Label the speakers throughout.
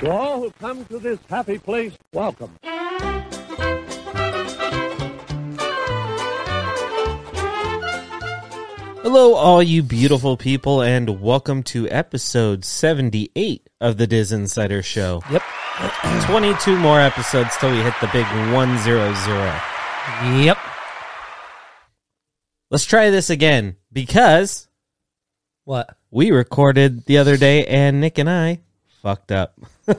Speaker 1: To all who come to this happy place, welcome.
Speaker 2: Hello, all you beautiful people, and welcome to episode 78 of the Diz Insider Show.
Speaker 3: Yep.
Speaker 2: 22 more episodes till we hit the big 100.
Speaker 3: Yep.
Speaker 2: Let's try this again because
Speaker 3: What?
Speaker 2: we recorded the other day and Nick and I fucked up.
Speaker 4: I ju-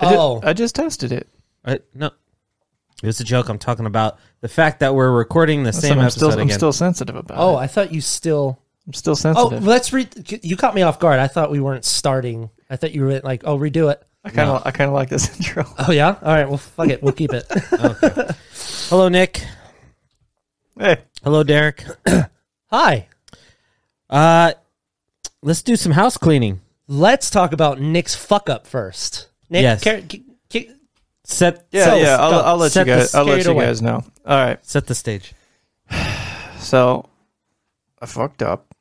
Speaker 3: Oh.
Speaker 4: I just tested it.
Speaker 2: I, Uh, no, it was a joke. I'm talking about the fact that we're recording the
Speaker 4: That's
Speaker 2: same
Speaker 4: what I'm
Speaker 2: episode
Speaker 4: still, I'm
Speaker 2: again.
Speaker 4: still sensitive about
Speaker 3: Oh,
Speaker 4: it.
Speaker 3: I thought you still.
Speaker 4: I'm still
Speaker 3: Oh,
Speaker 4: sensitive.
Speaker 3: let's read. You caught me off guard. I thought we weren't starting. I thought you were like, oh, redo it.
Speaker 4: I kind of I kind of like this intro.
Speaker 3: Oh, yeah? All right. Well, fuck it. We'll keep it.
Speaker 2: Hello, Nick.
Speaker 4: Hey,
Speaker 2: Hello, Derek.
Speaker 3: Hi.
Speaker 2: Uh, let's do some house cleaning.
Speaker 3: Let's talk about Nick's fuck up first. Nick,
Speaker 2: Yes.
Speaker 3: car- ki- ki-
Speaker 2: Set
Speaker 4: yeah,
Speaker 3: So,
Speaker 4: yeah. I'll,
Speaker 3: go.
Speaker 4: I'll let
Speaker 2: Set
Speaker 4: you guys.
Speaker 2: this-
Speaker 4: I'll
Speaker 3: carry
Speaker 4: let
Speaker 3: it
Speaker 4: you
Speaker 3: away.
Speaker 4: guys know. All right.
Speaker 2: set the stage.
Speaker 4: So I fucked up,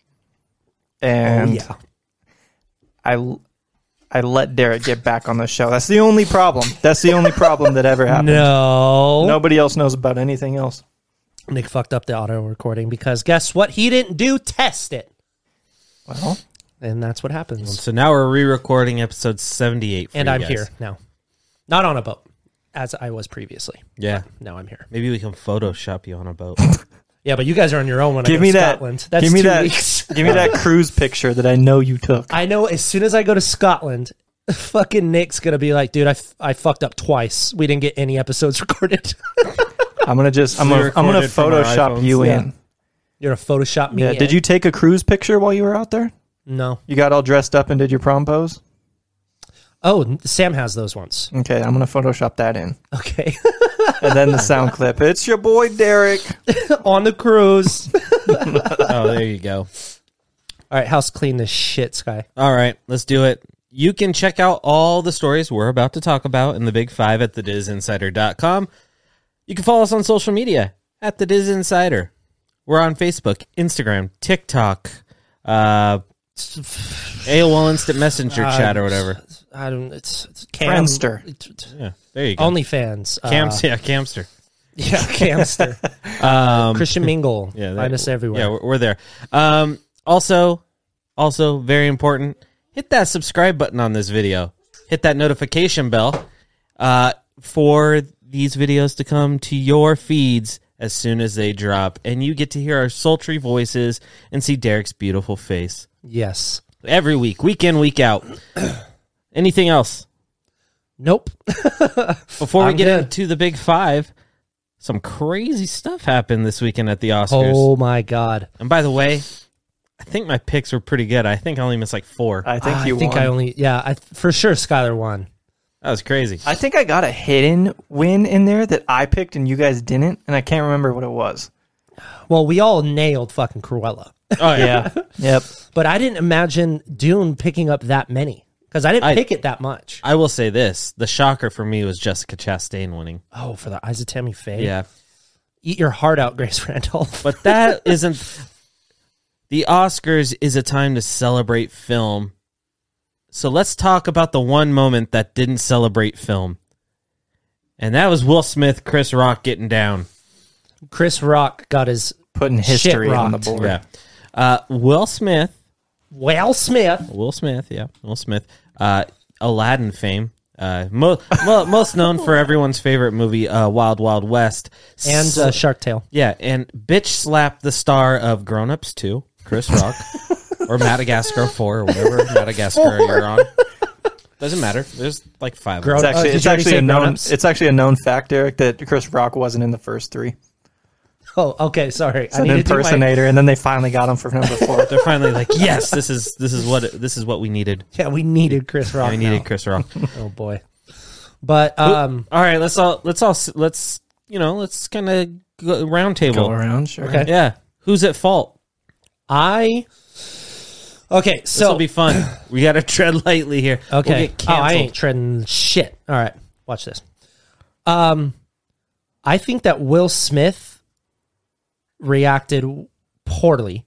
Speaker 4: and
Speaker 3: oh, yeah.
Speaker 4: I I let Derek get back on the show. That's the only problem. That's the only problem that ever happened.
Speaker 3: No.
Speaker 4: Nobody else knows about anything else.
Speaker 3: Nick fucked up the auto recording because guess what? He didn't do test it.
Speaker 4: Well,
Speaker 3: And that's what happens.
Speaker 2: So now we're re-recording episode seventy-eight, for
Speaker 3: And
Speaker 2: you
Speaker 3: I'm
Speaker 2: guys.
Speaker 3: here now. Not on a boat, as I was previously.
Speaker 2: Yeah,
Speaker 3: Now I'm here.
Speaker 2: maybe we can Photoshop you on a boat.
Speaker 3: Yeah, but you guys are on your own when I
Speaker 4: give
Speaker 3: go
Speaker 4: me
Speaker 3: to
Speaker 4: that.
Speaker 3: Scotland. That's
Speaker 4: give me
Speaker 3: two
Speaker 4: that.
Speaker 3: weeks.
Speaker 4: give me that cruise picture that I know you took.
Speaker 3: I know as soon as I go to Scotland, fucking Nick's gonna be like, dude, I, f- I fucked up twice. We didn't get any episodes recorded.
Speaker 4: I'm gonna just. I'm gonna. I'm gonna
Speaker 2: recorded from our
Speaker 4: Photoshop
Speaker 2: iPhones.
Speaker 4: you
Speaker 3: Yeah.
Speaker 4: in.
Speaker 3: You're a Photoshop me.
Speaker 4: Yeah. Did
Speaker 3: in.
Speaker 4: you take a cruise picture while you were out there?
Speaker 3: No.
Speaker 4: You got all dressed up and did your prom pose?
Speaker 3: Oh, Sam has those ones.
Speaker 4: Okay, I'm gonna Photoshop that in.
Speaker 3: Okay.
Speaker 4: And then the sound clip. It's your boy Derek.
Speaker 3: On the cruise.
Speaker 2: oh, there you go.
Speaker 3: All right, house clean this shit, Sky.
Speaker 2: All right, let's do it. You can check out all the stories we're about to talk about in the Big Five at thedizinsider.com. You can follow us on social media at the Diz Insider. We're on Facebook, Instagram, TikTok, uh, AOL Instant Messenger chat
Speaker 3: Uh,
Speaker 2: or whatever.
Speaker 3: I don't. It's, it's Cam,
Speaker 4: Friendster.
Speaker 3: It's- it's-
Speaker 2: Yeah, there you go.
Speaker 3: OnlyFans. Uh,
Speaker 2: Camps, yeah, Camster.
Speaker 3: Yeah, Camster.
Speaker 2: Um,
Speaker 3: Christian Mingle.
Speaker 2: Yeah,
Speaker 3: Find us everywhere.
Speaker 2: Yeah, we're, we're there. Um, also, also very important. Hit that subscribe button on this video. Hit that notification bell uh, for these videos to come to your feeds as soon as they drop, and you get to hear our sultry voices and see Derek's beautiful face
Speaker 3: Yes.
Speaker 2: every week, week in, week out. Anything else
Speaker 3: Nope.
Speaker 2: before we
Speaker 3: I'm
Speaker 2: get
Speaker 3: good.
Speaker 2: into the big five? Some crazy stuff happened this weekend at the Oscars.
Speaker 3: Oh my god.
Speaker 2: And by the way, I think my picks were pretty good. I think I only missed like four.
Speaker 4: I think
Speaker 3: Ah,
Speaker 4: you
Speaker 3: I think
Speaker 4: won.
Speaker 3: I only. Yeah, I for sure Skylar won.
Speaker 2: that was crazy.
Speaker 4: I think I got a hidden win in there that I picked and you guys didn't, and I can't remember what it was.
Speaker 3: Well, we all nailed fucking Cruella,
Speaker 2: oh yeah.
Speaker 4: yep.
Speaker 3: but I didn't imagine Dune picking up that many because I didn't
Speaker 2: I-
Speaker 3: pick it that much.
Speaker 2: I will say this: the shocker for me was Jessica Chastain winning.
Speaker 3: Oh, for the eyes of Tammy Faye.
Speaker 2: Yeah,
Speaker 3: Eat your heart out, Grace Randolph.
Speaker 2: but that isn't. The Oscars is a time to celebrate film. So let's talk about the one moment that didn't celebrate film. And that was Will Smith, Chris Rock getting down.
Speaker 3: Chris Rock got his
Speaker 4: Putting
Speaker 3: Shit
Speaker 4: history on the
Speaker 3: rocked.
Speaker 4: board.
Speaker 2: Yeah. Uh, Will Smith
Speaker 3: Whale Smith.
Speaker 2: Will Smith, yeah, Will Smith, uh, Aladdin fame, uh, mo- mo- most known for everyone's favorite movie, uh, Wild Wild West,
Speaker 3: And
Speaker 2: S-
Speaker 3: uh, Shark Tale.
Speaker 2: yeah, and bitch slapped the star of Grown Ups Two, Chris Rock, or Madagascar Four, or whatever Madagascar you you're on. Doesn't matter. There's like five. of
Speaker 3: Grown-
Speaker 4: It's
Speaker 2: them.
Speaker 4: actually,
Speaker 3: Uh, did
Speaker 4: it's
Speaker 3: you already
Speaker 4: actually
Speaker 3: say
Speaker 4: a known
Speaker 3: grown-ups?
Speaker 4: it's actually a known fact, Derek, that Chris Rock wasn't in the first three.
Speaker 3: Oh, okay. Sorry.
Speaker 4: It's an
Speaker 3: need to do my-
Speaker 4: impersonator, and then they finally got him for number four.
Speaker 2: They're finally like, yes, this is this is what this is what we needed.
Speaker 3: yeah, we needed Chris Rock.
Speaker 2: We needed
Speaker 3: now.
Speaker 2: Chris Rock.
Speaker 3: Oh boy. But um,
Speaker 2: all right, let's all let's all s- let's you know let's kind of round table.
Speaker 4: Go around, sure.
Speaker 3: Okay.
Speaker 2: Yeah, who's at fault?
Speaker 3: I. Okay,
Speaker 2: This
Speaker 3: so
Speaker 2: will be fun. We got to tread lightly here. We'll
Speaker 3: Okay.
Speaker 2: get
Speaker 3: oh, I
Speaker 2: canceled.
Speaker 3: ain't treading shit. All right. Watch this. Um, I think that Will Smith reacted poorly,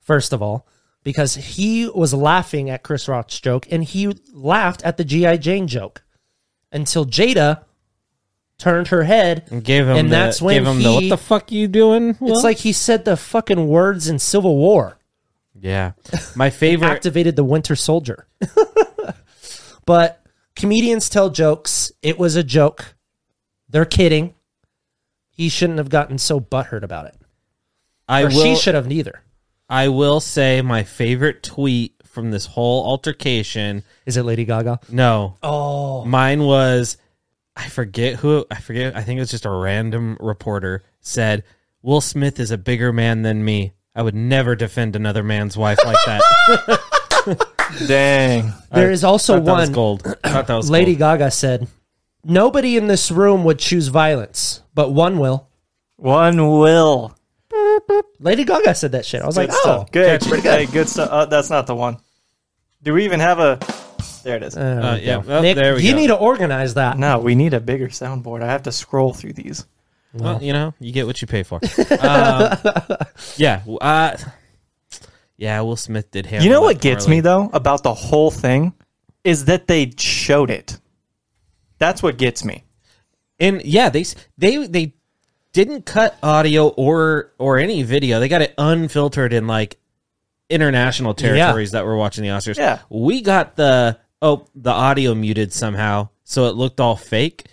Speaker 3: first of all, because he was laughing at Chris Rock's joke and he laughed at the G.I. Jane joke until Jada turned her head.
Speaker 2: And gave him
Speaker 3: And
Speaker 2: the,
Speaker 3: that's when
Speaker 2: gave him the what
Speaker 3: he-
Speaker 2: the fuck you doing? Will?"
Speaker 3: It's like he said the fucking words in Civil War,
Speaker 2: yeah. My favorite
Speaker 3: activated the Winter Soldier. but comedians tell jokes. It was a joke. They're kidding. He shouldn't have gotten so butthurt about it.
Speaker 2: I
Speaker 3: Or
Speaker 2: will
Speaker 3: she should have neither.
Speaker 2: I will say my favorite tweet from this whole altercation.
Speaker 3: Is it Lady Gaga?
Speaker 2: No,
Speaker 3: Oh,
Speaker 2: mine was I forget who I forget. I think it was just a random reporter said Will Smith is a bigger man than me. I would never defend another man's wife like that.
Speaker 4: Dang.
Speaker 3: there is also
Speaker 2: Thought that was
Speaker 3: one.
Speaker 2: gold. Thought that was
Speaker 3: Lady
Speaker 2: gold.
Speaker 3: Gaga said, "Nobody in this room would choose violence, but one will."
Speaker 4: One will.
Speaker 3: Lady Gaga said that shit. I was
Speaker 4: Good
Speaker 3: like, "Oh,
Speaker 4: stuff. Good.
Speaker 2: catch.
Speaker 4: Pretty good. Hey, good stuff. Uh, that's not the one. Do we even have a? There it is.
Speaker 3: There
Speaker 2: Uh,
Speaker 3: we
Speaker 2: yeah.
Speaker 3: go.
Speaker 2: Oh,
Speaker 3: Nick,
Speaker 2: there we
Speaker 3: you
Speaker 2: go.
Speaker 3: need to organize that."
Speaker 4: no, we need a bigger soundboard. I have to scroll through these.
Speaker 2: Well, you know, you get what you pay for. um, yeah, w- uh, yeah. Will Smith did handle.
Speaker 4: You know
Speaker 2: that
Speaker 4: what gets
Speaker 2: poorly.
Speaker 4: me though about the whole thing is that they showed it. That's what gets me.
Speaker 2: And yeah, they s- they they didn't cut audio or or any video. They got it unfiltered in like international territories that were watching the Oscars.
Speaker 4: Yeah.
Speaker 2: we got the oh the audio muted somehow, so it looked all fake.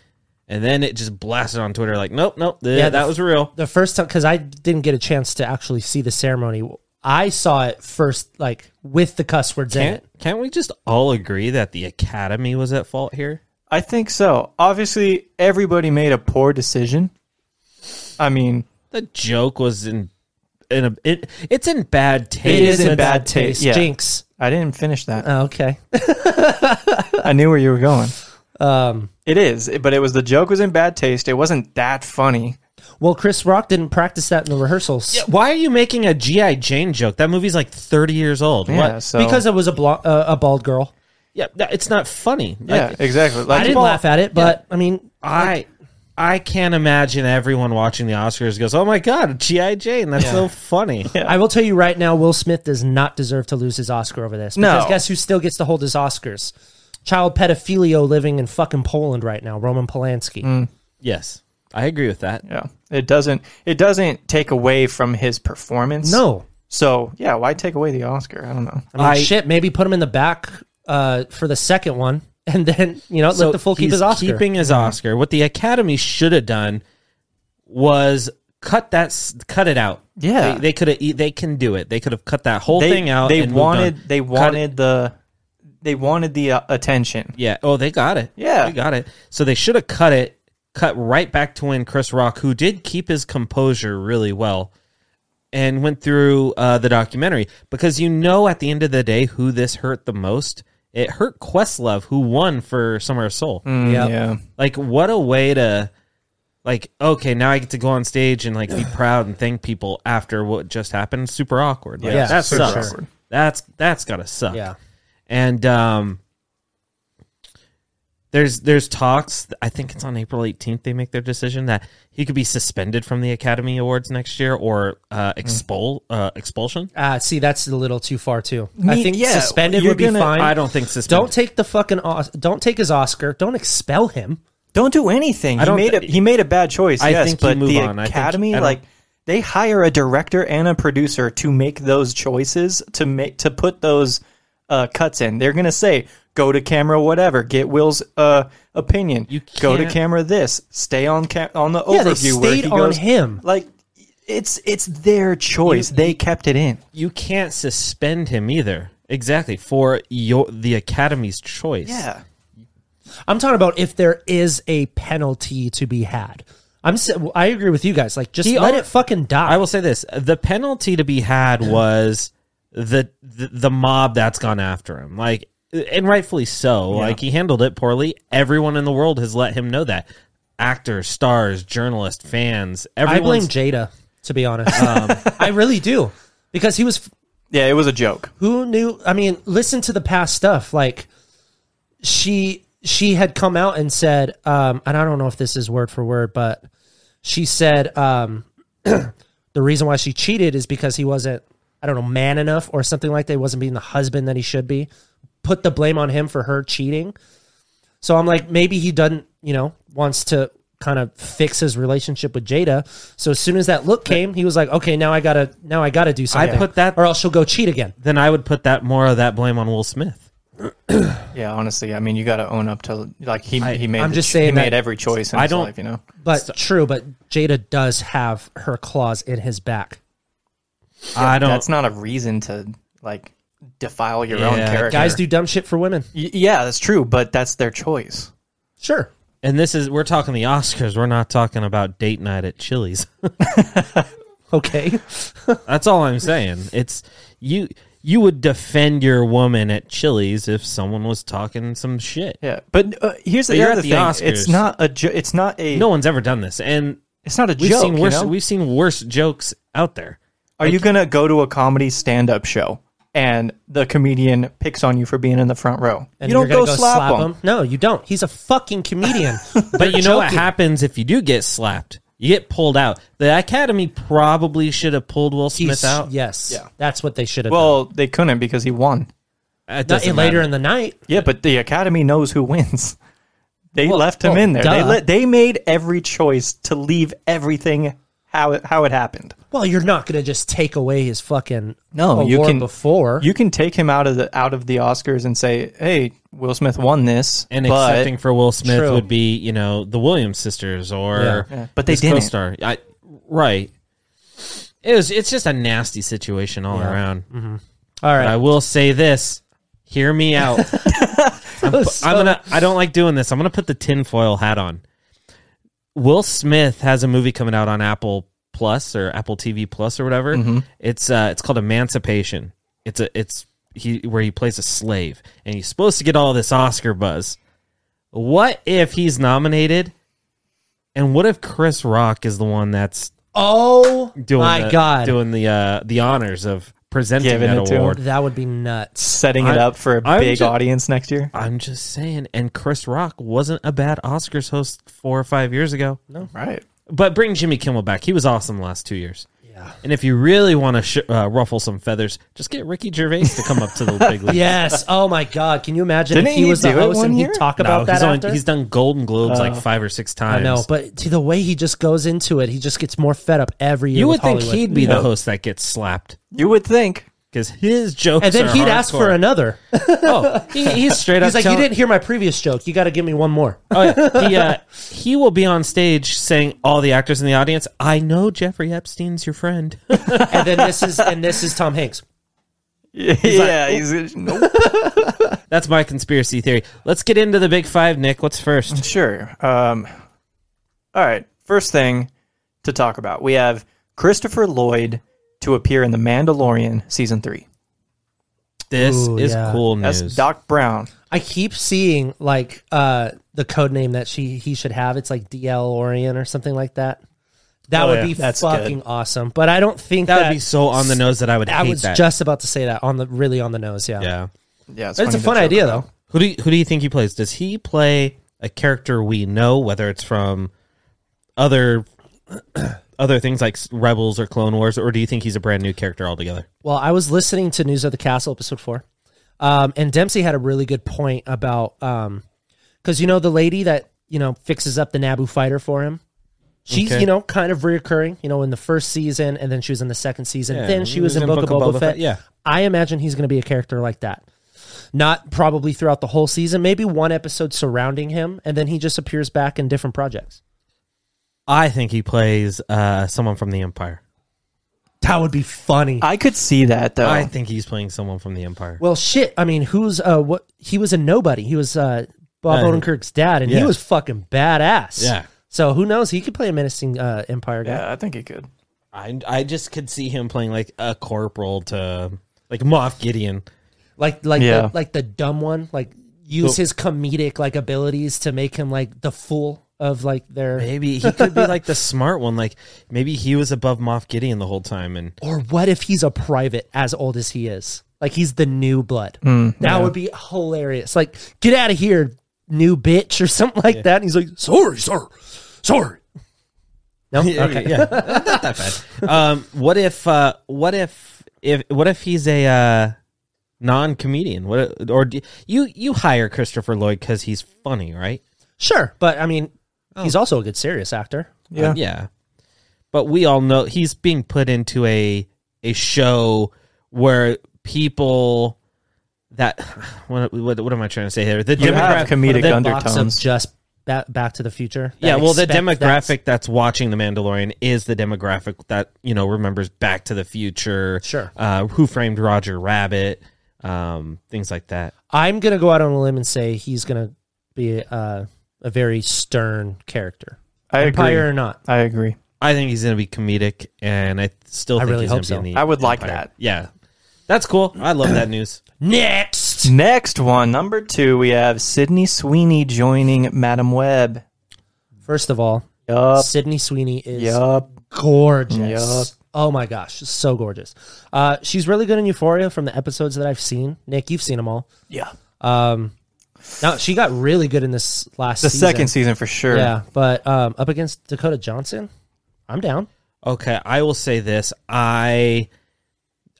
Speaker 2: And then it just blasted on Twitter like, nope, nope, th-
Speaker 3: Yeah, the
Speaker 2: that
Speaker 3: f-
Speaker 2: was real.
Speaker 3: The first time, because I didn't get a chance to actually see the ceremony, I saw it first, like with the cuss words in
Speaker 2: Can't
Speaker 3: it.
Speaker 2: can't we just all agree that the Academy was at fault here?
Speaker 4: I think so. Obviously, everybody made a poor decision. I mean,
Speaker 2: The joke was in in a it, it's in bad taste.
Speaker 4: It is in bad taste, yeah.
Speaker 3: Jinx.
Speaker 4: I didn't finish that.
Speaker 3: Oh, okay.
Speaker 4: I knew where you were going.
Speaker 3: Um,
Speaker 4: It is, but it was the joke was in bad taste. It wasn't that funny.
Speaker 3: well, Chris Rock didn't practice that in the rehearsals
Speaker 2: Why are you making a GI Jane joke? That movie's like 30 years old.
Speaker 4: Yeah,
Speaker 2: What?
Speaker 4: so
Speaker 3: because it was a blo- uh, a bald girl.
Speaker 2: Yeah, no, it's not funny.
Speaker 4: yeah,
Speaker 2: Like,
Speaker 4: exactly. Like
Speaker 3: I didn't
Speaker 4: Paul-
Speaker 3: laugh at it, but I mean,
Speaker 2: I I can't imagine everyone watching the Oscars goes, "Oh my god, GI Jane, that's so funny."
Speaker 3: I will tell you right now, Will Smith does not deserve to lose his Oscar over this. Because
Speaker 4: No.
Speaker 3: guess who still gets to hold his Oscars? Child pedophilia living in fucking Poland right now, Roman Polanski.
Speaker 2: Yes. I agree with that.
Speaker 4: Yeah, it doesn't. It doesn't take away from his performance.
Speaker 3: No.
Speaker 4: So yeah, why take away the Oscar? I don't know.
Speaker 3: I mean,
Speaker 2: I-
Speaker 3: shit, maybe put him in the back uh, for the second one and then, you know, let the fool keep
Speaker 2: he's
Speaker 3: his Oscar.
Speaker 2: Keeping
Speaker 4: Mm-hmm.
Speaker 2: his Oscar. What the Academy should have done was cut that s- cut it out.
Speaker 4: Yeah.
Speaker 2: They, they could have e- they can do it. They could have cut that whole
Speaker 4: They
Speaker 2: thing out
Speaker 4: They
Speaker 2: and moved
Speaker 4: wanted.
Speaker 2: on.
Speaker 4: They
Speaker 2: Cut it-
Speaker 4: wanted the. They wanted the uh, attention.
Speaker 2: Yeah. Oh, they got it.
Speaker 4: Yeah.
Speaker 2: They got it. So they should have cut it, cut right back to when Chris Rock, who did keep his composure really well and went through uh, the documentary, because you know at the end of the day who this hurt the most. It hurt Questlove, who won for Summer of Soul.
Speaker 3: Yep.
Speaker 4: Mm, Yeah.
Speaker 2: Like, what a way to, like, okay, now I get to go on stage and like be proud and thank people after what just happened. Super awkward. Like,
Speaker 3: Yeah,
Speaker 2: that
Speaker 3: super
Speaker 2: sucks.
Speaker 4: awkward.
Speaker 2: That's that's gotta suck.
Speaker 3: Yeah.
Speaker 2: and um, there's there's talks. I think it's on April 18th they make their decision that he could be suspended from the Academy Awards next year or uh, expel uh, expulsion.
Speaker 3: Uh, see, that's a little too far, too. I
Speaker 4: Me-
Speaker 3: think
Speaker 4: yeah,
Speaker 3: suspended
Speaker 4: you're
Speaker 3: would be
Speaker 4: gonna-
Speaker 3: fine.
Speaker 2: I don't think suspended.
Speaker 3: Don't take the fucking Os- don't take his Oscar. Don't expel him.
Speaker 4: Don't do anything.
Speaker 2: don't
Speaker 4: he made
Speaker 2: thi-
Speaker 4: a he made a bad choice.
Speaker 2: I
Speaker 4: yes,
Speaker 2: think you
Speaker 4: but
Speaker 2: move
Speaker 4: the
Speaker 2: on. I think-
Speaker 4: Academy,
Speaker 2: I don't-
Speaker 4: like, they hire a director and a producer to make those choices to make to put those uh, cuts in. They're gonna say, "Go to camera, whatever. Get Will's uh, opinion.
Speaker 2: You
Speaker 4: go to
Speaker 2: can't-
Speaker 4: camera. This stay on ca- on the
Speaker 3: Yeah, they
Speaker 4: overview where
Speaker 3: stayed
Speaker 4: he
Speaker 3: on
Speaker 4: goes,
Speaker 3: him.
Speaker 4: Like, it's it's their choice. they kept it in.
Speaker 2: you can't suspend him either. Exactly for your the Academy's choice.
Speaker 4: Yeah,
Speaker 3: I'm talking about if there is a penalty to be had. I'm s- I agree with you guys. Like just
Speaker 2: He
Speaker 3: let
Speaker 2: al-
Speaker 3: it fucking die.
Speaker 2: I will say this: the penalty to be had was the the, the mob that's gone after him, like, and rightfully so. Like he handled it poorly. Everyone in the world has let him know that. Actors, stars, journalists, fans,
Speaker 3: I blame
Speaker 2: everyone's
Speaker 3: Jada to be honest.
Speaker 2: Um,
Speaker 3: I really do because he was
Speaker 4: yeah. It was a joke.
Speaker 3: who knew i mean listen to the past stuff like she she had come out and said um and i don't know if this is word for word but she said um the reason why she cheated is because he wasn't I don't know, man enough or something like that. He wasn't being the husband that he should be. Put the blame on him for her cheating. So I'm like, maybe he doesn't, you know, wants to kind of fix his relationship with Jada. So as soon as that look came, he was like, okay, now I gotta, now I gotta do something.
Speaker 2: put that-
Speaker 3: or else she'll go cheat again.
Speaker 2: Then I would put that more of that blame on Will Smith.
Speaker 4: Yeah, honestly, I mean, you got to own up to like he he made.
Speaker 3: I'm
Speaker 4: the
Speaker 3: just
Speaker 4: cho- he
Speaker 3: saying that-
Speaker 4: made every choice in
Speaker 2: I
Speaker 4: his
Speaker 2: don't-
Speaker 4: life. You know,
Speaker 3: But true, but Jada does have her claws in his back.
Speaker 2: I don't.
Speaker 4: that's not a reason to like defile your own
Speaker 2: Yeah,
Speaker 4: character.
Speaker 3: Guys do dumb shit for women.
Speaker 4: Y- yeah, that's true, but that's their choice.
Speaker 3: Sure.
Speaker 2: and this is we're talking the Oscars. We're not talking about date night at Chili's.
Speaker 3: Okay.
Speaker 2: That's all I'm saying. It's you. You would defend your woman at Chili's if someone was talking some shit.
Speaker 4: Yeah, but uh, here's the,
Speaker 2: But you're
Speaker 4: other
Speaker 2: at the
Speaker 4: thing:
Speaker 2: Oscars.
Speaker 4: it's not a jo- it's not a
Speaker 2: No one's ever done this, and
Speaker 4: it's not a
Speaker 2: we've
Speaker 4: joke.
Speaker 2: seen
Speaker 4: you
Speaker 2: worse.
Speaker 4: know?
Speaker 2: We've seen worse jokes out there.
Speaker 4: Are you gonna go to a comedy stand up show and the comedian picks on you for being in the front row?
Speaker 3: And
Speaker 4: you don't
Speaker 3: you're
Speaker 4: go,
Speaker 3: gonna
Speaker 4: slap, him.
Speaker 3: No, you don't. He's a fucking comedian.
Speaker 2: But you know what happens if you do get slapped? You get pulled out. The Academy probably should have pulled Will Smith
Speaker 3: He's,
Speaker 2: out.
Speaker 3: Yes.
Speaker 4: Yeah.
Speaker 3: That's what they should have done.
Speaker 4: Well, they couldn't because he won.
Speaker 2: It
Speaker 3: Not-
Speaker 2: doesn't
Speaker 3: later
Speaker 2: matter.
Speaker 3: in the night.
Speaker 4: Yeah, but the Academy knows who wins. They left him
Speaker 3: well,
Speaker 4: in there. They
Speaker 3: duh.
Speaker 4: let they made every choice to leave everything how it, how it happened.
Speaker 3: Well, you're not going to just take away his fucking
Speaker 4: No,
Speaker 3: award
Speaker 4: you can-
Speaker 3: before.
Speaker 4: You can take him out of the out of the Oscars and say, "Hey, Will Smith won this,"
Speaker 2: and
Speaker 4: but
Speaker 2: accepting for Will Smith
Speaker 3: True.
Speaker 2: would be, you know, the Williams sisters or
Speaker 3: Yeah.
Speaker 4: Yeah, but they
Speaker 2: his
Speaker 4: didn't.
Speaker 2: co-star. I, right. It was. It's just a nasty situation all around.
Speaker 3: All
Speaker 2: But I
Speaker 3: right.
Speaker 2: will say this. Hear me out.
Speaker 3: I'm,
Speaker 2: I'm gonna. I don't like doing this. I'm gonna put the tinfoil hat on. Will Smith has a movie coming out on Apple Plus or Apple TV Plus or whatever.
Speaker 4: Mm-hmm.
Speaker 2: It's uh, it's called Emancipation. It's a it's he where he plays a slave and he's supposed to get all this Oscar buzz. What if he's nominated? And what if Chris Rock is the one that's
Speaker 3: Oh
Speaker 2: doing
Speaker 3: my
Speaker 2: the,
Speaker 3: god.
Speaker 2: doing the uh, the honors of presenting
Speaker 4: Giving
Speaker 2: that
Speaker 4: it to him.
Speaker 2: award?
Speaker 3: that would be nuts.
Speaker 4: setting it
Speaker 2: I'm-
Speaker 4: up for a
Speaker 2: I'm
Speaker 4: big
Speaker 2: ju-
Speaker 4: audience next year.
Speaker 2: I'm just saying. And Chris Rock wasn't a bad Oscars host four or five years ago. No.
Speaker 4: Right.
Speaker 2: But bring Jimmy Kimmel back. He was awesome the last two years.
Speaker 3: Yeah.
Speaker 2: And if you really want to sh- uh, ruffle some feathers, just get Ricky Gervais to come up to the big league.
Speaker 3: Yes. Oh my god. Can you imagine
Speaker 4: Didn't
Speaker 3: if he,
Speaker 4: he
Speaker 3: was the
Speaker 4: do it
Speaker 3: host
Speaker 4: one
Speaker 3: and
Speaker 4: year?
Speaker 3: he'd talk
Speaker 2: No,
Speaker 3: about that
Speaker 2: he's, only-
Speaker 3: after? Oh.
Speaker 2: he's done Golden Globes like five or six times.
Speaker 3: I know, but to the way he just goes into it, he just gets more fed up every year.
Speaker 2: you would
Speaker 3: with
Speaker 2: think
Speaker 3: Hollywood.
Speaker 2: he'd be
Speaker 4: Yeah.
Speaker 2: the host that gets slapped
Speaker 4: You would think.
Speaker 2: because his jokes.
Speaker 3: and then
Speaker 2: are
Speaker 3: he'd ask for
Speaker 2: hardcore.
Speaker 3: another.
Speaker 2: Oh, he, he's straight up.
Speaker 3: He's like,
Speaker 2: telling-
Speaker 3: "You didn't hear my previous joke. You got to give me one more."
Speaker 2: Oh, yeah. he, uh, he will be on stage saying, "All the actors in the audience, I know Jeffrey Epstein's your friend."
Speaker 3: And then this is and this is Tom Hanks.
Speaker 4: yeah. he's, nope.
Speaker 2: That's my conspiracy theory. Let's get into the big five, Nick. What's first?
Speaker 4: Sure. Um, all right. First thing to talk about we have Christopher Lloyd to appear in The Mandalorian season three.
Speaker 2: This
Speaker 3: Ooh,
Speaker 2: is
Speaker 3: yeah.
Speaker 2: cool
Speaker 4: That's
Speaker 2: news.
Speaker 4: Doc Brown.
Speaker 3: I keep seeing like uh the code name that she he should have. It's like DL Orion or something like that. That
Speaker 4: Oh,
Speaker 3: would
Speaker 4: yeah,
Speaker 3: be
Speaker 4: that's
Speaker 3: fucking awesome. But I don't think
Speaker 2: that
Speaker 3: that,
Speaker 2: would be so on the nose that I would
Speaker 3: I
Speaker 2: hate
Speaker 3: was
Speaker 2: that.
Speaker 3: just about to say that on the really on the nose. Yeah,
Speaker 2: yeah.
Speaker 4: Yeah,
Speaker 3: But it's a
Speaker 4: funny to
Speaker 3: fun
Speaker 4: joke
Speaker 3: idea
Speaker 4: about.
Speaker 3: though.
Speaker 2: Who do you, who do you think he plays? Does he play a character we know, whether it's from other other things like Rebels or Clone Wars, or do you think he's a brand new character altogether?
Speaker 3: Well, I was listening to News of the Castle episode four, um, and Dempsey had a really good point about because you know the lady that you know fixes up the Naboo fighter for him. She's
Speaker 2: Okay.
Speaker 3: you know kind of reoccurring, you know, in the first season, and then she was in the second season.
Speaker 2: Yeah,
Speaker 3: then she was in Book of Boba, Fett.
Speaker 2: yeah.
Speaker 3: I imagine he's going to be a character like that. Not probably throughout the whole season, maybe one episode surrounding him, and then he just appears back in different projects.
Speaker 2: I think he plays uh, someone from the Empire.
Speaker 3: That would be funny.
Speaker 4: I could see that though.
Speaker 2: I think he's playing someone from the Empire.
Speaker 3: Well, shit. I mean, who's uh what? He was a nobody. He was uh Bob
Speaker 2: Yeah.
Speaker 3: Odenkirk's dad, and he
Speaker 2: Yeah.
Speaker 3: was fucking badass.
Speaker 2: Yeah.
Speaker 3: So who knows? He could play a menacing uh, Empire guy.
Speaker 4: yeah, I think he could.
Speaker 2: I I just could see him playing like a corporal to like Moff Gideon.
Speaker 3: like like
Speaker 4: Yeah.
Speaker 3: the, like the dumb one. Like use
Speaker 2: So-
Speaker 3: his comedic like abilities to make him like the fool of like their
Speaker 2: Maybe he could be like the smart one. Like maybe he was above Moff Gideon the whole time, and
Speaker 3: Or what if he's a private as old as he is? Like he's the new blood. that would be hilarious. Like, get out of here, new bitch, or something like that. And he's like, sorry, sir. Sorry. No?
Speaker 2: yeah,
Speaker 3: Okay.
Speaker 2: yeah. not that bad. Um, what if uh, what if if what if he's a uh, non-comedian? What or do, you you hire Christopher Lloyd because he's funny, right?
Speaker 3: Sure, but I mean, he's also a good serious actor.
Speaker 4: Yeah.
Speaker 2: Uh, yeah. But we all know he's being put into a a show where people that what what, what am I trying to say here? The
Speaker 4: You
Speaker 2: demographic.
Speaker 4: have comedic
Speaker 3: That box of
Speaker 4: undertones.
Speaker 3: just ba- Back to the Future.
Speaker 2: yeah,
Speaker 3: that
Speaker 2: well, the
Speaker 3: expect
Speaker 2: demographic
Speaker 3: that's-
Speaker 2: that's watching The Mandalorian is the demographic that you know remembers Back to the Future,
Speaker 3: Sure.
Speaker 2: uh, Who Framed Roger Rabbit, um, things like that.
Speaker 3: I'm gonna go out on a limb and say he's gonna be uh, a very stern character.
Speaker 4: I
Speaker 3: Empire
Speaker 4: agree.
Speaker 3: or not,
Speaker 4: I agree.
Speaker 2: I think he's going to be comedic, and I still
Speaker 3: I
Speaker 2: think
Speaker 3: really
Speaker 2: he's gonna
Speaker 3: hope
Speaker 2: be in
Speaker 3: so.
Speaker 2: the
Speaker 4: I would like
Speaker 2: Empire.
Speaker 4: that.
Speaker 2: Yeah, that's cool. I love that news.
Speaker 3: next.
Speaker 4: Next one, number two, we have Sydney Sweeney joining Madam Web.
Speaker 3: First of all,
Speaker 4: Yup.
Speaker 3: Sydney Sweeney is
Speaker 4: Yup. Yup.
Speaker 3: gorgeous. Oh my gosh, she's so gorgeous. Uh, she's really good in Euphoria from the episodes that I've seen. Nick, you've seen them all.
Speaker 4: Yeah.
Speaker 3: Um, now she got really good in this last
Speaker 4: The
Speaker 3: season.
Speaker 4: second season for sure.
Speaker 3: Yeah, but um, up against Dakota Johnson, I'm down.
Speaker 2: Okay, I will say this. I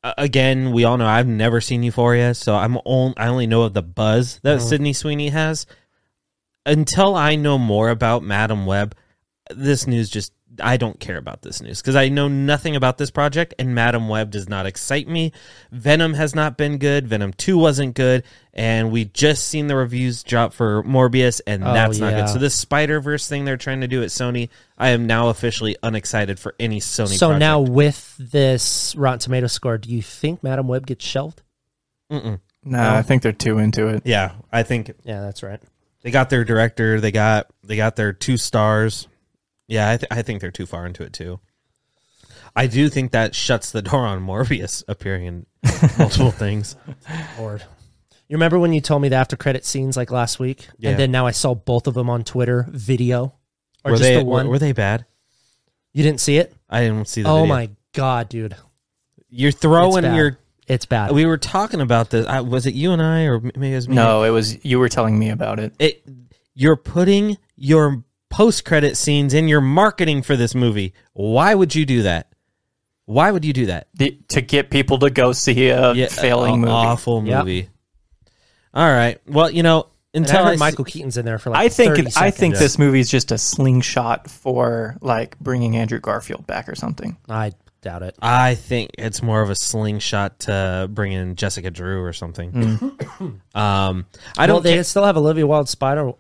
Speaker 2: a- again, we all know I've never seen Euphoria, so I'm on, I only know of the buzz that Sydney Sweeney has. Until I know more about Madam Web, this news just I don't care about this news because I know nothing about this project, and Madam Web does not excite me. Venom has not been good. Venom Two wasn't good, and we just seen the reviews drop for Morbius, and that's not
Speaker 3: yeah.
Speaker 2: good. So this Spider Verse thing they're trying to do at Sony, I am now officially unexcited for any Sony.
Speaker 3: So
Speaker 2: project.
Speaker 3: now with this Rotten Tomato score, do you think Madam Web gets shelved?
Speaker 4: No, I think they're too into it.
Speaker 2: yeah, I think
Speaker 3: Yeah, that's right.
Speaker 2: they got their director. They got they got their two stars. Yeah, I, th- I think they're too far into it too. I do think that shuts the door on Morbius appearing in multiple things.
Speaker 3: Lord. You remember when you told me the after credit scenes like last week?
Speaker 2: Yeah.
Speaker 3: And then now I saw both of them on Twitter video. Or
Speaker 2: were
Speaker 3: just
Speaker 2: they
Speaker 3: the one.
Speaker 2: Were, were they bad?
Speaker 3: you didn't see it?
Speaker 2: I didn't see the.
Speaker 3: Oh
Speaker 2: video.
Speaker 3: my god, dude.
Speaker 2: You're
Speaker 3: It's
Speaker 2: throwing
Speaker 3: bad.
Speaker 2: your.
Speaker 3: it's bad.
Speaker 2: We were talking about this. I, was it you and I, or maybe it was me?
Speaker 4: No, it was you were telling me about it.
Speaker 2: It, you're putting your post credit scenes in your marketing for this movie. Why would you do that? Why would you do that?
Speaker 4: The, to get people to go see a
Speaker 2: Yeah,
Speaker 4: failing
Speaker 2: a-
Speaker 4: movie.
Speaker 2: awful
Speaker 3: Yep.
Speaker 2: movie. All right. Well, you know,
Speaker 3: And I
Speaker 2: until
Speaker 3: heard
Speaker 2: I s-
Speaker 3: Michael Keaton's in there for like
Speaker 4: I think
Speaker 3: 30
Speaker 4: it, I think
Speaker 3: seconds.
Speaker 4: this movie is just a slingshot for like bringing Andrew Garfield back or something.
Speaker 3: I doubt it.
Speaker 2: I think it's more of a slingshot to bring in Jessica Drew or something. um, I
Speaker 3: I
Speaker 2: don't.
Speaker 3: don't Mm. they
Speaker 2: ca-
Speaker 3: still have Olivia Wilde Spider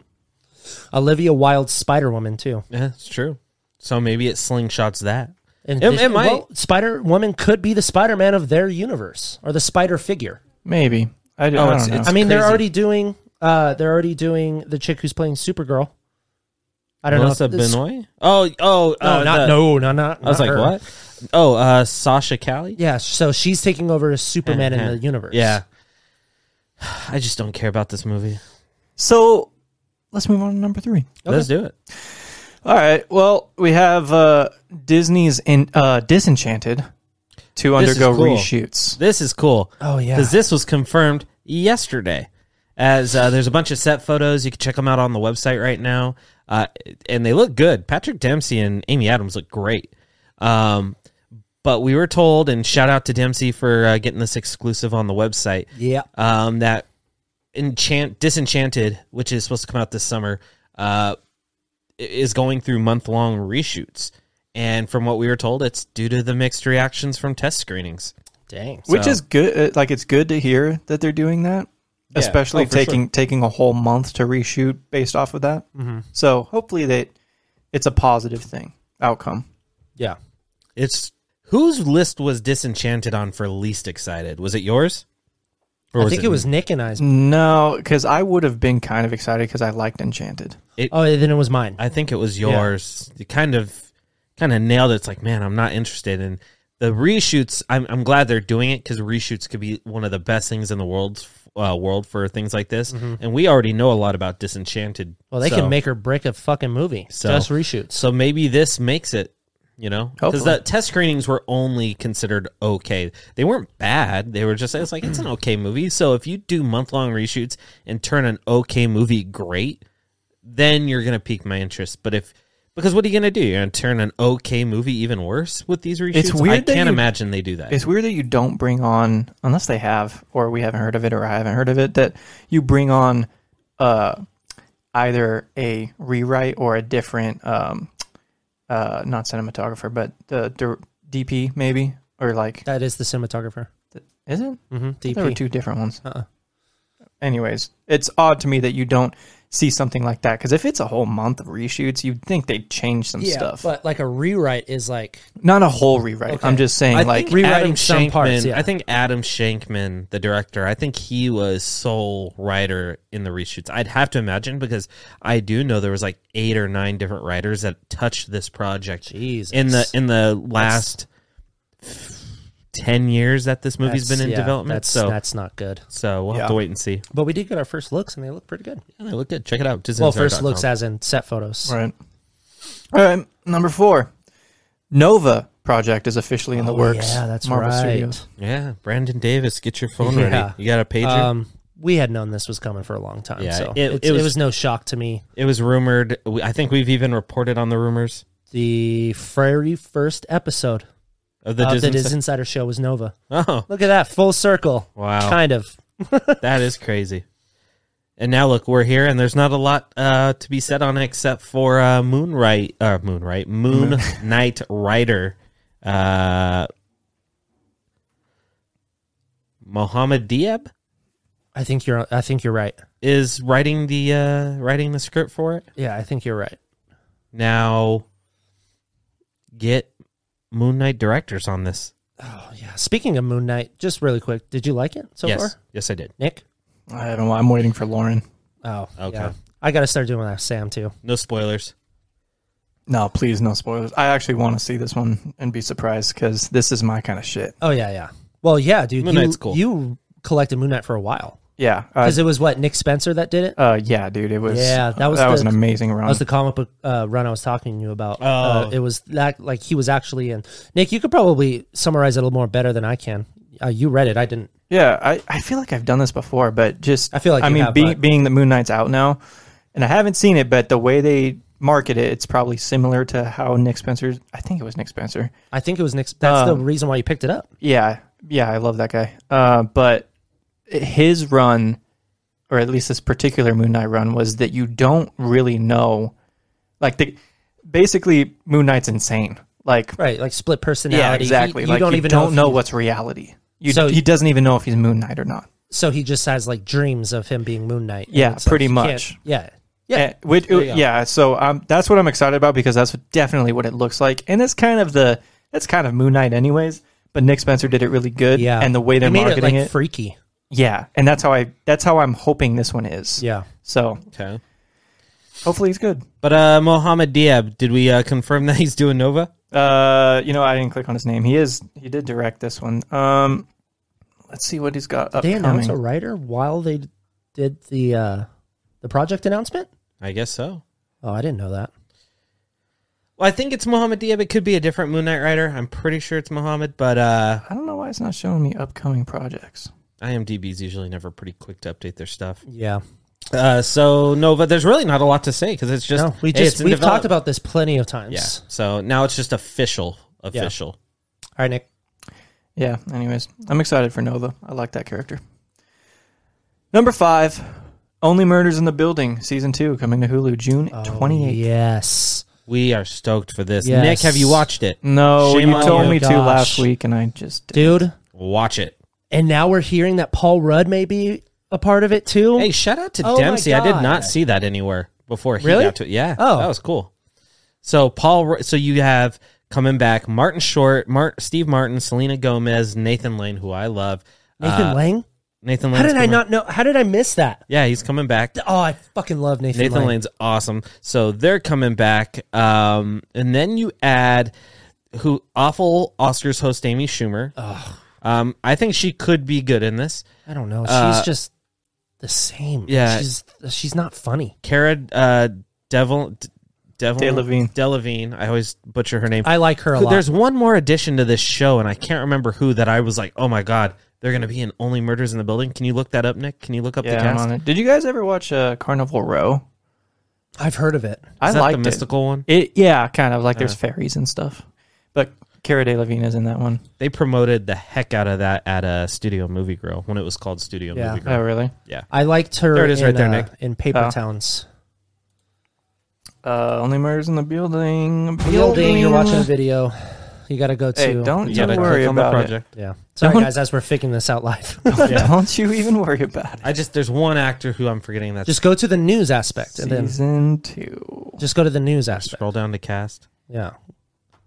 Speaker 3: Olivia Wilde Spider Woman too.
Speaker 2: yeah, it's true. So maybe it slingshots that.
Speaker 3: In
Speaker 2: It- it might-
Speaker 3: Spider Woman could be the Spider Man of their universe or the Spider figure.
Speaker 4: Maybe. I, d-
Speaker 2: Oh,
Speaker 4: I don't
Speaker 2: it's-
Speaker 4: know.
Speaker 2: it's-
Speaker 3: I mean, they're
Speaker 2: crazy.
Speaker 3: already doing. Uh, they're already doing the chick who's playing Supergirl. I don't
Speaker 2: Melissa
Speaker 3: know. if this-
Speaker 2: Benoit. Oh, oh,
Speaker 3: No,
Speaker 2: uh,
Speaker 3: not
Speaker 2: the-
Speaker 3: no, no, not.
Speaker 2: I was like, what? Oh, uh, Sasha Callie.
Speaker 3: Yeah, so she's taking over as Superman in
Speaker 2: Uh-huh.
Speaker 3: the universe.
Speaker 2: Yeah. I just don't care about this movie.
Speaker 4: so let's move on to number three.
Speaker 2: Let's do it.
Speaker 4: All right. Well, we have uh, Disney's in, uh, Disenchanted to
Speaker 2: This is
Speaker 4: undergo
Speaker 2: cool.
Speaker 4: reshoots.
Speaker 2: This is cool.
Speaker 3: Oh, yeah.
Speaker 2: because this was confirmed yesterday. As uh, there's a bunch of set photos, you can check them out on the website right now, uh, and they look good. Patrick Dempsey and Amy Adams look great. Um, but we were told, and shout out to Dempsey for uh, getting this exclusive on the website.
Speaker 3: Yeah.
Speaker 2: um, that enchant Disenchanted, which is supposed to come out this summer, uh, is going through month long reshoots. And from what we were told, it's due to the mixed reactions from test screenings.
Speaker 3: Dang.
Speaker 4: Which
Speaker 2: So-
Speaker 4: is good. uh, Like it's good to hear that they're doing that, especially
Speaker 2: Oh, for
Speaker 4: taking taking a whole month to reshoot based off of that.
Speaker 2: Mm-hmm.
Speaker 4: So hopefully that it's a positive thing outcome.
Speaker 3: Yeah.
Speaker 2: It's whose list was Disenchanted on for least excited? Was it yours? Or
Speaker 3: I think it was Nick and I's.
Speaker 4: No, because I would have been kind of excited because I liked Enchanted.
Speaker 3: Oh, then it was mine.
Speaker 2: I think it was yours. You kind of kind of nailed it. It's like, man, I'm not interested in the reshoots. I'm, I'm glad they're doing it because reshoots could be one of the best things in the world uh, world for things like this. And we already know a lot about Disenchanted.
Speaker 3: Mm-hmm. Well, they
Speaker 2: so-
Speaker 3: can make or break a fucking movie.
Speaker 2: So-
Speaker 3: Just reshoots.
Speaker 2: So maybe this makes it, you know, because
Speaker 4: Hopefully.
Speaker 2: the test screenings were only considered okay. They weren't bad. They were just it's like it's an okay movie. So if you do month long reshoots and turn an okay movie great, then you're gonna pique my interest. But if Because what are you going to do? You're going to turn an okay movie even worse with these reshoots?
Speaker 4: It's weird
Speaker 2: I
Speaker 4: that
Speaker 2: can't
Speaker 4: you-
Speaker 2: imagine they do that.
Speaker 4: It's weird that you don't bring on, unless they have, or we haven't heard of it, or I haven't heard of it, that you bring on uh, either a rewrite or a different, um, uh, not cinematographer, but the dir- DP maybe, or like,
Speaker 3: That is the cinematographer.
Speaker 4: is it?
Speaker 3: Mm-hmm.
Speaker 4: There were
Speaker 3: DP.
Speaker 4: two different ones.
Speaker 3: Uh-uh.
Speaker 4: Anyways, it's odd to me that you don't see something like that because if it's a whole month of reshoots, you'd think they'd change some
Speaker 3: yeah,
Speaker 4: stuff.
Speaker 3: but like a rewrite is like
Speaker 4: Not a whole rewrite.
Speaker 3: Okay.
Speaker 4: I'm just saying,
Speaker 2: I
Speaker 4: like,
Speaker 2: think
Speaker 3: rewriting
Speaker 2: Adam
Speaker 3: some
Speaker 2: Shankman,
Speaker 3: parts, yeah.
Speaker 2: I think Adam Shankman, the director, I think he was sole writer in the reshoots. I'd have to imagine because I do know there was like eight or nine different writers that touched this project
Speaker 3: Jesus.
Speaker 2: in the in the last ten years that this movie's
Speaker 3: that's-
Speaker 2: been in
Speaker 3: yeah,
Speaker 2: development.
Speaker 3: That's,
Speaker 2: so
Speaker 3: that's not good.
Speaker 2: so we'll have to
Speaker 4: Yeah.
Speaker 2: wait and see.
Speaker 3: But we did get our first looks, and they look pretty good.
Speaker 2: Yeah, they look good. Check it out.
Speaker 3: Well, first looks as in set photos.
Speaker 4: Right. All right. Number four, Nova Project is officially in the
Speaker 3: Oh,
Speaker 4: works.
Speaker 3: yeah, that's
Speaker 4: Marvel
Speaker 3: right.
Speaker 4: Studios.
Speaker 2: Yeah, Brandon Davis, get your phone
Speaker 3: Yeah.
Speaker 2: ready. You got a pager?
Speaker 3: Um, we had known this was coming for a long time,
Speaker 2: Yeah,
Speaker 3: so
Speaker 2: it-
Speaker 3: it's-
Speaker 2: it was-
Speaker 3: no shock to me.
Speaker 2: it was rumored. we- I think we've even reported on the rumors
Speaker 3: The very first episode
Speaker 2: of the
Speaker 3: of
Speaker 2: Disney.
Speaker 3: the Diz Insider Show was Nova.
Speaker 2: oh,
Speaker 3: Look at that, full circle.
Speaker 2: Wow.
Speaker 3: Kind of.
Speaker 2: that is crazy. And now look, we're here, and there's not a lot uh, to be said on it except for uh, Moonright, uh, Moonright, Moon Knight Rider, uh, Mohammed Diab
Speaker 3: I think you're. I think you're right.
Speaker 2: is writing the uh, writing the script for it
Speaker 3: Yeah, I think you're right.
Speaker 2: now. Get Moon Knight directors on this.
Speaker 3: Oh yeah. Speaking of Moon Knight, just really quick, did you like it so
Speaker 2: yes,
Speaker 3: far,
Speaker 2: yes, I did.
Speaker 3: Nick?
Speaker 4: I don't know. I'm waiting for Lauren.
Speaker 3: Oh,
Speaker 2: Okay.
Speaker 3: yeah. I got to start doing that with Sam too.
Speaker 2: No spoilers.
Speaker 4: No, please, no spoilers. I actually want to see this one and be surprised because this is my kind of shit.
Speaker 3: Oh yeah, yeah. Well, yeah, dude.
Speaker 2: Moon
Speaker 3: you,
Speaker 2: Knight's cool.
Speaker 3: You collected Moon Knight for a while
Speaker 4: Yeah. Uh,
Speaker 3: because it was what Nick Spencer that did it.
Speaker 4: uh, yeah, dude. It was.
Speaker 3: Yeah, that was
Speaker 4: that
Speaker 3: the-
Speaker 4: was an amazing
Speaker 3: That
Speaker 4: run.
Speaker 3: was the comic book uh, run I was talking to you about.
Speaker 4: Oh.
Speaker 3: Uh, it was that like he was actually in. Nick, you could probably summarize it a little more better than I can. Uh, you read it, I didn't.
Speaker 4: Yeah, I, I feel like I've done this before, but just
Speaker 3: I feel like
Speaker 4: I
Speaker 3: you
Speaker 4: mean,
Speaker 3: have,
Speaker 4: be,
Speaker 3: but-
Speaker 4: being that Moon Knight's out now, and I haven't seen it, but the way they market it, it's probably similar to how Nick Spencer's. I think it was Nick Spencer.
Speaker 3: I think it was Nick's. That's
Speaker 4: Um,
Speaker 3: the reason why you picked it up.
Speaker 4: Yeah, yeah, I love that guy. Uh, but his run, or at least this particular Moon Knight run, was that you don't really know, like the basically Moon Knight's insane. Like
Speaker 3: Right, like split personality.
Speaker 4: yeah,
Speaker 3: He-
Speaker 4: exactly.
Speaker 3: you
Speaker 4: like
Speaker 3: don't
Speaker 4: you
Speaker 3: even
Speaker 4: don't
Speaker 3: if
Speaker 4: know,
Speaker 3: he-
Speaker 4: what's reality. You,
Speaker 3: So-
Speaker 4: he doesn't even know if he's Moon Knight or not.
Speaker 3: So he just has like dreams of him being Moon Knight. and
Speaker 4: Yeah,
Speaker 3: it's like,
Speaker 4: pretty
Speaker 3: you can't-
Speaker 4: much.
Speaker 3: Yeah,
Speaker 4: Yeah, which, yeah. So um, that's what I'm excited about because that's definitely what it looks like, and it's kind of the that's kind of Moon Knight, anyways. But Nick Spencer did it really good,
Speaker 3: yeah.
Speaker 4: And the way they're
Speaker 3: They made
Speaker 4: marketing
Speaker 3: it,
Speaker 4: it,
Speaker 3: like, freaky.
Speaker 4: yeah. And that's how I that's how I'm hoping this one is.
Speaker 3: Yeah.
Speaker 4: So
Speaker 2: Okay.
Speaker 4: hopefully it's good.
Speaker 2: But uh, Mohammed Diab, did we uh, confirm that he's doing Nova?
Speaker 4: Uh, you know, I didn't click on his name. He is he did direct this one. Um, let's see what he's got
Speaker 3: They announced a
Speaker 4: upcoming.
Speaker 3: writer while they d- did the uh, the project announcement.
Speaker 2: I guess so.
Speaker 3: Oh, I didn't know that.
Speaker 2: Well, I think it's Mohammed Diab. It could be a different Moon Knight Rider. I'm pretty sure it's Mohammed, but uh,
Speaker 4: I don't know why it's not showing me upcoming projects.
Speaker 2: IMDb's usually never pretty quick to update their stuff.
Speaker 3: Yeah.
Speaker 2: Uh, so Nova, there's really not a lot to say because it's just
Speaker 3: No, we
Speaker 2: hey,
Speaker 3: just
Speaker 2: it's in
Speaker 3: we've
Speaker 2: develop-
Speaker 3: talked about this plenty of times.
Speaker 2: Yeah. So now it's just official,
Speaker 3: Yeah.
Speaker 2: official.
Speaker 3: All right, Nick.
Speaker 4: Yeah. Anyways, I'm excited for Nova. I like that character. Number five, Only Murders in the Building, season two, coming to Hulu June twenty eighth.
Speaker 3: Yes.
Speaker 2: We are stoked for this.
Speaker 3: Yes.
Speaker 2: Nick, have you watched it?
Speaker 4: No,
Speaker 2: Shame
Speaker 4: you
Speaker 2: on
Speaker 4: told
Speaker 2: you.
Speaker 4: me to
Speaker 3: Gosh.
Speaker 4: last week, and I just did.
Speaker 3: Dude,
Speaker 2: Watch it.
Speaker 3: and now we're hearing that Paul Rudd may be a part of it too.
Speaker 2: Hey, shout out to
Speaker 3: Oh my
Speaker 2: Dempsey. I did
Speaker 3: God.
Speaker 2: not see that anywhere before he
Speaker 3: Really?
Speaker 2: got to it. Yeah.
Speaker 3: Oh.
Speaker 2: that was cool. So Paul, Ru- so you have coming back Martin Short, Mar- Steve Martin, Selena Gomez, Nathan Lane, who I love.
Speaker 3: Nathan
Speaker 2: Uh,
Speaker 3: Lang?
Speaker 2: Nathan Lane.
Speaker 3: How did I not know? How did I miss that?
Speaker 2: Yeah, he's coming back.
Speaker 3: Oh, I fucking love Nathan,
Speaker 2: Nathan
Speaker 3: Lane.
Speaker 2: Lane's awesome. So they're coming back. Um, and then you add who awful Oscars host Amy Schumer. Um, I think she could be good in this.
Speaker 3: I don't know. She's
Speaker 2: Uh,
Speaker 3: just the same.
Speaker 2: yeah.
Speaker 3: She's she's not funny.
Speaker 2: Cara uh, Devil, D- Devil
Speaker 4: Delevingne.
Speaker 2: Delevingne. I always butcher her name.
Speaker 3: I like her a lot.
Speaker 2: There's one more addition to this show, and I can't remember who that I was like, oh my god, they're gonna be in Only Murders in the Building. Can you look that up, Nick? Can you look up the
Speaker 4: Yeah, I'm
Speaker 2: cast?
Speaker 4: on it. Did you guys ever watch uh, Carnival Row?
Speaker 3: I've heard of it.
Speaker 4: I
Speaker 2: Is that
Speaker 4: liked
Speaker 2: the
Speaker 4: it.
Speaker 2: mystical one.
Speaker 4: It yeah, kind of like there's fairies and stuff. But Cara Delevingne is in that one.
Speaker 2: They promoted the heck out of that at a Studio Movie Grill when it was called Studio
Speaker 3: Yeah.
Speaker 2: Movie Grill.
Speaker 4: Oh really?
Speaker 3: I liked her.
Speaker 2: There it is
Speaker 3: in,
Speaker 2: right there,
Speaker 3: uh,
Speaker 2: Nick.
Speaker 3: In Paper
Speaker 4: Oh.
Speaker 3: Towns.
Speaker 4: Uh, only murders in the building.
Speaker 3: Building. You're watching a video. You got to go to.
Speaker 4: Hey, don't
Speaker 2: You
Speaker 4: you
Speaker 2: gotta
Speaker 4: worry
Speaker 2: click on the
Speaker 4: about it.
Speaker 2: project.
Speaker 3: Yeah. Sorry,
Speaker 4: Don't-
Speaker 3: guys, as we're faking this out live.
Speaker 4: Don't you even worry about it.
Speaker 2: I just there's one actor who I'm forgetting that.
Speaker 3: just go to the news aspect and then
Speaker 4: Season two.
Speaker 3: just go to the news aspect.
Speaker 2: scroll down to cast.
Speaker 3: Yeah.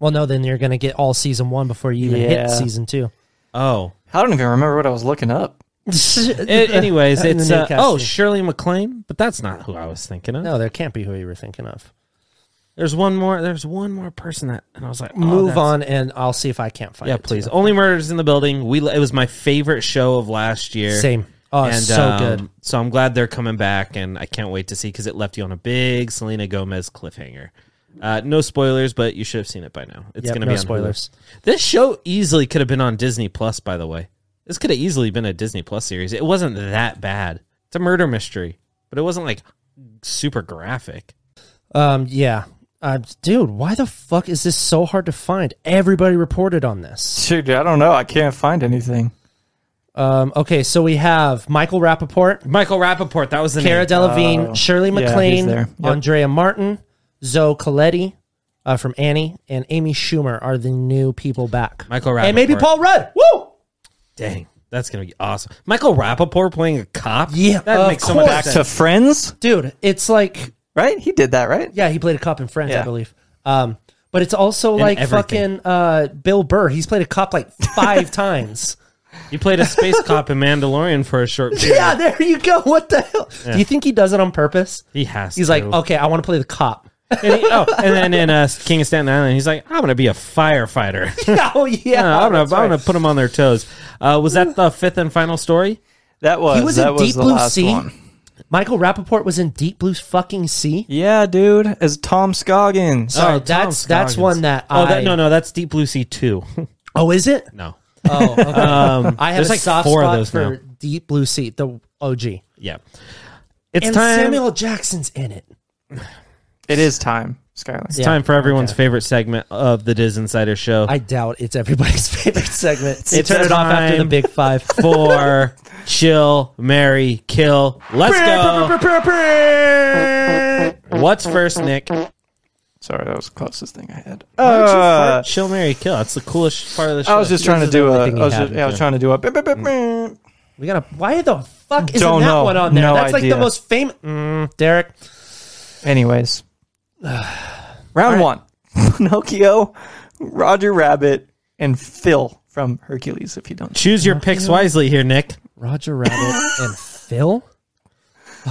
Speaker 3: Well, no, then you're going to get all season one before you even
Speaker 4: Yeah.
Speaker 3: hit season two.
Speaker 2: Oh,
Speaker 4: I don't even remember what I was looking up.
Speaker 2: A- anyways,
Speaker 3: In the
Speaker 2: it's uh,
Speaker 3: newscast,
Speaker 2: oh
Speaker 3: yeah.
Speaker 2: Shirley MacLaine, but that's not who I was thinking of.
Speaker 3: No, there can't be who you were thinking of.
Speaker 2: There's one more. There's one more person that, and I was like, oh,
Speaker 3: Move
Speaker 2: that's-
Speaker 3: on, and I'll see if I can't find
Speaker 2: Yeah,
Speaker 3: it.
Speaker 2: please. Oh, Only Murders in the Building. We it was my favorite show of last year.
Speaker 3: Same. Oh, so
Speaker 2: um,
Speaker 3: good.
Speaker 2: So I'm glad they're coming back, and I can't wait to see because it left you on a big Selena Gomez cliffhanger. Uh, no spoilers, but you should have seen it by now. It's
Speaker 3: Yep,
Speaker 2: gonna
Speaker 3: no
Speaker 2: be on Hulu.
Speaker 3: spoilers.
Speaker 2: This show easily could have been on Disney Plus. By the way, this could have easily been a Disney Plus series. It wasn't that bad. It's a murder mystery, but it wasn't like super graphic.
Speaker 3: Um, yeah. Uh, dude, why the fuck is this so hard to find? Everybody reported on this.
Speaker 4: Dude, I don't know. I can't find anything.
Speaker 3: Um, okay, so we have Michael Rappaport,
Speaker 2: Michael Rappaport, that was the
Speaker 3: Cara
Speaker 2: name.
Speaker 3: Delevingne,
Speaker 4: Oh,
Speaker 3: Shirley
Speaker 4: yeah, he's
Speaker 3: MacLaine,
Speaker 4: there. Yep.
Speaker 3: Andrea Martin, Zoe Coletti uh, from Annie, and Amy Schumer are the new people back.
Speaker 2: Michael Rappaport.
Speaker 3: and maybe Paul Rudd. Woo!
Speaker 2: Dang, that's gonna be awesome. Michael Rappaport playing a cop.
Speaker 3: Yeah,
Speaker 2: that
Speaker 3: of
Speaker 2: makes so much
Speaker 3: course.
Speaker 4: Back
Speaker 2: sense.
Speaker 4: to Friends,
Speaker 3: Dude, it's like
Speaker 4: right? He did that, right?
Speaker 3: Yeah, he played a cop in Friends, I
Speaker 4: Yeah.
Speaker 3: believe. Um, but it's also like
Speaker 2: everything.
Speaker 3: fucking uh, Bill Burr. He's played a cop like five times.
Speaker 2: He played a space cop in Mandalorian for a short period.
Speaker 3: Yeah, there you go. What the hell? Do you think he does it on purpose?
Speaker 2: He has.
Speaker 3: He's
Speaker 2: to.
Speaker 3: like, okay, I want to play the cop.
Speaker 2: And he- oh, and then in uh, King of Staten Island, he's like, I'm gonna be a firefighter.
Speaker 3: oh yeah,
Speaker 2: I'm gonna, I'm
Speaker 3: that's right.
Speaker 2: gonna put them on their toes. Uh, was that the fifth and final story?
Speaker 4: That was
Speaker 3: He was
Speaker 4: that
Speaker 3: in
Speaker 4: was
Speaker 3: Deep
Speaker 4: the
Speaker 3: Blue
Speaker 4: last
Speaker 3: Sea.
Speaker 4: one.
Speaker 3: Michael Rappaport was in Deep Blue fucking Sea.
Speaker 4: Yeah, dude, as Tom Scoggins.
Speaker 3: Sorry,
Speaker 2: Oh, Tom
Speaker 3: that's that's
Speaker 2: Scoggins.
Speaker 3: one that
Speaker 2: Oh,
Speaker 3: I
Speaker 2: that, no, no, that's Deep Blue Sea two.
Speaker 3: Oh, is it?
Speaker 2: no,
Speaker 3: Oh, okay. I
Speaker 2: Um,
Speaker 3: have
Speaker 2: there's
Speaker 3: a
Speaker 2: like
Speaker 3: soft
Speaker 2: four of
Speaker 3: spot
Speaker 2: those
Speaker 3: for
Speaker 2: now.
Speaker 3: Deep Blue Sea, the OG,
Speaker 2: yeah, it's
Speaker 3: and
Speaker 2: time.
Speaker 3: Samuel Jackson's in it.
Speaker 4: It is time, Skyline.
Speaker 2: it's
Speaker 3: Yeah,
Speaker 2: time for everyone's favorite segment of the Diz Insider Show.
Speaker 3: I doubt it's everybody's favorite segment. They
Speaker 2: It's
Speaker 3: turn it off after the
Speaker 2: time.
Speaker 3: big five.
Speaker 2: Four, chill, marry, kill. Let's go. What's first, Nick?
Speaker 4: Uh, Sorry, that was the closest thing I had.
Speaker 2: Uh,
Speaker 4: Uh,
Speaker 2: chill, marry, kill. That's the coolest part of the show.
Speaker 4: I was just trying to do
Speaker 3: only
Speaker 4: a.
Speaker 3: thing
Speaker 4: I
Speaker 3: he
Speaker 4: was,
Speaker 3: had,
Speaker 4: just, yeah, I was trying to Mm. do a. That
Speaker 3: We gotta. Why the fuck isn't
Speaker 4: Don't
Speaker 3: that
Speaker 4: know.
Speaker 3: one on there?
Speaker 4: No
Speaker 3: That's like
Speaker 4: idea.
Speaker 3: the most famous. Mm, Derek,
Speaker 4: Anyways, round one: Pinocchio, Roger Rabbit, and Phil from Hercules. If you don't,
Speaker 2: Choose your picks wisely here, Nick.
Speaker 3: Roger Rabbit, and Phil.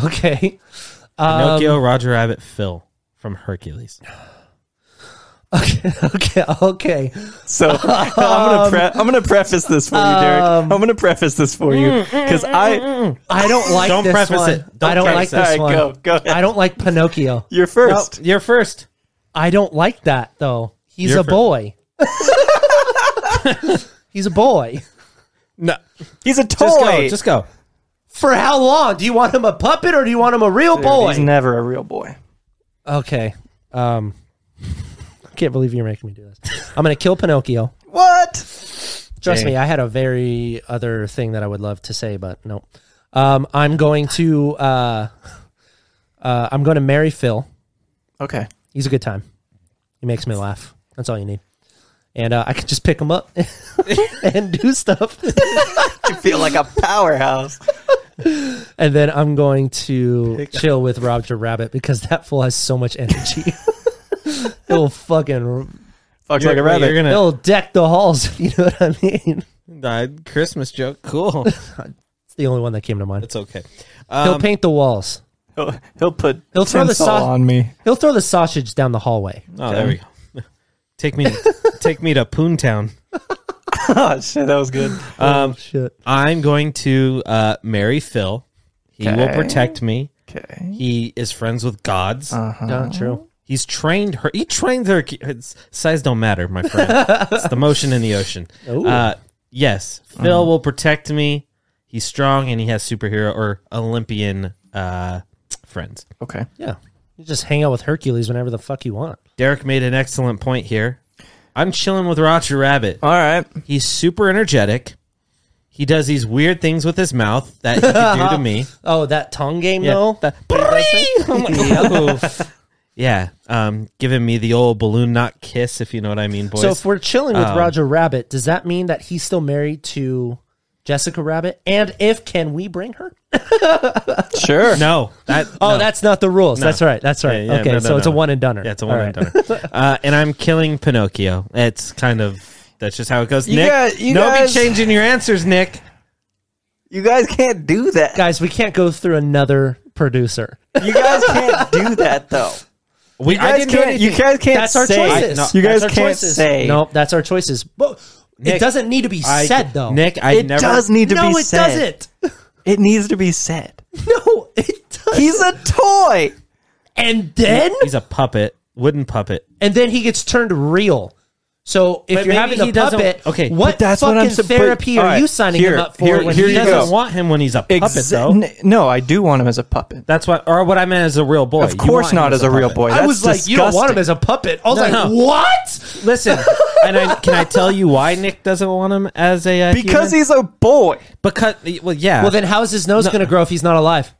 Speaker 3: Okay.
Speaker 2: Pinocchio, Roger Rabbit, Phil from Hercules.
Speaker 3: Okay. Okay. Okay.
Speaker 4: so I'm gonna pre- I'm gonna preface this for you, Derek. I'm gonna preface this for you because I.
Speaker 3: I don't like.
Speaker 2: Don't
Speaker 3: this
Speaker 2: preface
Speaker 3: one.
Speaker 2: it. Don't
Speaker 3: I don't like
Speaker 2: preface
Speaker 3: this
Speaker 2: it.
Speaker 4: All
Speaker 3: one.
Speaker 4: right, go- go ahead.
Speaker 3: I don't like Pinocchio.
Speaker 4: You're first.
Speaker 2: You're first.
Speaker 3: I don't like that though. He's
Speaker 2: You're
Speaker 3: a
Speaker 2: fir-
Speaker 3: boy. He's a boy.
Speaker 2: No,
Speaker 4: He's a toy.
Speaker 2: just go. Just go.
Speaker 3: For how long? Do you want him a puppet or do you want him a real boy?
Speaker 4: He's never a real boy.
Speaker 3: Okay. Um I can't believe you're making me do this. I'm gonna kill Pinocchio.
Speaker 4: What?
Speaker 3: Trust
Speaker 2: Dang.
Speaker 3: me, I had a very other thing that I would love to say, but no. Um, I'm going to uh, uh, I'm going to marry Phil.
Speaker 4: Okay.
Speaker 3: He's a good time. He makes me laugh. That's all you need. And uh, I can just pick him up and do stuff.
Speaker 4: You feel like a powerhouse.
Speaker 3: And then I'm going to chill with Roger Rabbit because that fool has so much energy. He'll fucking
Speaker 4: Fucks
Speaker 2: You're,
Speaker 4: like a rabbit.
Speaker 2: You're gonna
Speaker 3: he'll deck the halls. If you know what I mean.
Speaker 2: uh, Christmas joke. Cool.
Speaker 3: It's the only one that came to mind.
Speaker 2: it's okay.
Speaker 3: He'll
Speaker 2: Um,
Speaker 3: paint the walls.
Speaker 4: He'll, he'll put
Speaker 3: He'll throw the
Speaker 4: tinsel
Speaker 3: sau-
Speaker 4: on me.
Speaker 3: He'll throw the sausage down the hallway.
Speaker 2: oh, there we go. Take me, take me to Poontown.
Speaker 4: Oh shit, that was good.
Speaker 2: Um,
Speaker 3: Shit.
Speaker 2: I'm going to uh, marry Phil. He will
Speaker 4: Okay.
Speaker 2: protect me.
Speaker 4: Okay.
Speaker 2: He is friends with gods.
Speaker 3: Not true.
Speaker 2: He's trained her. He trained her. It's, size don't matter, my friend. it's the motion in the ocean. Uh, yes, Phil
Speaker 3: Uh-huh.
Speaker 2: will protect me. He's strong and he has superhero or Olympian uh, friends.
Speaker 4: Okay.
Speaker 3: Yeah. You just hang out with Hercules whenever the fuck you want.
Speaker 2: Derek made an excellent point here. I'm chilling with Roger Rabbit.
Speaker 4: All right.
Speaker 2: He's super energetic. He does these weird things with his mouth that he could do to me.
Speaker 3: Oh, that tongue game
Speaker 2: Yeah,
Speaker 3: though. Oh
Speaker 2: that-
Speaker 3: I'm like, "Oof."
Speaker 2: Yeah, um, giving me the old balloon knot kiss, if you know what I mean, boys. Um,
Speaker 3: so if we're chilling with Roger Rabbit, does that mean that he's still married to Jessica Rabbit? And if can we bring her?
Speaker 4: Sure.
Speaker 2: no, that
Speaker 3: Oh,
Speaker 2: no.
Speaker 3: that's not the rules. That's right. That's
Speaker 2: Yeah,
Speaker 3: right.
Speaker 2: yeah,
Speaker 3: okay,
Speaker 2: no, no,
Speaker 3: so it's
Speaker 2: no.
Speaker 3: a one and done.
Speaker 2: Yeah, it's a one and done. uh, and I'm killing Pinocchio. It's kind of that's just how it goes.
Speaker 4: You
Speaker 2: Nick,
Speaker 4: got- you
Speaker 2: no
Speaker 4: guys-
Speaker 2: be changing your answers, Nick.
Speaker 4: You guys can't do that.
Speaker 3: Guys, we can't go through another producer.
Speaker 4: You guys can't do that though.
Speaker 2: We
Speaker 4: You
Speaker 2: I
Speaker 4: guys
Speaker 2: didn't do
Speaker 4: can't.
Speaker 2: anything.
Speaker 4: You guys can't.
Speaker 3: That's our
Speaker 4: say-
Speaker 3: choices.
Speaker 4: You guys
Speaker 3: That's our
Speaker 4: can't
Speaker 3: choices.
Speaker 4: say.
Speaker 3: Nope, that's our choices. But
Speaker 2: Nick,
Speaker 3: it doesn't need to be
Speaker 2: I-
Speaker 3: said though.
Speaker 2: Nick, I
Speaker 4: It
Speaker 2: never
Speaker 4: does need to
Speaker 3: no,
Speaker 4: be
Speaker 3: it
Speaker 4: said.
Speaker 3: doesn't.
Speaker 4: It needs to be said.
Speaker 3: No, it doesn't.
Speaker 4: He's a toy.
Speaker 3: and then
Speaker 2: He's a puppet, wooden puppet.
Speaker 3: and then he gets turned real. So if
Speaker 2: But maybe
Speaker 3: you're having
Speaker 2: he
Speaker 3: a
Speaker 2: doesn't-
Speaker 3: puppet,
Speaker 2: okay,
Speaker 3: what
Speaker 4: but that's what
Speaker 3: fucking
Speaker 4: I'm sup- but-
Speaker 3: therapy
Speaker 4: all
Speaker 3: are
Speaker 4: right,
Speaker 3: you signing
Speaker 4: here-
Speaker 3: him up for
Speaker 4: here-
Speaker 3: when
Speaker 4: here
Speaker 3: he
Speaker 2: He
Speaker 4: you
Speaker 3: doesn't?
Speaker 2: doesn't
Speaker 4: go.
Speaker 2: want him when he's a puppet,
Speaker 4: Exa-
Speaker 2: though.
Speaker 4: n- No, I do want him as a puppet.
Speaker 2: That's what, or what I meant as a real boy.
Speaker 4: Of course not as a real boy. That's
Speaker 3: I was like, you don't want him
Speaker 4: disgusting.
Speaker 3: as a puppet. I was like,
Speaker 2: no.
Speaker 3: what?
Speaker 2: Listen, and I, can I tell you why Nick doesn't want him as a uh, human?
Speaker 4: because he's a boy.
Speaker 2: because well yeah
Speaker 3: Well, then how is his nose going to grow if he's not alive?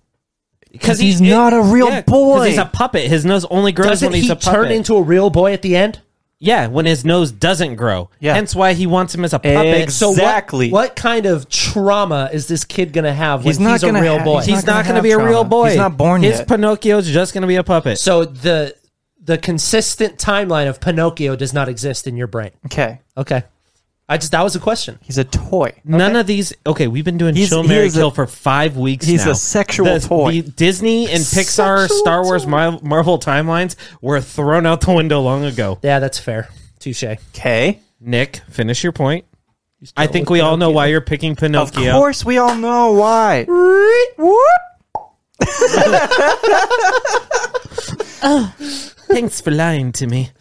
Speaker 2: because
Speaker 4: he's not a real boy.
Speaker 2: he's a puppet. His nose only grows
Speaker 3: Doesn't
Speaker 2: when he's
Speaker 3: he
Speaker 2: a puppet.
Speaker 3: turn into a real boy at the end?
Speaker 2: yeah when his nose doesn't grow.
Speaker 4: Yeah.
Speaker 2: hence why he wants him as a puppet.
Speaker 4: Ex-
Speaker 3: So what-
Speaker 4: Exactly.
Speaker 3: What, kind of trauma is this kid going to have when
Speaker 4: He's
Speaker 3: he's,
Speaker 4: not
Speaker 3: a
Speaker 4: gonna
Speaker 3: real
Speaker 4: ha-
Speaker 3: boy?
Speaker 4: he's
Speaker 2: He's not, going to
Speaker 4: have
Speaker 2: be a real
Speaker 4: trauma.
Speaker 2: boy.
Speaker 4: He's not born
Speaker 2: His
Speaker 4: yet.
Speaker 2: Pinocchio's just going to be a puppet.
Speaker 3: so the the consistent timeline of Pinocchio does not exist in your brain.
Speaker 4: Okay,
Speaker 3: Okay. I just that was a question.
Speaker 4: he's a toy.
Speaker 2: None of these. Okay, we've been doing
Speaker 4: He's-
Speaker 2: Chill Mary
Speaker 4: he's a-
Speaker 2: Kill for five weeks.
Speaker 4: he's
Speaker 2: now.
Speaker 4: a sexual toy.
Speaker 2: Disney and Pixar,
Speaker 4: Sexual
Speaker 2: Star Wars,
Speaker 4: toy.
Speaker 2: Mar- Marvel timelines were thrown out the window long ago.
Speaker 3: Yeah, that's fair. Touche.
Speaker 4: Okay,
Speaker 2: Nick, finish your point. I think we all know why you're picking
Speaker 4: of
Speaker 2: Pinocchio.
Speaker 4: course we all know why.
Speaker 2: Thanks for lying to me.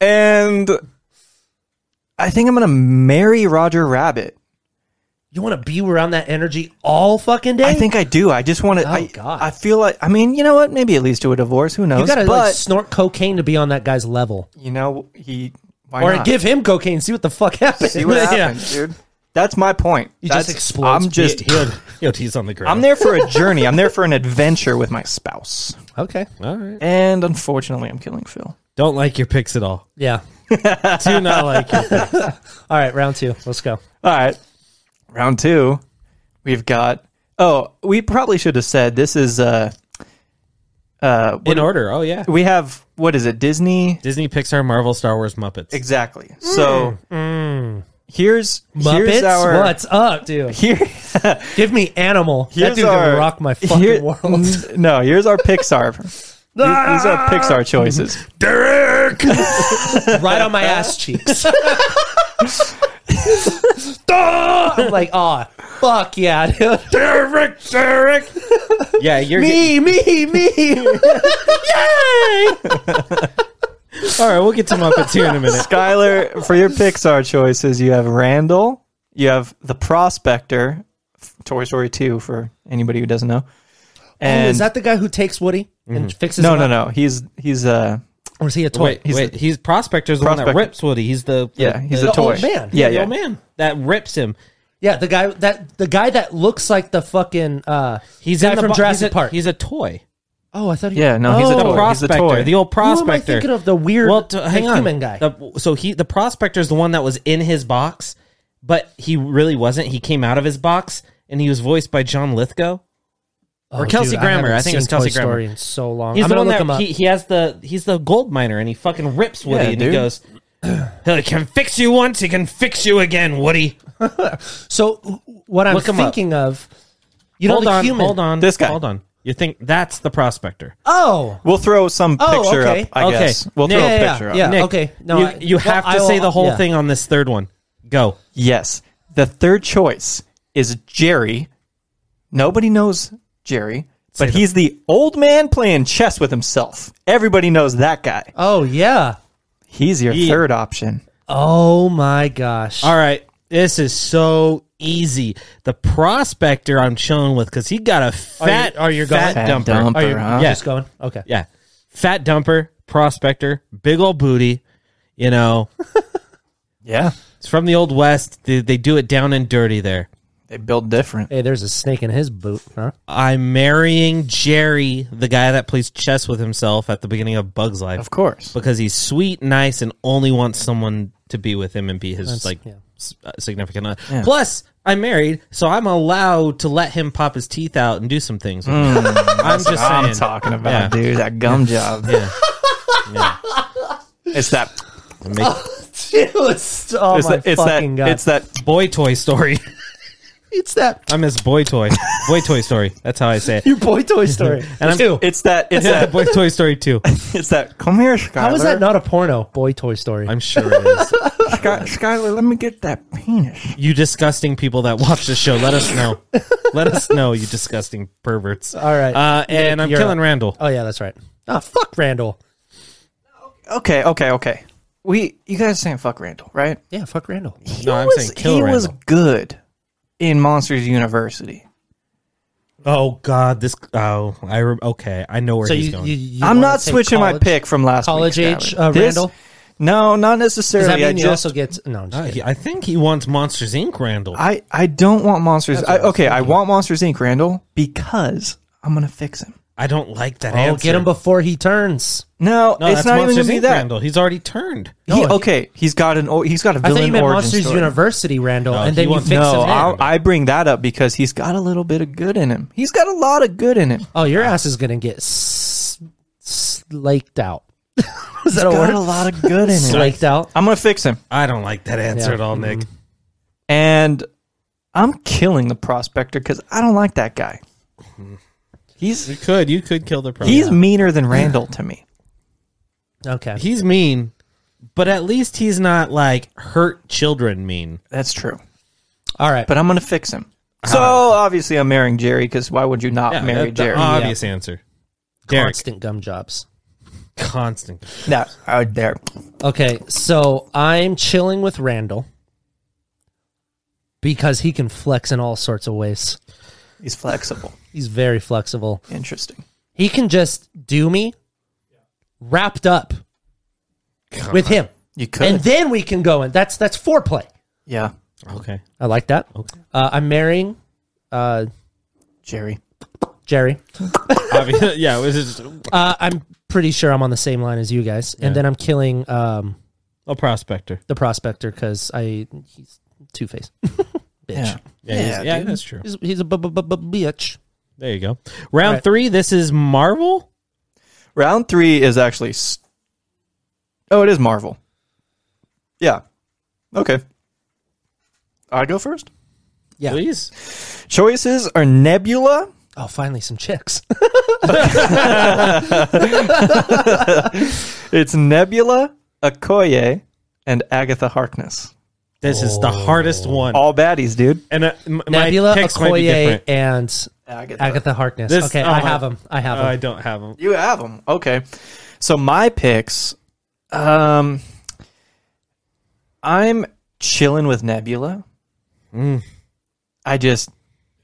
Speaker 4: And I think I'm gonna marry Roger Rabbit.
Speaker 3: You want to be around that energy all fucking day?
Speaker 4: I think I do. I just want to.
Speaker 3: Oh,
Speaker 4: I,
Speaker 3: God.
Speaker 4: I feel like. I mean, you know what? Maybe it leads to a divorce. Who knows?
Speaker 3: you got to
Speaker 4: but
Speaker 3: like snort cocaine to be on that guy's level.
Speaker 4: you know, he why
Speaker 3: Or
Speaker 4: not?
Speaker 3: give him cocaine, see what the fuck happens.
Speaker 4: See what
Speaker 2: Yeah.
Speaker 4: happens, dude. That's my point.
Speaker 3: He
Speaker 4: That's,
Speaker 3: just explodes.
Speaker 4: I'm just.
Speaker 2: He'll, he'll tease on the ground.
Speaker 4: I'm there for a journey. I'm there for an adventure with my spouse.
Speaker 3: Okay.
Speaker 2: All right.
Speaker 4: And unfortunately, I'm killing Phil.
Speaker 2: Don't like your picks at all.
Speaker 3: Yeah.
Speaker 2: Do not like your picks.
Speaker 3: All right, round 2. Let's go.
Speaker 4: All right. Round two. We've got. Oh, we probably should have said this is. uh uh, what-
Speaker 2: In order. Oh, yeah.
Speaker 4: we have what is it? Disney,
Speaker 2: Disney, Pixar, Marvel, Star Wars, Muppets.
Speaker 4: exactly. So here's here's
Speaker 3: Mm. Muppets,
Speaker 4: our
Speaker 3: what's up, dude?
Speaker 4: here
Speaker 3: Give me animal. that
Speaker 4: Here's
Speaker 3: dude
Speaker 4: our-
Speaker 3: can rock my fucking
Speaker 4: here-
Speaker 3: world.
Speaker 4: n- No, here's our Pixar. These these are Pixar choices.
Speaker 2: Derek!
Speaker 3: right on my ass cheeks. I'm like, oh, fuck yeah, dude.
Speaker 2: Derek! Derek! yeah, you're
Speaker 3: Me, me, me.
Speaker 2: All right, we'll get to Muppets here in a minute.
Speaker 4: Skylar, for your Pixar choices, you have Randall, you have The Prospector, f- Toy Story 2 for anybody who doesn't know. And
Speaker 3: Oh,
Speaker 4: Mm-hmm.
Speaker 3: Is that the guy who takes Woody and fixes
Speaker 4: No,
Speaker 3: him
Speaker 4: no,
Speaker 3: up?
Speaker 4: no. He's he's uh
Speaker 3: Or is he a toy?
Speaker 2: Wait,
Speaker 4: He's
Speaker 2: wait.
Speaker 4: the-
Speaker 2: he's Prospector's the one that
Speaker 4: Prospector.
Speaker 2: rips Woody. He's the, the-
Speaker 4: yeah, he's
Speaker 2: the,
Speaker 4: a
Speaker 3: the
Speaker 4: toy.
Speaker 3: old man.
Speaker 4: Yeah,
Speaker 2: the
Speaker 4: yeah.
Speaker 2: old man that rips him.
Speaker 3: Yeah, the guy that the guy that looks like the fucking uh
Speaker 2: He's
Speaker 3: guy
Speaker 2: in the
Speaker 3: from
Speaker 2: bo-
Speaker 3: Jurassic
Speaker 2: he's a,
Speaker 3: Park.
Speaker 2: He's a toy.
Speaker 3: oh, I thought he
Speaker 4: Yeah, no, he's
Speaker 3: Oh.
Speaker 4: a toy.
Speaker 2: The
Speaker 4: He's a
Speaker 2: prospector,
Speaker 4: toy.
Speaker 2: the old
Speaker 3: Who am I
Speaker 2: prospector.
Speaker 3: thinking of? The weird
Speaker 2: well, t- hang on.
Speaker 3: human guy.
Speaker 2: The- so he, the prospector, is the one that was in his box, but he really wasn't. He came out of his box, and he was voiced by John Lithgow.
Speaker 3: Oh,
Speaker 2: Kelsey
Speaker 3: haven't
Speaker 2: Grammer. I think it was
Speaker 3: seen
Speaker 2: Kelsey
Speaker 3: Toy Story
Speaker 2: Grammer.
Speaker 3: in so long.
Speaker 2: He's
Speaker 3: I'm
Speaker 2: the
Speaker 3: gonna
Speaker 2: one
Speaker 3: look him
Speaker 2: that
Speaker 3: up.
Speaker 2: he, he has the he's the gold miner, and he fucking rips Woody,
Speaker 4: Yeah,
Speaker 2: and
Speaker 4: dude.
Speaker 2: he goes, "He can fix you once, he can fix you again, Woody."
Speaker 3: so w- what I'm
Speaker 2: Look him up.
Speaker 3: thinking of, you
Speaker 2: hold
Speaker 3: know, the
Speaker 2: on,
Speaker 3: human.
Speaker 2: hold on,
Speaker 4: This guy.
Speaker 2: hold on. You think that's the prospector?
Speaker 3: Oh,
Speaker 4: We'll throw some
Speaker 3: Oh,
Speaker 4: picture
Speaker 3: okay.
Speaker 4: up, I
Speaker 2: Okay.
Speaker 4: guess. We'll
Speaker 2: Yeah,
Speaker 4: throw
Speaker 3: yeah,
Speaker 4: a
Speaker 3: yeah,
Speaker 4: picture up.
Speaker 3: yeah.
Speaker 2: Nick,
Speaker 3: okay, no,
Speaker 2: you,
Speaker 3: I-
Speaker 2: you
Speaker 3: well,
Speaker 2: have to
Speaker 3: I will-
Speaker 2: say the whole
Speaker 3: yeah.
Speaker 2: thing on this third one. Go.
Speaker 4: Yes. The third choice is Jerry. Nobody knows Jerry, but he's the old man playing chess with himself. Everybody knows that guy.
Speaker 3: oh yeah,
Speaker 4: He's your
Speaker 2: Yeah.
Speaker 4: third option.
Speaker 3: oh my gosh.
Speaker 2: All right. This is so easy. The prospector I'm chilling with because he got a fat,
Speaker 3: you- are you
Speaker 2: fat
Speaker 4: going?
Speaker 2: dumper.
Speaker 4: Fat dumper.
Speaker 3: Are Oh, you
Speaker 4: Huh?
Speaker 3: just going? Okay.
Speaker 2: Yeah. fat dumper, prospector, big old booty. You know,
Speaker 4: Yeah,
Speaker 2: it's from the old west. They, they do it down and dirty there.
Speaker 4: they build different.
Speaker 3: Hey, there's a snake in his boot, huh?
Speaker 2: I'm marrying Jerry, the guy that plays chess with himself at the beginning of Bug's Life,
Speaker 4: Of course,
Speaker 2: because he's sweet, nice, and only wants someone to be with him and be his like
Speaker 3: yeah.
Speaker 2: s- uh, significant other. Plus, I'm married, so I'm allowed to let him pop his teeth out and do some things. with me. I'm just saying.
Speaker 4: Mm. I'm talking about dude that gum job.
Speaker 2: Yeah.
Speaker 4: It's that.
Speaker 2: Make-
Speaker 3: Dude, oh
Speaker 4: It's
Speaker 3: my
Speaker 4: that. It's
Speaker 3: fucking
Speaker 4: that.
Speaker 3: god!
Speaker 4: It's that.
Speaker 2: boy toy story.
Speaker 3: it's that
Speaker 2: I miss boy toy. Boy toy story. That's how I say it.
Speaker 3: your boy Toy Story.
Speaker 2: And I'm-
Speaker 3: Two.
Speaker 4: It's that. It's that.
Speaker 2: boy toy story too.
Speaker 4: It's that. Come here, Skyler.
Speaker 3: How is that not a porno? Boy Toy Story.
Speaker 2: I'm sure it is.
Speaker 4: Sky, Skyler, let me get that penis.
Speaker 2: You disgusting people that watch the show, let us know. Let us know, you disgusting perverts.
Speaker 3: All right.
Speaker 2: Uh, and I'm
Speaker 3: You're
Speaker 2: killing
Speaker 3: up.
Speaker 2: Randall.
Speaker 3: oh yeah, that's right. Ah, fuck Randall.
Speaker 4: Okay, okay, okay. We, you guys, saying fuck Randall, right?
Speaker 3: Yeah, fuck Randall.
Speaker 4: He
Speaker 2: No, I'm
Speaker 4: was,
Speaker 2: saying kill
Speaker 4: he
Speaker 2: Randall.
Speaker 4: was good in Monsters University.
Speaker 2: Oh God, this. Oh, I re- okay. I know where
Speaker 3: So
Speaker 2: he's
Speaker 3: you,
Speaker 2: going.
Speaker 3: you, you
Speaker 4: I'm
Speaker 3: wanna
Speaker 4: not
Speaker 3: take
Speaker 4: switching my
Speaker 3: college?
Speaker 4: pick from last
Speaker 3: college
Speaker 4: week's
Speaker 3: age,
Speaker 4: Tyler.
Speaker 3: uh,
Speaker 4: This-
Speaker 3: Randall?
Speaker 4: No, not
Speaker 3: Does
Speaker 4: necessarily.
Speaker 3: that mean
Speaker 4: I
Speaker 3: you
Speaker 4: just,
Speaker 3: also get no? I'm just
Speaker 2: Uh,
Speaker 3: kidding.
Speaker 2: he- I think he wants Monsters Inc. Randall.
Speaker 4: I, I don't want Monsters. I, okay, I want Monsters Inc. Randall because I'm gonna fix him.
Speaker 2: I don't like that
Speaker 3: oh,
Speaker 2: answer.
Speaker 3: get him before he turns.
Speaker 4: No,
Speaker 2: no,
Speaker 4: it's
Speaker 2: that's
Speaker 4: not even
Speaker 2: Monsters
Speaker 4: gonna be
Speaker 2: Inc.
Speaker 4: that.
Speaker 2: Randall. He's already turned.
Speaker 4: He-
Speaker 3: No,
Speaker 4: okay, he's got an o- he's got a
Speaker 3: I
Speaker 4: villain
Speaker 3: thought you meant
Speaker 4: origin
Speaker 3: Monsters
Speaker 4: story.
Speaker 3: University, Randall,
Speaker 2: No,
Speaker 3: and then
Speaker 2: he
Speaker 3: you
Speaker 2: wants-
Speaker 3: fix him.
Speaker 4: No,
Speaker 3: in.
Speaker 4: I'll, I bring that up because he's got a little bit of good in him. He's got a lot of good in him.
Speaker 3: Oh, your ass is gonna get s- slaked out. is that a
Speaker 4: Got
Speaker 3: word?
Speaker 4: a lot of good in him.
Speaker 3: Slaked out.
Speaker 4: I'm gonna fix him,
Speaker 2: I don't like that answer
Speaker 3: Yeah.
Speaker 2: at all, Nick.
Speaker 4: and I'm killing the prospector because I don't like that guy.
Speaker 2: Mm-hmm.
Speaker 4: He's
Speaker 2: You could, you could kill the. Problem.
Speaker 4: he's meaner than Randall to me.
Speaker 3: Okay.
Speaker 2: he's mean, but at least he's not like hurt children mean.
Speaker 4: That's true,
Speaker 3: All right.
Speaker 4: but I'm gonna fix him. So obviously I'm marrying Jerry because why would you not
Speaker 2: Yeah,
Speaker 4: marry
Speaker 2: that- uh, the
Speaker 4: Jerry?
Speaker 2: obvious answer. Derek,
Speaker 3: Constant gum jobs.
Speaker 2: constant.
Speaker 4: no, oh, there.
Speaker 3: Okay, so I'm chilling with Randall because he can flex in all sorts of ways.
Speaker 4: He's flexible.
Speaker 3: He's very flexible.
Speaker 4: Interesting.
Speaker 3: He can just do me wrapped up with him.
Speaker 4: You could.
Speaker 3: And then we can go in. That's that's foreplay.
Speaker 4: yeah,
Speaker 2: Okay.
Speaker 3: I like that. Okay. Uh, I'm marrying uh,
Speaker 4: Jerry.
Speaker 3: Jerry.
Speaker 2: Obvi- yeah, it was just
Speaker 3: Uh, I'm pretty sure I'm on the same line as you guys. And then I'm killing um,
Speaker 2: a prospector.
Speaker 3: the prospector because I he's two faced. bitch.
Speaker 4: Yeah.
Speaker 2: Yeah,
Speaker 4: Yeah,
Speaker 2: he's- yeah,
Speaker 4: dude.
Speaker 2: that's true.
Speaker 3: He's, he's a bu- bu- bu- bu- bitch.
Speaker 2: There you go. Round
Speaker 3: Right.
Speaker 2: three. This is Marvel.
Speaker 4: Round three is actually. s oh, it is Marvel. Yeah. Okay. I go first.
Speaker 3: Yeah.
Speaker 2: Please.
Speaker 4: Choices are Nebula,
Speaker 3: Oh, finally some chicks.
Speaker 4: It's Nebula, Okoye, and Agatha Harkness.
Speaker 2: This is the hardest one.
Speaker 4: All baddies, dude.
Speaker 2: And uh, m- my
Speaker 3: Nebula,
Speaker 2: picks might be
Speaker 3: Okoye,
Speaker 2: different.
Speaker 3: and
Speaker 4: Agatha.
Speaker 3: Agatha Harkness.
Speaker 2: This-
Speaker 3: okay,
Speaker 2: oh,
Speaker 3: I
Speaker 2: my-
Speaker 3: have them. I have
Speaker 2: Oh, I
Speaker 3: them.
Speaker 2: don't have them.
Speaker 4: You have them. Okay. So my picks. Um, I'm chilling with Nebula.
Speaker 3: Mm.
Speaker 4: I just,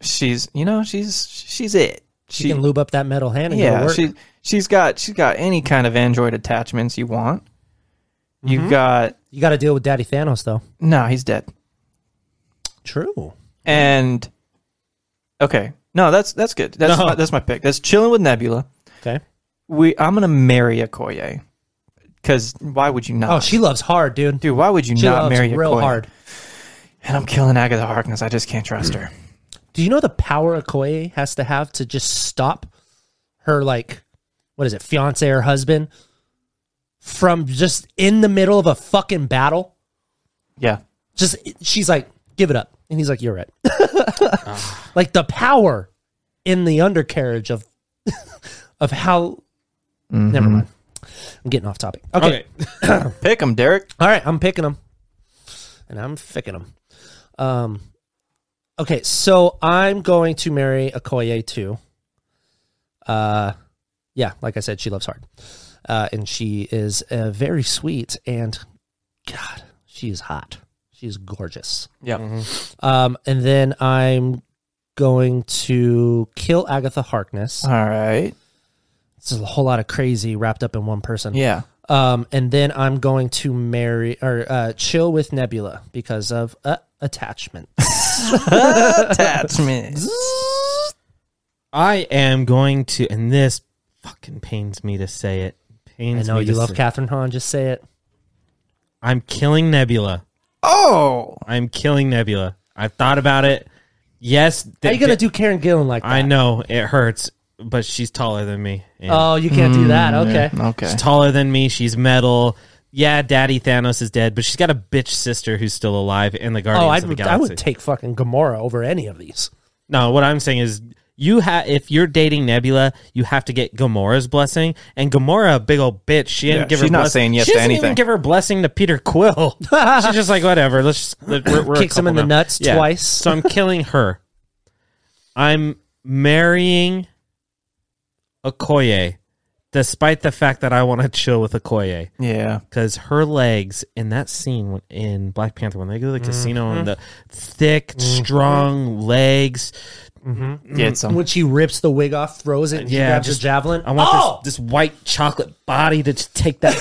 Speaker 4: she's, you know, she's, she's it.
Speaker 3: she can lube up that metal hand and go to
Speaker 4: Yeah,
Speaker 3: work.
Speaker 4: she she's got she's got any kind of Android attachments you want.
Speaker 3: Mm-hmm.
Speaker 4: You got
Speaker 3: you got to deal with Daddy Thanos, though.
Speaker 4: no, he's dead.
Speaker 3: True.
Speaker 4: And okay, no, that's that's good. That's
Speaker 2: No.
Speaker 4: my, that's my pick. That's chilling with Nebula.
Speaker 3: Okay.
Speaker 4: We I'm gonna marry a Koye because why would you not?
Speaker 3: Oh, she loves hard, dude.
Speaker 4: dude, why would you
Speaker 3: she
Speaker 4: not
Speaker 3: loves
Speaker 4: marry a
Speaker 3: real
Speaker 4: Koye?
Speaker 3: hard.
Speaker 4: And I'm killing Agatha Harkness. I just can't trust her.
Speaker 3: Do you know the power Okoye has to have to just stop her, like, what is it, fiance or husband from just in the middle of a fucking battle?
Speaker 4: Yeah,
Speaker 3: Just, she's like, give it up. And he's like, you're right. like, the power in the undercarriage of, of how, never mind. I'm getting off topic. Okay.
Speaker 2: Okay.
Speaker 4: pick him, Derek.
Speaker 3: All right. I'm picking them and I'm picking them. Um, okay. So I'm going to marry Okoye too. Uh, yeah. Like I said, she loves hard. Uh, and she is uh, very sweet and God, she is hot. She is gorgeous.
Speaker 4: Yeah,
Speaker 3: Um, and then I'm going to kill Agatha Harkness.
Speaker 4: All right.
Speaker 3: it's a whole lot of crazy wrapped up in one person.
Speaker 4: Yeah.
Speaker 3: Um, and then I'm going to marry or uh, chill with Nebula because of uh, attachment.
Speaker 4: Attachment.
Speaker 2: I am going to, and this fucking pains me to say it.
Speaker 3: I
Speaker 2: Pains
Speaker 3: know
Speaker 2: me
Speaker 3: you
Speaker 2: to
Speaker 3: love
Speaker 2: say-
Speaker 3: Catherine Hahn. Just say it.
Speaker 2: I'm killing Nebula.
Speaker 4: oh.
Speaker 2: I'm killing Nebula. I've thought about it. Yes.
Speaker 3: How you gonna do Karen Gillan like that?
Speaker 2: I know it hurts, but she's taller than me. and
Speaker 3: Oh, you can't
Speaker 2: Mm,
Speaker 3: do that. Okay.
Speaker 4: Okay.
Speaker 2: She's taller than me. She's metal. Yeah, Daddy Thanos is dead, but she's got a bitch sister who's still alive in the Guardians
Speaker 3: Oh,
Speaker 2: of the
Speaker 3: I'd,
Speaker 2: Galaxy.
Speaker 3: I would take fucking Gamora over any of these.
Speaker 2: No, what I'm saying is you have if you're dating Nebula, you have to get Gamora's blessing. And Gamora, a big old bitch, she didn't
Speaker 4: Yeah,
Speaker 2: give her.
Speaker 4: she's not
Speaker 2: bless-
Speaker 4: saying yes
Speaker 2: she
Speaker 4: to
Speaker 2: doesn't
Speaker 4: anything.
Speaker 2: Even give her blessing to Peter Quill. she's just like whatever. Let's just, let- we're, we're a
Speaker 3: Kicks him in
Speaker 2: couple
Speaker 3: the
Speaker 2: now.
Speaker 3: nuts twice.
Speaker 2: so I'm killing her. I'm marrying Okoye, despite the fact that I want to chill with Okoye
Speaker 4: yeah.
Speaker 2: because her legs in that scene when- in Black Panther when they go to the casino and the thick,
Speaker 3: Mm-hmm.
Speaker 2: strong legs.
Speaker 4: Get some.
Speaker 3: When she rips the wig off, throws it, and she
Speaker 2: Yeah,
Speaker 3: grabs
Speaker 2: just-
Speaker 3: the javelin.
Speaker 2: I want
Speaker 3: oh!
Speaker 2: this, this white chocolate body to just take that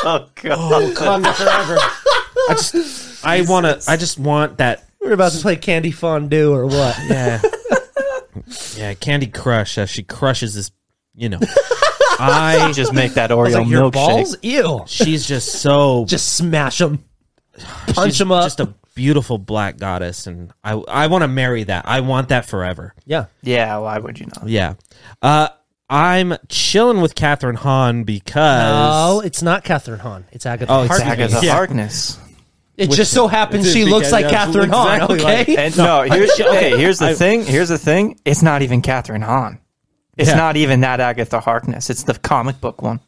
Speaker 2: dark chocolate.
Speaker 4: Oh god.
Speaker 2: forever. I just, I want to. I just want that.
Speaker 3: We're about to play Candy Fondue or what?
Speaker 2: Yeah, yeah. Candy Crush. Uh, she crushes this. You know, I.
Speaker 4: Just make that
Speaker 3: It's
Speaker 4: Oreo
Speaker 3: like your
Speaker 4: milkshake.
Speaker 3: balls, ew.
Speaker 2: She's just so
Speaker 3: Just smash them, punch
Speaker 2: she's
Speaker 3: them up.
Speaker 2: Just a beautiful black goddess, and I. I want to marry that. I want that forever.
Speaker 3: yeah,
Speaker 4: Yeah, why would you not?
Speaker 2: Yeah. Uh, I'm chilling with Catherine Hahn because
Speaker 3: no, Oh, it's not Catherine Hahn. It's Agatha.
Speaker 2: Oh, it's
Speaker 3: Harkness.
Speaker 4: Agatha
Speaker 2: Yeah.
Speaker 4: Harkness.
Speaker 3: It just so happens
Speaker 2: It's
Speaker 3: she looks
Speaker 2: because-
Speaker 3: like
Speaker 2: yeah,
Speaker 3: Catherine Hahn.
Speaker 2: exactly like-
Speaker 3: Okay,
Speaker 4: And no, here's okay. Here's the thing. Here's the thing. It's not even Catherine Hahn. It's
Speaker 2: Yeah.
Speaker 4: not even that Agatha Harkness. It's the comic book one.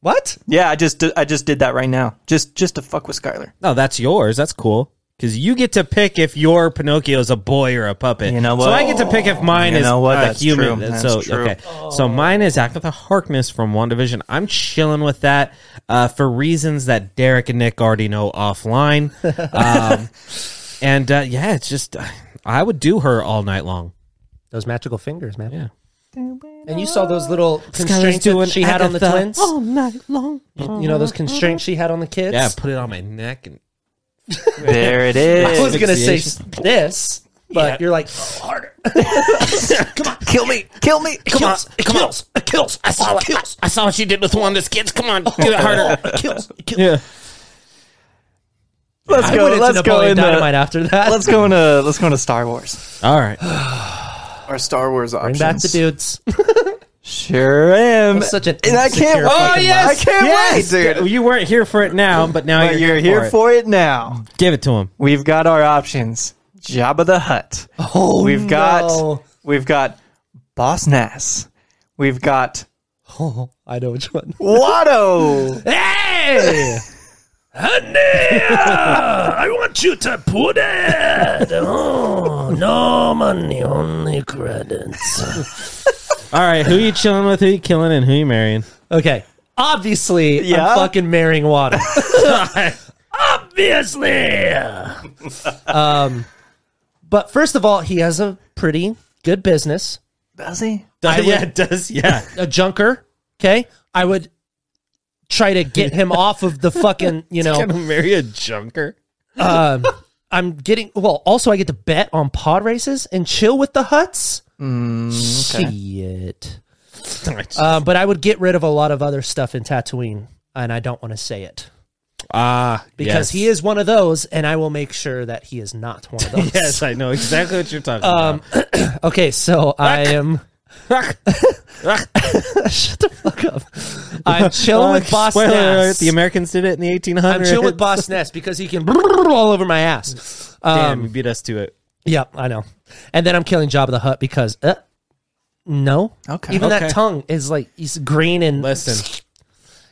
Speaker 3: what?
Speaker 4: Yeah, I just I just did that right now. Just just to fuck with Skylar.
Speaker 2: no, that's yours. That's cool. Because you get to pick if your Pinocchio is a boy or a puppet.
Speaker 4: You know
Speaker 2: So
Speaker 4: what?
Speaker 2: I get to pick if mine
Speaker 4: You
Speaker 2: is
Speaker 4: know what?
Speaker 2: a
Speaker 4: That's
Speaker 2: human.
Speaker 4: true.
Speaker 2: so
Speaker 4: That's true.
Speaker 2: okay. So mine is Agatha Harkness from WandaVision. I'm chilling with that uh, for reasons that Derek and Nick already know offline. Um, and uh, yeah, it's just I would do her all night long.
Speaker 3: Those magical fingers, man.
Speaker 2: Yeah.
Speaker 3: And you saw those little constraints that she had on the
Speaker 2: Agatha
Speaker 3: twins.
Speaker 2: all night long.
Speaker 3: You know those constraints she had on the kids.
Speaker 2: Yeah, put it on my neck and
Speaker 4: There it
Speaker 3: I was
Speaker 4: is.
Speaker 3: gonna say this, but you're like harder.
Speaker 4: kill me. Kill me.
Speaker 3: Come on, it kills, it kills, I saw it kills,
Speaker 2: I saw what you did with one of those kids. Come on, do it harder.
Speaker 3: it kills, it kills.
Speaker 2: yeah.
Speaker 4: Let's
Speaker 3: I
Speaker 4: go.
Speaker 3: went into
Speaker 4: Let's go
Speaker 3: Napoleon
Speaker 4: into.
Speaker 3: Dynamite after that.
Speaker 4: Let's go into. Let's go into Star Wars.
Speaker 2: All right.
Speaker 4: Our Star Wars options.
Speaker 3: bring back the dudes.
Speaker 4: Sure am.
Speaker 3: That's such an
Speaker 4: and I can't.
Speaker 3: insecure
Speaker 4: Oh
Speaker 3: fucking
Speaker 4: yes. I can't wait, dude.
Speaker 2: You weren't here for it now, but now
Speaker 4: But you're here
Speaker 2: it.
Speaker 4: for it now.
Speaker 2: Give it to him.
Speaker 4: We've got our options. Jabba the Hutt.
Speaker 3: Oh,
Speaker 4: We've got
Speaker 3: no.
Speaker 4: we've got Boss Nass. We've got
Speaker 3: Oh, I know which one.
Speaker 4: Watto.
Speaker 3: Hey, honey, I want you to put it. Oh, no money, only credits.
Speaker 2: All right. Who you chilling with? Who you killing? And who you marrying?
Speaker 3: Okay, obviously,
Speaker 4: Yeah?
Speaker 3: I'm fucking marrying water.
Speaker 2: Obviously.
Speaker 3: Um, But first of all, he has a pretty good business.
Speaker 4: Does he?
Speaker 3: Oh,
Speaker 2: yeah. Does yeah.
Speaker 3: a junker. Okay, I would try to get him off of the fucking. You know,
Speaker 2: Gonna marry a junker.
Speaker 3: I'm getting. Well, also I get to bet on pod races and chill with the huts. Shit. Uh, but I would get rid of a lot of other stuff in Tatooine, and I don't want to say it
Speaker 2: Ah,
Speaker 3: because he is one of those, and I will make sure that he is not one of those.
Speaker 2: Yes, I know exactly what you're talking
Speaker 3: Okay, so I am.
Speaker 2: about.
Speaker 3: Shut the fuck up. I'm chilling
Speaker 2: Uh,
Speaker 3: with Boss
Speaker 2: Spoiler alert,
Speaker 3: Nass.
Speaker 2: the Americans did it in the 1800s.
Speaker 3: I'm chilling with Boss Ness because he can all over my ass.
Speaker 2: Damn, you beat us to it.
Speaker 3: Yeah, I know. And then I'm killing Job of the Hut because uh, no,
Speaker 4: Okay.
Speaker 3: even that
Speaker 2: Okay.
Speaker 3: tongue is like he's green and
Speaker 2: Listen.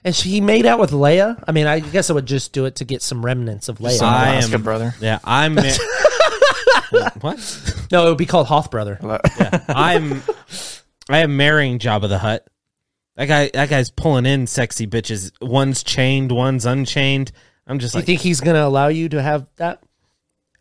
Speaker 3: and she he made out with Leia. I mean, I guess I would just do it to get some remnants of Leia.
Speaker 4: Some-
Speaker 2: I
Speaker 4: Alaska
Speaker 2: am,
Speaker 4: brother.
Speaker 2: Yeah, I'm. ma- what?
Speaker 3: no, it would be called Hoth Brother.
Speaker 2: I'm. I am marrying Jabba the Hutt. That guy. That guy's pulling in sexy bitches. One's chained. One's unchained. I'm just
Speaker 3: Do you
Speaker 2: like.
Speaker 3: think he's gonna allow you to have that?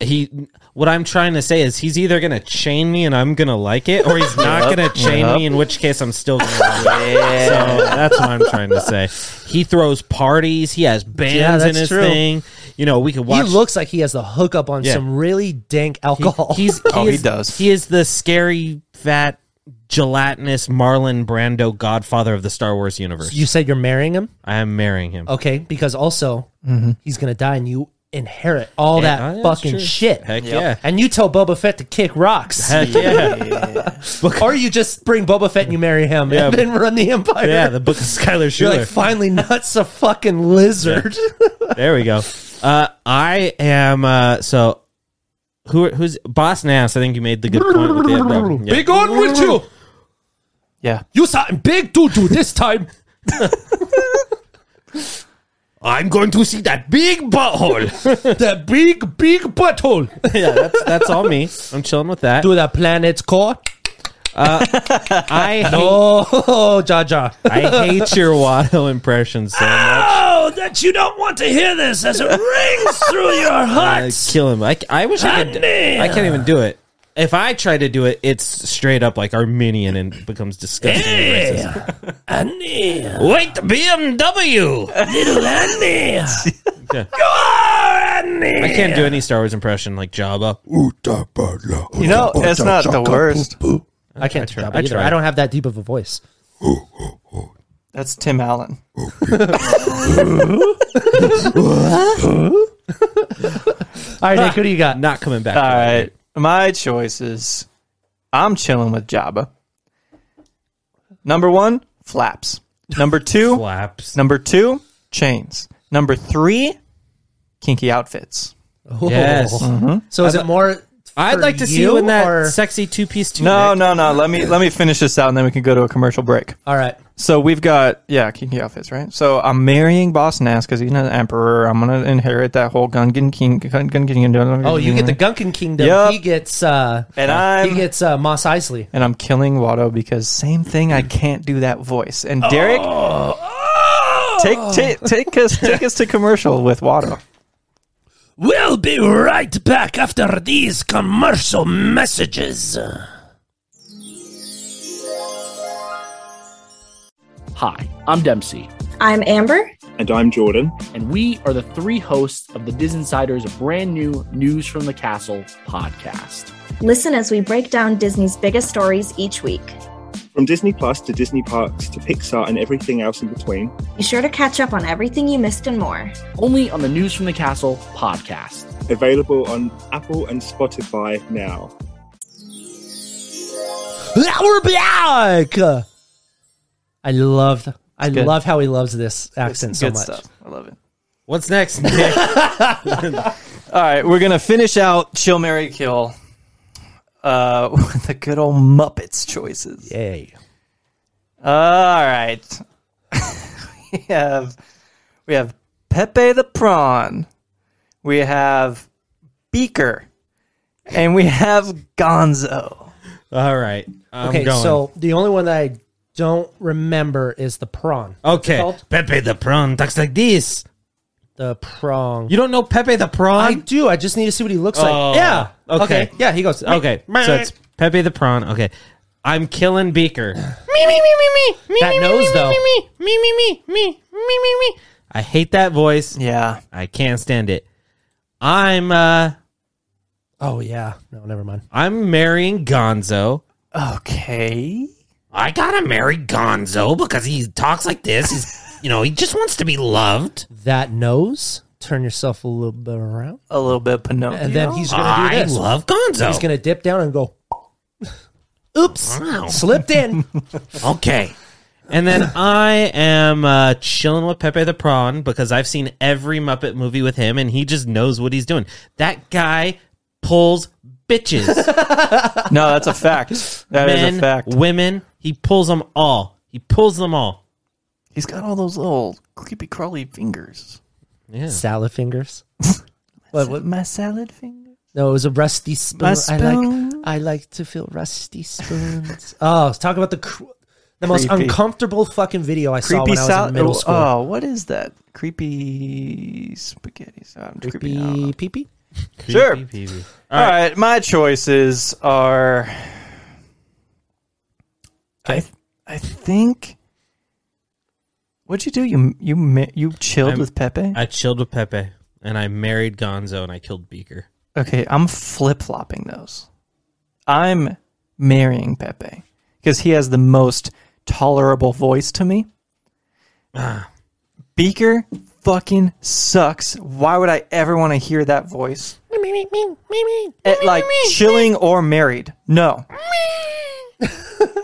Speaker 2: he what I'm trying to say is he's either gonna chain me and I'm gonna like it, or he's not
Speaker 4: Yep,
Speaker 2: gonna chain
Speaker 4: yep.
Speaker 2: me, in which case I'm still gonna like it. So that's what I'm trying to say. He throws parties, he has bands in
Speaker 3: that's
Speaker 2: his
Speaker 3: true.
Speaker 2: thing. You know, we could watch
Speaker 3: He looks like he has the hookup on
Speaker 2: Yeah.
Speaker 3: some really dank alcohol.
Speaker 2: he's he,
Speaker 4: Oh, he
Speaker 2: is-
Speaker 4: does.
Speaker 2: He is the scary, fat, gelatinous Marlon Brando godfather of the Star Wars universe.
Speaker 3: you said you're marrying him,
Speaker 2: I am marrying him.
Speaker 3: okay? Because also he's gonna die, and you inherit all
Speaker 2: Yeah,
Speaker 3: that
Speaker 2: that's
Speaker 3: fucking
Speaker 2: true.
Speaker 3: shit.
Speaker 2: Heck
Speaker 3: And you tell Boba Fett to kick rocks,
Speaker 2: yeah. Heck yeah.
Speaker 3: or you just bring Boba Fett and you marry him,
Speaker 2: Yeah.
Speaker 3: and then run the empire.
Speaker 2: yeah, the book of Skylar
Speaker 3: You're
Speaker 2: Schuler.
Speaker 3: like finally nuts a fucking lizard.
Speaker 2: There we go. Uh, I am uh, so who who's boss Nass? I think you made the good point with the no, yeah.
Speaker 3: on with you.
Speaker 4: Yeah.
Speaker 3: You something big to do this time.
Speaker 2: I'm going to see that big butthole.
Speaker 3: the big, big butthole.
Speaker 2: yeah, that's that's all me. I'm chilling with that.
Speaker 3: to the planet's core.
Speaker 2: I hate,
Speaker 3: Oh, Jaja.
Speaker 2: I hate your Watto impression so much.
Speaker 3: Oh, that you don't want to hear this as it rings through your
Speaker 2: I kill him. I, I wish I could.
Speaker 3: Honey.
Speaker 2: I can't even do it. If I try to do it, it's straight up like Armenian and becomes disgusting. and racist.
Speaker 3: Annie,
Speaker 2: Wait, BMW.
Speaker 3: little Annie.
Speaker 2: Yeah.
Speaker 3: Annie.
Speaker 2: I can't do any Star Wars impression like Jabba.
Speaker 4: You know, it's not the worst.
Speaker 3: I can't do that
Speaker 2: I
Speaker 3: either.
Speaker 2: tried.
Speaker 3: I don't have that deep of a voice.
Speaker 4: That's Tim Allen.
Speaker 3: All right, Nick, who do you got?
Speaker 2: Not coming back.
Speaker 4: All right. My choice is I'm chilling with Jabba. Number one, flaps. Number two,
Speaker 2: Flaps.
Speaker 4: number two, chains. Number three, kinky outfits.
Speaker 3: Oh.
Speaker 2: Yes. Mm-hmm.
Speaker 3: So is it more?
Speaker 2: I'd
Speaker 3: for
Speaker 2: like to see you
Speaker 3: you
Speaker 2: in that
Speaker 3: or-
Speaker 2: sexy two piece tunic.
Speaker 4: No, no, no. Let me let me finish this out and then we can go to a commercial break.
Speaker 3: All right.
Speaker 4: So we've got yeah, kinky outfits, right? So I'm marrying Boss Nass because he's an emperor. I'm gonna inherit that whole Gungan King. Gun, Gun, Gun, Gun,
Speaker 3: Oh, you get the
Speaker 2: Mm-hmm.
Speaker 3: Gunkin Kingdom.
Speaker 4: Yep.
Speaker 3: He gets. uh
Speaker 4: and
Speaker 3: He
Speaker 4: I'm
Speaker 3: gets uh, Moss Isley.
Speaker 4: and I'm killing Watto because same thing. I can't do that voice. And Derek,
Speaker 3: Oh!
Speaker 4: take ta- take us take us to commercial with Watto.
Speaker 3: We'll be right back after these commercial messages.
Speaker 5: Hi, I'm Dempsey,
Speaker 6: I'm Amber.
Speaker 7: And I'm Jordan.
Speaker 5: and we are the three hosts of the Disinsiders brand new News from the Castle podcast.
Speaker 6: Listen as we break down Disney's biggest stories each week.
Speaker 7: From Disney Plus to Disney Parks to Pixar and everything else in between,
Speaker 6: Be sure to catch up on everything you missed and more.
Speaker 5: Only on the News from the Castle podcast.
Speaker 7: available on Apple and Spotify now.
Speaker 3: We're back. I loved. I
Speaker 4: good.
Speaker 3: love how he loves this accent so
Speaker 4: Good
Speaker 3: much.
Speaker 4: stuff. I love it.
Speaker 2: What's next, Nick?
Speaker 4: All right, we're gonna finish out Chill Mary Kill uh, with the good old Muppets choices.
Speaker 3: Yay!
Speaker 4: All right, we have we have Pepe the Prawn, we have Beaker, and we have Gonzo.
Speaker 2: All right. I'm
Speaker 3: okay,
Speaker 2: going.
Speaker 3: so the only one that I don't remember is the prawn.
Speaker 2: okay.
Speaker 3: called?
Speaker 2: Pepe the prawn talks like this.
Speaker 3: The prong.
Speaker 2: You don't know Pepe the
Speaker 3: I
Speaker 2: prawn?
Speaker 3: do. I just need to see what he looks
Speaker 2: Oh,
Speaker 3: like. Yeah.
Speaker 2: okay.
Speaker 3: Yeah. He goes.
Speaker 2: okay. So it's Pepe the prawn. Okay. I'm killing Beaker.
Speaker 3: that nose though.
Speaker 2: I hate that voice.
Speaker 4: Yeah,
Speaker 2: I can't stand it. I'm uh
Speaker 3: Oh yeah. No, never mind.
Speaker 2: I'm marrying Gonzo.
Speaker 4: okay.
Speaker 2: I gotta marry Gonzo because he talks like this. He's, you know, he just wants to be loved.
Speaker 3: That nose. Turn yourself a little bit around,
Speaker 4: a little bit Pinocchio.
Speaker 3: and then he's gonna do this.
Speaker 2: love Gonzo.
Speaker 3: He's gonna dip down and go. Oops. Slipped in.
Speaker 2: Okay. And then I am uh, chilling with Pepe the Prawn because I've seen every Muppet movie with him and he just knows what he's doing. That guy pulls bitches.
Speaker 4: no, that's a fact. That is
Speaker 2: Men,
Speaker 4: a fact.
Speaker 2: women, he pulls them all. He pulls them all.
Speaker 4: He's got all those little creepy crawly fingers.
Speaker 2: Yeah.
Speaker 3: Salad fingers.
Speaker 4: What, what? My salad finger?
Speaker 3: No, it was a rusty spoon.
Speaker 4: My
Speaker 3: I
Speaker 4: spoon.
Speaker 3: like I like to feel rusty spoons. oh, let's talk about the cr- the most
Speaker 4: Creepy.
Speaker 3: uncomfortable fucking video I saw when
Speaker 4: Creepy oh,
Speaker 3: I was in
Speaker 4: salad.
Speaker 3: middle school.
Speaker 4: Oh, what is that? Creepy spaghetti salad. Creepy. I don't know.
Speaker 3: Creepy pee pee.
Speaker 4: Sure.
Speaker 2: Creepy peepee.
Speaker 4: All right, my choices are. I I think. What'd you do? You you ma- you chilled
Speaker 2: I'm-
Speaker 4: with Pepe?
Speaker 2: I chilled with Pepe and I married Gonzo and I killed Beaker.
Speaker 4: okay, I'm flip flopping those. I'm marrying Pepe because he has the most tolerable voice to me. Beaker fucking sucks. Why would I ever want to hear that voice? At, like chilling or married? No.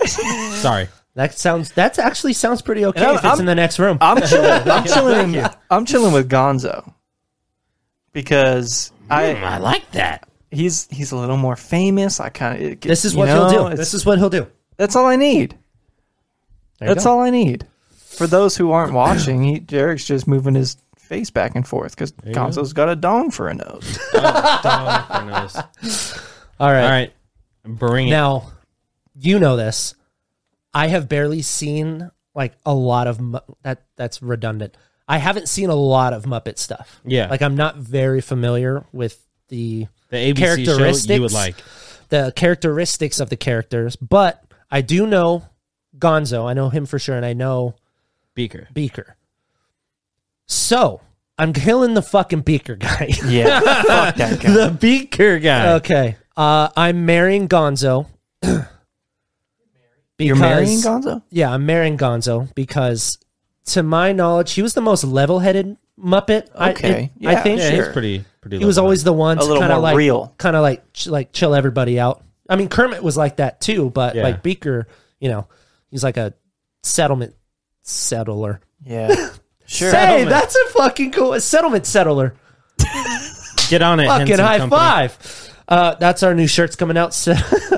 Speaker 2: Sorry.
Speaker 3: That sounds. That actually sounds pretty okay.
Speaker 4: And I'm-
Speaker 3: if it's
Speaker 4: I'm-
Speaker 3: in the next room.
Speaker 4: I'm chilling. I'm chilling. I'm chilling with Gonzo because I
Speaker 2: I like that.
Speaker 4: he's he's a little more famous. I kind of
Speaker 3: this is what he'll do. This is what he'll do.
Speaker 4: that's all I need.
Speaker 3: There you
Speaker 4: That's
Speaker 3: go.
Speaker 4: all I need. For those who aren't watching, he, Derek's just moving his face back and forth because Gonzo's got a dong for a nose.
Speaker 3: All right.
Speaker 2: All right. Bring it.
Speaker 3: Now, you know this. I have barely seen like a lot of Mu- that. That's redundant. I haven't seen a lot of Muppet stuff.
Speaker 2: Yeah.
Speaker 3: like I'm not very familiar with the
Speaker 2: the ABC show
Speaker 3: characteristics
Speaker 2: you would like.
Speaker 3: the characteristics of the characters, but I do know Gonzo. I know him for sure, and I know
Speaker 2: Beaker.
Speaker 3: Beaker. So I'm killing the fucking Beaker guy.
Speaker 4: Yeah, fuck that guy.
Speaker 2: The Beaker guy.
Speaker 3: okay, uh, I'm marrying Gonzo.
Speaker 4: You're marrying
Speaker 3: because-
Speaker 4: Gonzo?
Speaker 3: Yeah, I'm marrying Gonzo because, to my knowledge, he was the most level-headed Muppet. I-
Speaker 4: Okay,
Speaker 3: I,
Speaker 4: yeah.
Speaker 3: think
Speaker 2: yeah, he's
Speaker 4: sure.
Speaker 2: pretty pretty
Speaker 3: he was
Speaker 2: level-headed.
Speaker 3: always the one
Speaker 4: A
Speaker 3: to
Speaker 4: little
Speaker 3: kind of
Speaker 4: more
Speaker 3: like
Speaker 4: real.
Speaker 3: kind of like ch- like chill everybody out. I mean, Kermit was like that too, but
Speaker 2: Yeah.
Speaker 3: like Beaker, you know, he's like a settlement settler.
Speaker 4: Yeah, sure.
Speaker 3: Say, that's a fucking cool a settlement settler.
Speaker 2: Get on it.
Speaker 3: Fucking
Speaker 2: Henson
Speaker 3: high
Speaker 2: Company.
Speaker 3: five. Uh, that's our new shirts coming out. So-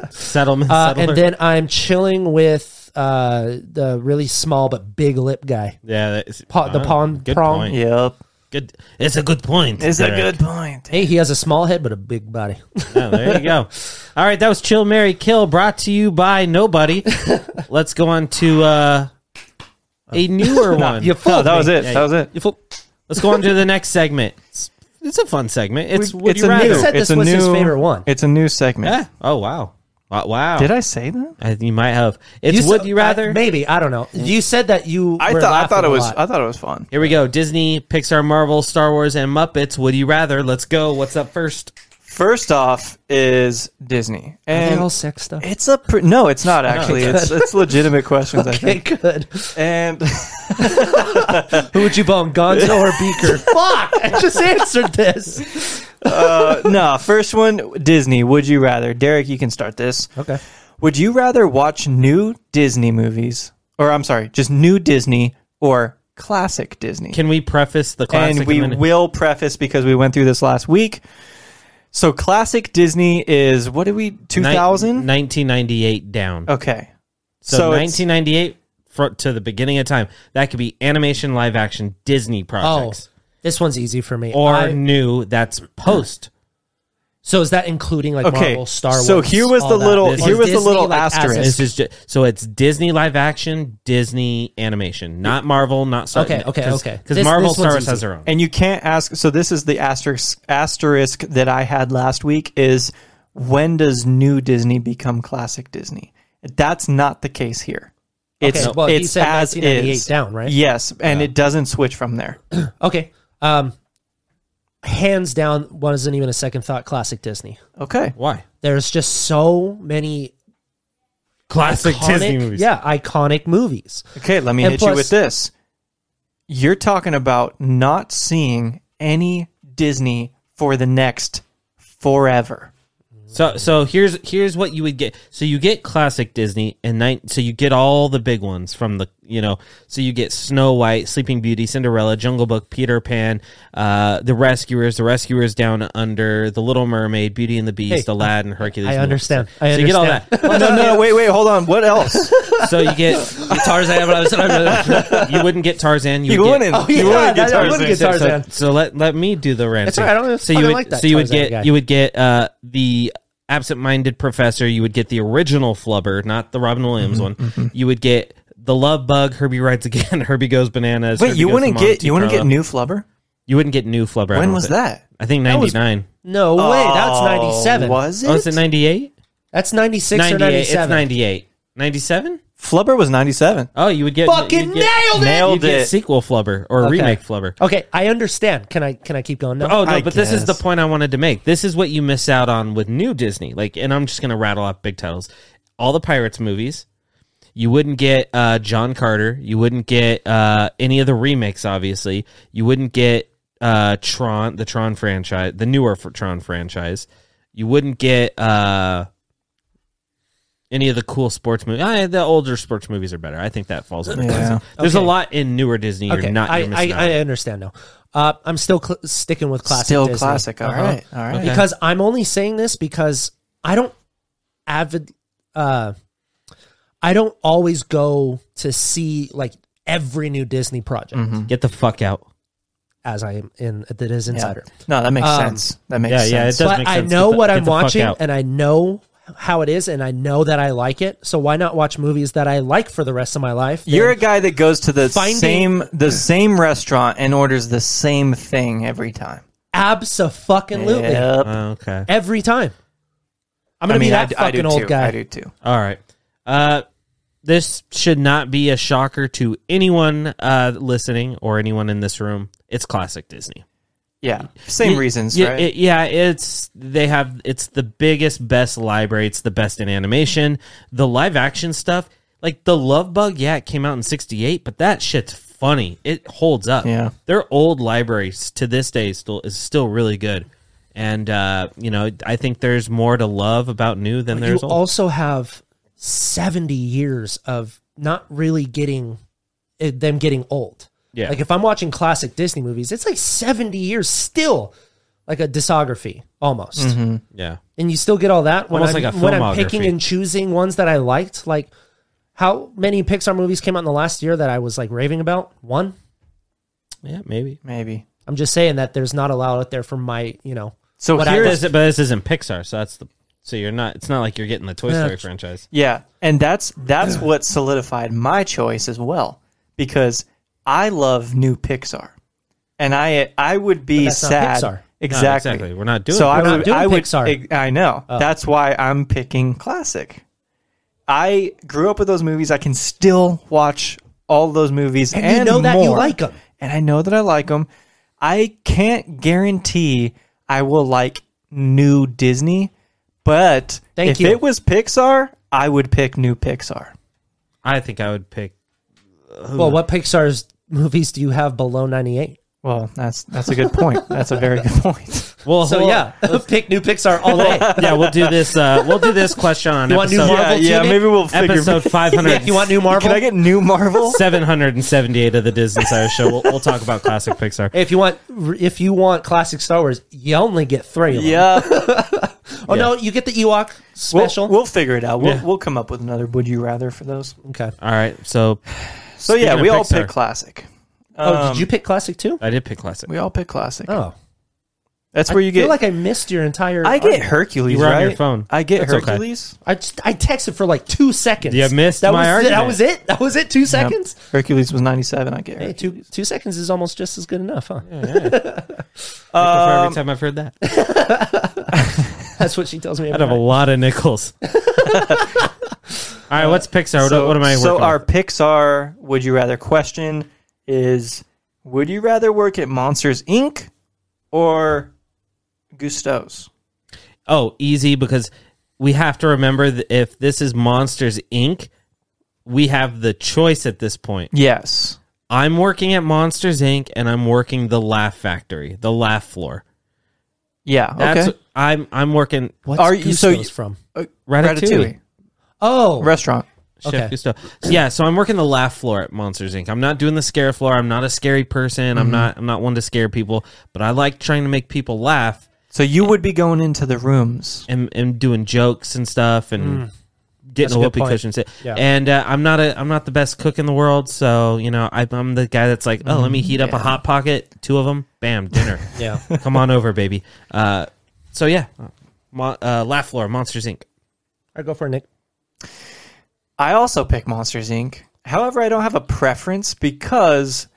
Speaker 2: Settlement.
Speaker 3: uh,
Speaker 2: settler.
Speaker 3: and then I'm chilling with uh, the really small but big lip guy.
Speaker 2: yeah, that's,
Speaker 3: Pa- the
Speaker 2: uh,
Speaker 3: pong-
Speaker 2: Good
Speaker 3: prong.
Speaker 2: point.
Speaker 4: Yep,
Speaker 2: Good. It's a good point.
Speaker 4: is a
Speaker 2: Derek.
Speaker 4: good point.
Speaker 3: Hey, he has a small head but a big body.
Speaker 2: Oh, there you go. All right, that was Chill Mary Kill, brought to you by nobody. Let's go on to uh, a newer one.
Speaker 3: oh, you
Speaker 4: No,
Speaker 3: fooled
Speaker 4: that was
Speaker 3: me.
Speaker 4: it.
Speaker 2: Yeah,
Speaker 4: that was it.
Speaker 2: You fool- Let's go on to the next segment. It's, it's a fun segment. It's
Speaker 4: We-
Speaker 2: would
Speaker 4: it's
Speaker 2: you
Speaker 4: a
Speaker 2: rather?
Speaker 3: He said this
Speaker 4: It's a
Speaker 3: was his
Speaker 4: new-
Speaker 3: favorite one.
Speaker 4: It's a new segment.
Speaker 2: Yeah. Oh wow. Wow. wow.
Speaker 4: Did I say that?
Speaker 2: I think you might have. It's
Speaker 3: s-
Speaker 2: would you rather?
Speaker 3: I- maybe I don't know. You said that you.
Speaker 4: I
Speaker 3: were
Speaker 4: thought I
Speaker 3: laughing
Speaker 4: thought it
Speaker 3: a
Speaker 4: was
Speaker 3: lot.
Speaker 4: I thought it was fun.
Speaker 2: Here we go. Disney, Pixar, Marvel, Star Wars, and Muppets. Would you rather? Let's go. What's up first?
Speaker 4: Oh, First off is Disney,
Speaker 3: Are
Speaker 4: and
Speaker 3: they all sex stuff.
Speaker 4: it's a pr no. It's not actually. it's it's legitimate questions. I
Speaker 3: Okay,
Speaker 4: think.
Speaker 3: good.
Speaker 4: And
Speaker 3: Who would you bone, Gonzo or Beaker? Fuck! I just answered this.
Speaker 4: uh, no, first one Disney. Would you rather, Derek? You can start this.
Speaker 3: Okay.
Speaker 4: Would you rather watch new Disney movies, or I'm sorry, just new Disney or classic Disney?
Speaker 2: Can we preface the classic?
Speaker 4: and we
Speaker 2: a minute?
Speaker 4: will preface because we went through this last week. So classic Disney is what did we two
Speaker 2: Nin-
Speaker 4: thousand?
Speaker 2: 1998 down.
Speaker 3: Oh,
Speaker 4: Okay,
Speaker 2: So,
Speaker 4: So it's-
Speaker 2: 1998 fro- to the beginning of time. That could be animation, live action, Disney
Speaker 3: Oh,
Speaker 2: projects,
Speaker 3: this one's easy for me.
Speaker 2: or
Speaker 3: Oh, I-
Speaker 2: new. That's post.
Speaker 3: so is that including like
Speaker 4: Okay,
Speaker 3: Marvel, Star Wars?
Speaker 4: so here was
Speaker 3: all
Speaker 4: the
Speaker 3: that?
Speaker 4: little-
Speaker 3: Or
Speaker 4: here was the
Speaker 3: Disney,
Speaker 4: little
Speaker 3: like, as a-
Speaker 4: asterisk.
Speaker 2: This is ju- so it's Disney live action, Disney animation, not Marvel, not Star.
Speaker 3: Okay, okay,
Speaker 2: cause,
Speaker 3: okay.
Speaker 2: Because
Speaker 3: This-
Speaker 2: Marvel,
Speaker 3: this
Speaker 2: Star
Speaker 3: one's
Speaker 2: Wars has
Speaker 3: easy.
Speaker 2: their own.
Speaker 4: and you can't ask. So this is the asterisk asterisk that I had last week is when does new Disney become classic Disney? That's not the case here. It's
Speaker 3: Okay, well, he
Speaker 4: it's
Speaker 3: said
Speaker 4: as
Speaker 3: 1998
Speaker 4: is
Speaker 3: down, right?
Speaker 4: Yes, and it doesn't switch from there.
Speaker 3: Okay. Um, hands down, wasn't even a second thought. Classic Disney.
Speaker 4: Okay,
Speaker 2: Why?
Speaker 3: There's just so many
Speaker 2: Classic
Speaker 3: iconic,
Speaker 2: Disney movies.
Speaker 3: yeah, iconic movies.
Speaker 4: okay. Let me
Speaker 3: And
Speaker 4: hit you
Speaker 3: plus-
Speaker 4: with this. You're talking about not seeing any Disney for the next forever.
Speaker 2: So so here's here's what you would get. So you get classic Disney and nine, so you get all the big ones from the you know. So you get Snow White, Sleeping Beauty, Cinderella, Jungle Book, Peter Pan, uh, The Rescuers, The Rescuers Down Under, The Little Mermaid, Beauty and the Beast, Aladdin, Hercules.
Speaker 3: I
Speaker 2: and
Speaker 3: understand.
Speaker 2: Mufasa.
Speaker 3: I
Speaker 2: So you get all
Speaker 3: understand.
Speaker 2: that.
Speaker 4: no, no, no, wait, wait, hold on. What else?
Speaker 2: So you get Tarzan. you wouldn't get Tarzan. You,
Speaker 4: You
Speaker 2: would
Speaker 4: wouldn't.
Speaker 2: get-
Speaker 4: you
Speaker 3: Oh, yeah,
Speaker 4: wouldn't get
Speaker 3: I wouldn't
Speaker 4: Tarzan.
Speaker 3: get
Speaker 2: So- so-
Speaker 3: Tarzan.
Speaker 2: So, let let me do the rant.
Speaker 3: That's
Speaker 2: here.
Speaker 3: all right, I don't
Speaker 2: so you
Speaker 3: fucking
Speaker 2: would
Speaker 3: like that
Speaker 2: so you would
Speaker 3: Tarzan
Speaker 2: get
Speaker 3: guy.
Speaker 2: you would get uh, the absent-minded professor. You would get the original flubber, not the Robin
Speaker 3: Mm-hmm,
Speaker 2: Williams one. You would get the love bug. Herbie rides again. Herbie goes bananas.
Speaker 4: Wait,
Speaker 2: Herbie
Speaker 4: you
Speaker 2: Goes to
Speaker 4: wouldn't
Speaker 2: Monte
Speaker 4: get you wouldn't get
Speaker 2: Carlo.
Speaker 4: new flubber?
Speaker 2: you wouldn't get new flubber. I
Speaker 4: When
Speaker 2: don't
Speaker 4: was
Speaker 2: think.
Speaker 4: that?
Speaker 2: I think
Speaker 3: was-
Speaker 2: ninety nine.
Speaker 3: No way. That's 97.
Speaker 4: Oh, Was it?
Speaker 2: Oh, is it 98?
Speaker 3: That's 96 or
Speaker 2: 98. It's
Speaker 3: 97.
Speaker 2: 98. 97?
Speaker 4: Flubber was 97.
Speaker 2: Oh, you would get
Speaker 3: Fucking
Speaker 2: you'd get,
Speaker 3: nailed it.
Speaker 4: Nailed
Speaker 2: you'd get
Speaker 4: it.
Speaker 2: sequel flubber or
Speaker 3: Okay.
Speaker 2: remake flubber.
Speaker 3: Okay, I understand. Can I can I keep going now?
Speaker 2: Oh no,
Speaker 4: I
Speaker 2: but this is the
Speaker 4: guess.
Speaker 2: point I wanted to make. This is what you miss out on with new Disney. Like, and I'm just gonna rattle off big titles. All the Pirates movies. You wouldn't get uh, John Carter. You wouldn't get uh, any of the remakes. Obviously, you wouldn't get uh, Tron, the Tron franchise, the newer for Tron franchise. You wouldn't get uh, any of the cool sports movies. the older sports movies are better. I think that falls under.
Speaker 4: Yeah.
Speaker 2: Disney. There's a
Speaker 3: Okay.
Speaker 2: lot in newer Disney.
Speaker 3: okay.
Speaker 2: You're not.
Speaker 3: I,
Speaker 2: You're missing out on.
Speaker 3: I, I understand now. Uh, I'm still cl- sticking with classic.
Speaker 4: Still
Speaker 3: Disney.
Speaker 4: classic. All
Speaker 3: Uh-huh.
Speaker 4: right, All right.
Speaker 2: Okay.
Speaker 3: Because I'm only saying this because I don't avid. Uh, I don't always go to see like every new Disney project
Speaker 2: Get the fuck out.
Speaker 3: as I am in the Diz
Speaker 4: Mm-hmm. Yeah.
Speaker 3: Insider.
Speaker 4: No, that makes
Speaker 3: Um,
Speaker 4: sense. That makes
Speaker 2: yeah,
Speaker 4: sense.
Speaker 2: yeah, it does
Speaker 3: but
Speaker 2: make
Speaker 3: I
Speaker 2: sense.
Speaker 3: know
Speaker 2: Get the-
Speaker 3: what
Speaker 2: get
Speaker 3: I'm
Speaker 2: the fuck
Speaker 3: watching
Speaker 2: out.
Speaker 3: and I know how it is and I know that I like it. So why not watch movies that I like for the rest of my life? than-
Speaker 4: You're a guy that goes to the
Speaker 3: Finding-
Speaker 4: same the same restaurant and orders the same thing every time.
Speaker 3: Abso-fucking-lutely.
Speaker 4: Yep.
Speaker 2: Oh, okay.
Speaker 3: Every time. I'm
Speaker 4: I
Speaker 3: going to
Speaker 4: mean,
Speaker 3: be
Speaker 4: I,
Speaker 3: that
Speaker 4: d- I
Speaker 3: fucking
Speaker 4: do
Speaker 3: old
Speaker 4: too.
Speaker 3: guy.
Speaker 4: I do too.
Speaker 2: All right. Uh, this should not be a shocker to anyone uh, listening or anyone in this room. It's classic Disney.
Speaker 4: Yeah, same
Speaker 2: Y-
Speaker 4: reasons,
Speaker 2: y-
Speaker 4: right?
Speaker 2: it- yeah, it's they have it's the biggest, best library. It's the best in animation. The live action stuff, like the Love Bug, yeah, it came out in '68, but that shit's funny. It holds up.
Speaker 4: Yeah.
Speaker 2: their old libraries to this day still is still really good. And uh, you know, I think there's more to love about new than
Speaker 3: You
Speaker 2: there's old.
Speaker 3: also have 70 years of not really getting eh, them getting old.
Speaker 2: Yeah.
Speaker 3: Like if I'm watching classic Disney movies, it's like 70 years still like a discography almost.
Speaker 2: yeah.
Speaker 3: and you still get all that when
Speaker 2: Mm-hmm. Almost like
Speaker 3: I'm,
Speaker 2: a
Speaker 3: when I'm picking
Speaker 2: filmography.
Speaker 3: and choosing ones that I liked. Like, how many Pixar movies came out in the last year that I was like raving about? One.
Speaker 2: Yeah, maybe.
Speaker 4: Maybe.
Speaker 3: I'm just saying that there's not a lot out there for my, you know.
Speaker 4: So
Speaker 3: What I
Speaker 4: here's
Speaker 2: This- but this isn't Pixar, so that's the so you're not. It's not like you're getting the Toy
Speaker 3: Yeah.
Speaker 2: Story franchise.
Speaker 4: Yeah, and that's that's what solidified my choice as well because I love new Pixar, and I I would be
Speaker 3: that's not
Speaker 4: sad.
Speaker 3: Pixar.
Speaker 4: Exactly.
Speaker 2: exactly. We're not doing
Speaker 4: So I
Speaker 3: We're not
Speaker 4: would.
Speaker 3: doing
Speaker 4: I would.
Speaker 3: Pixar. Oh.
Speaker 4: I know. That's why I'm picking classic. I grew up with those movies. I can still watch all those movies, and,
Speaker 3: And you know that you
Speaker 4: more.
Speaker 3: like 'em.
Speaker 4: and I know that I like them. I can't guarantee I will like new Disney, but
Speaker 3: Thank
Speaker 4: if
Speaker 3: you.
Speaker 4: it was Pixar, I would pick new Pixar.
Speaker 2: I think I would pick.
Speaker 3: Well, what Pixar's movies do you have below 98?
Speaker 4: Well, that's that's a good point. that's a very good point.
Speaker 2: Well,
Speaker 3: So
Speaker 2: well,
Speaker 3: yeah, pick new Pixar all day.
Speaker 2: yeah. We'll do this. Uh, we'll do this question on
Speaker 3: You want new
Speaker 2: episode
Speaker 3: Marvel
Speaker 4: yeah, yeah,
Speaker 3: tunic?
Speaker 4: maybe we'll figure.
Speaker 2: episode five
Speaker 3: Nick,
Speaker 2: hundred
Speaker 3: you want new Marvel?
Speaker 4: Can I get new Marvel?
Speaker 2: seven hundred and seventy eight of the Disney Sire show. We'll, we'll talk about classic Pixar.
Speaker 3: if you want, if you want classic Star Wars, you only get three. Of them.
Speaker 4: yeah,
Speaker 3: Oh no, you get the Ewok
Speaker 4: we'll,
Speaker 3: special.
Speaker 4: we'll figure it out. We'll,
Speaker 2: Yeah.
Speaker 4: we'll come up with another would you rather for those.
Speaker 3: okay.
Speaker 2: All right, so
Speaker 4: So yeah,
Speaker 2: of
Speaker 4: we all
Speaker 2: Pixar.
Speaker 4: pick classic.
Speaker 3: oh,
Speaker 4: Um,
Speaker 3: did you pick classic too?
Speaker 2: I did pick classic.
Speaker 4: We all pick classic.
Speaker 3: Oh,
Speaker 4: that's where you
Speaker 3: I feel
Speaker 4: get.
Speaker 3: like I missed your entire.
Speaker 4: I
Speaker 3: argument.
Speaker 4: get Hercules.
Speaker 2: You were on
Speaker 4: right?
Speaker 2: your phone.
Speaker 4: I get
Speaker 2: That's okay.
Speaker 4: Hercules.
Speaker 3: I just, I texted for like two seconds.
Speaker 2: You missed
Speaker 3: that
Speaker 2: my
Speaker 3: was It, that
Speaker 2: argument.
Speaker 3: was it. That was it. Two
Speaker 4: Yep.
Speaker 3: seconds.
Speaker 4: Hercules was ninety seven. I get.
Speaker 3: Hey,
Speaker 4: Hercules.
Speaker 3: two two seconds is almost just as good enough, huh?
Speaker 2: For every
Speaker 4: Um,
Speaker 2: time I've heard that,
Speaker 3: That's what she tells me.
Speaker 2: I'd
Speaker 3: Every
Speaker 2: have a
Speaker 3: night.
Speaker 2: lot of nickels. all right, what's Pixar? What, what am I?
Speaker 4: So
Speaker 2: working
Speaker 4: our
Speaker 2: with?
Speaker 4: Pixar would you rather question is: Would you rather work at Monsters Inc. or Gusto's?
Speaker 2: Oh, easy because we have to remember that if this is Monsters Inc., we have the choice at this point.
Speaker 4: Yes.
Speaker 2: I'm working at Monsters Inc. and I'm working the Laugh Factory, the Laugh Floor.
Speaker 4: Yeah.
Speaker 2: That's
Speaker 4: okay.
Speaker 2: I'm I'm working
Speaker 3: What's
Speaker 4: Are you- so
Speaker 3: Gusto's
Speaker 4: you-
Speaker 3: from?
Speaker 2: Ratatouille,
Speaker 3: Oh,
Speaker 4: restaurant.
Speaker 2: Chef
Speaker 3: Okay.
Speaker 2: Gusto. So, yeah, so I'm working the Laugh Floor at Monsters Inc. I'm not doing the scare floor. I'm not a scary person. I'm not I'm not one to scare people, but I like trying to make people laugh
Speaker 4: So you would be going into the rooms.
Speaker 2: and and doing jokes and stuff and.
Speaker 3: Mm. That's
Speaker 2: Getting
Speaker 3: a
Speaker 2: a
Speaker 3: good
Speaker 2: whoopee
Speaker 3: point.
Speaker 2: cushion,
Speaker 3: Yeah.
Speaker 2: and uh, I'm not a I'm not the best cook in the world, so you know I, I'm the guy that's like, oh,
Speaker 4: Mm,
Speaker 2: let me heat up a hot pocket, two of them, bam, dinner.
Speaker 3: yeah.
Speaker 2: Come on over, baby. Uh, so yeah, Mo- uh, Laugh Floor, Monsters Inc.
Speaker 3: I go for it, Nick.
Speaker 4: I also pick Monsters Inc. However, I don't have a preference because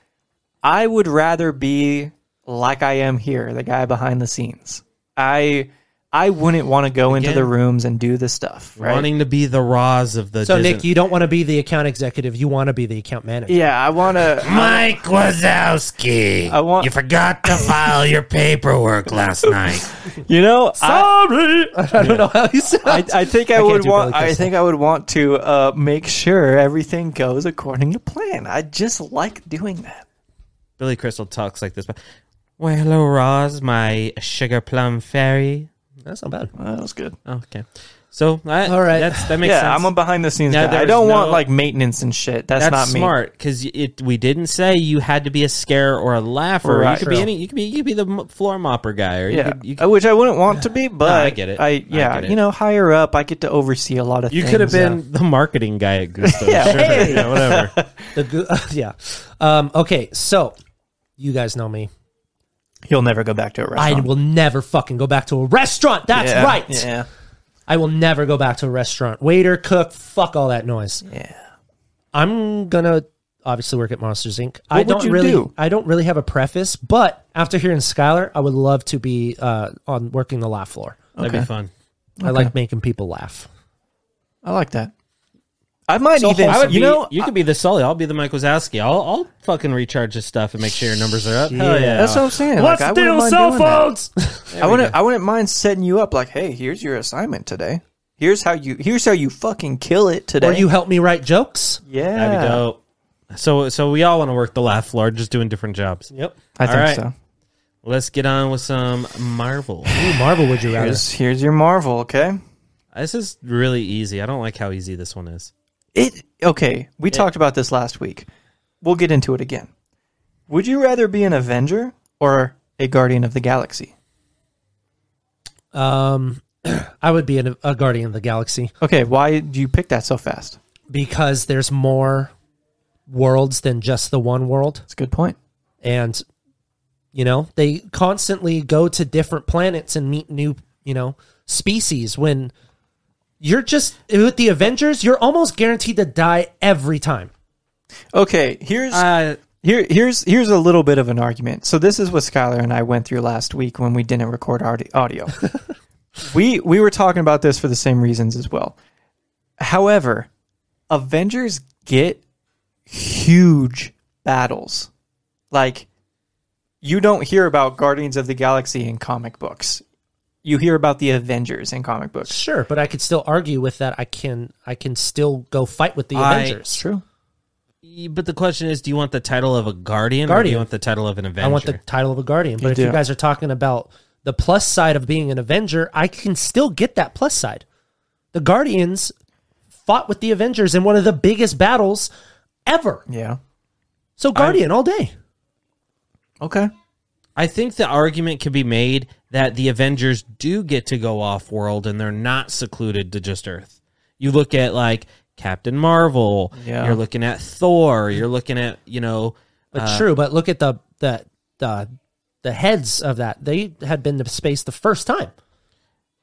Speaker 4: I would rather be like I am here, the guy behind the scenes. I I wouldn't want to go into
Speaker 2: Again.
Speaker 4: the rooms and do this stuff. Right?
Speaker 2: wanting to be the Raws of the.
Speaker 3: So
Speaker 2: Disney-
Speaker 3: Nick, you don't want to be the account executive. You want to be the account manager.
Speaker 4: Yeah, I want to.
Speaker 8: Mike Wazowski,
Speaker 4: I want-
Speaker 8: you forgot to file your paperwork last night.
Speaker 4: You know, I,
Speaker 3: I don't know how you sound.
Speaker 4: I, I think I,
Speaker 3: can't
Speaker 4: would
Speaker 3: do
Speaker 4: want.
Speaker 3: Billy
Speaker 4: I
Speaker 3: Crystal.
Speaker 4: think I would want to uh, make sure everything goes according to plan. I just like doing that.
Speaker 2: Billy Crystal talks like this. But, well, hello, Roz, my sugar plum fairy.
Speaker 3: That's not bad.
Speaker 4: Well, that was good.
Speaker 2: Oh, okay, so uh, I, all
Speaker 3: All
Speaker 2: right,
Speaker 3: right.
Speaker 2: that's, that makes
Speaker 4: yeah,
Speaker 2: sense.
Speaker 4: I'm a behind the scenes
Speaker 2: Now,
Speaker 4: guy. I
Speaker 2: there's
Speaker 4: don't
Speaker 2: no-
Speaker 4: want like maintenance and shit. That's,
Speaker 2: That's
Speaker 4: not
Speaker 2: smart because it. We didn't say you had to be a scare or a laugher.
Speaker 4: Right.
Speaker 2: You could be
Speaker 4: True.
Speaker 2: any. You could be. You could be the m- floor mopper guy, or
Speaker 4: me.
Speaker 2: you
Speaker 4: Yeah,
Speaker 2: could, you
Speaker 4: Uh,
Speaker 2: could,
Speaker 4: which I wouldn't want to be, but
Speaker 2: I get it. I
Speaker 4: I yeah,
Speaker 2: get it.
Speaker 4: you know, higher up, I get to oversee a lot of.
Speaker 2: you
Speaker 4: things.
Speaker 2: could have been the marketing guy at Gusto.
Speaker 4: Yeah.
Speaker 2: sure. yeah, whatever.
Speaker 3: The goo- yeah. Um, okay, so you guys know me.
Speaker 4: You'll never go back to a
Speaker 3: I
Speaker 4: restaurant.
Speaker 2: Uh-huh.
Speaker 3: will never fucking go back to a restaurant. That's
Speaker 4: Yeah,
Speaker 3: right.
Speaker 4: Yeah.
Speaker 3: I will never go back to a restaurant. Waiter, cook, fuck all that noise.
Speaker 4: Yeah.
Speaker 3: I'm gonna obviously work at Monsters Inc. I
Speaker 4: would
Speaker 3: don't
Speaker 4: you
Speaker 3: really,
Speaker 4: do?
Speaker 3: I don't really have a preface, but after hearing Skylar, I would love to be uh, on working the laugh floor.
Speaker 2: That'd be fun.
Speaker 3: I like making people laugh.
Speaker 4: I like that. I might even.
Speaker 2: I would
Speaker 4: you
Speaker 2: be,
Speaker 4: know,
Speaker 2: you could be the Sully. I'll be the Mike Wazowski. I'll, I'll fucking recharge this stuff and make sure your numbers are up. Hell yeah.
Speaker 4: that's what I'm saying. Like, I wouldn't mind doing that. I wouldn't. I wouldn't mind setting you up. Like, hey, here's your assignment today. Here's how you. Here's how you fucking kill it today.
Speaker 3: Or you help me write jokes.
Speaker 4: yeah.
Speaker 2: That'd be dope. So, so we all want to work the laugh floor, just doing different jobs.
Speaker 3: Yep.
Speaker 4: I think
Speaker 2: Alright.
Speaker 4: so.
Speaker 2: Let's get on with some Marvel.
Speaker 3: Ooh, Marvel, would you rather?
Speaker 4: Here's here's your Marvel. Okay.
Speaker 2: this is really easy. I don't like how easy this one is.
Speaker 4: It okay. We talked about this last week. We'll get into it again. Would you rather be an Avenger or a Guardian of the Galaxy?
Speaker 3: Um, I would be an, a Guardian of the Galaxy
Speaker 4: Okay, why do you pick that so fast?
Speaker 3: because there's more worlds than just the one world.
Speaker 4: That's a good point.
Speaker 3: and you know they constantly go to different planets and meet new you know species when you're just with the avengers you're almost guaranteed to die every time
Speaker 4: Okay, here's
Speaker 2: Uh,
Speaker 4: Here, here's here's a little bit of an argument. So this is what Skylar and I went through last week when we didn't record audi- audio. we we were talking about this for the same reasons as well. However, Avengers get huge battles. Like you don't hear about Guardians of the Galaxy in comic books. You hear about the Avengers in comic books.
Speaker 3: sure but i could still argue with that i can i can still go fight with the
Speaker 2: I-
Speaker 3: avengers
Speaker 4: true.
Speaker 2: but the question is, do you want the title of a guardian, or do you
Speaker 3: Guardian.
Speaker 2: want the title of an Avenger?
Speaker 3: i want the title of a guardian but if
Speaker 4: do.
Speaker 3: you guys are talking about the plus side of being an avenger i can still get that plus side the guardians fought with the avengers in one of the biggest battles ever
Speaker 4: Yeah.
Speaker 3: so guardian all day
Speaker 4: Okay.
Speaker 2: I think the argument could be made that the Avengers do get to go off world and they're not secluded to just Earth. You look at like Captain Marvel,
Speaker 4: Yeah.
Speaker 2: you're looking at Thor, you're looking at, you know,
Speaker 3: But
Speaker 2: Uh,
Speaker 3: true, but look at the the the the heads of that. They had been to space the first time.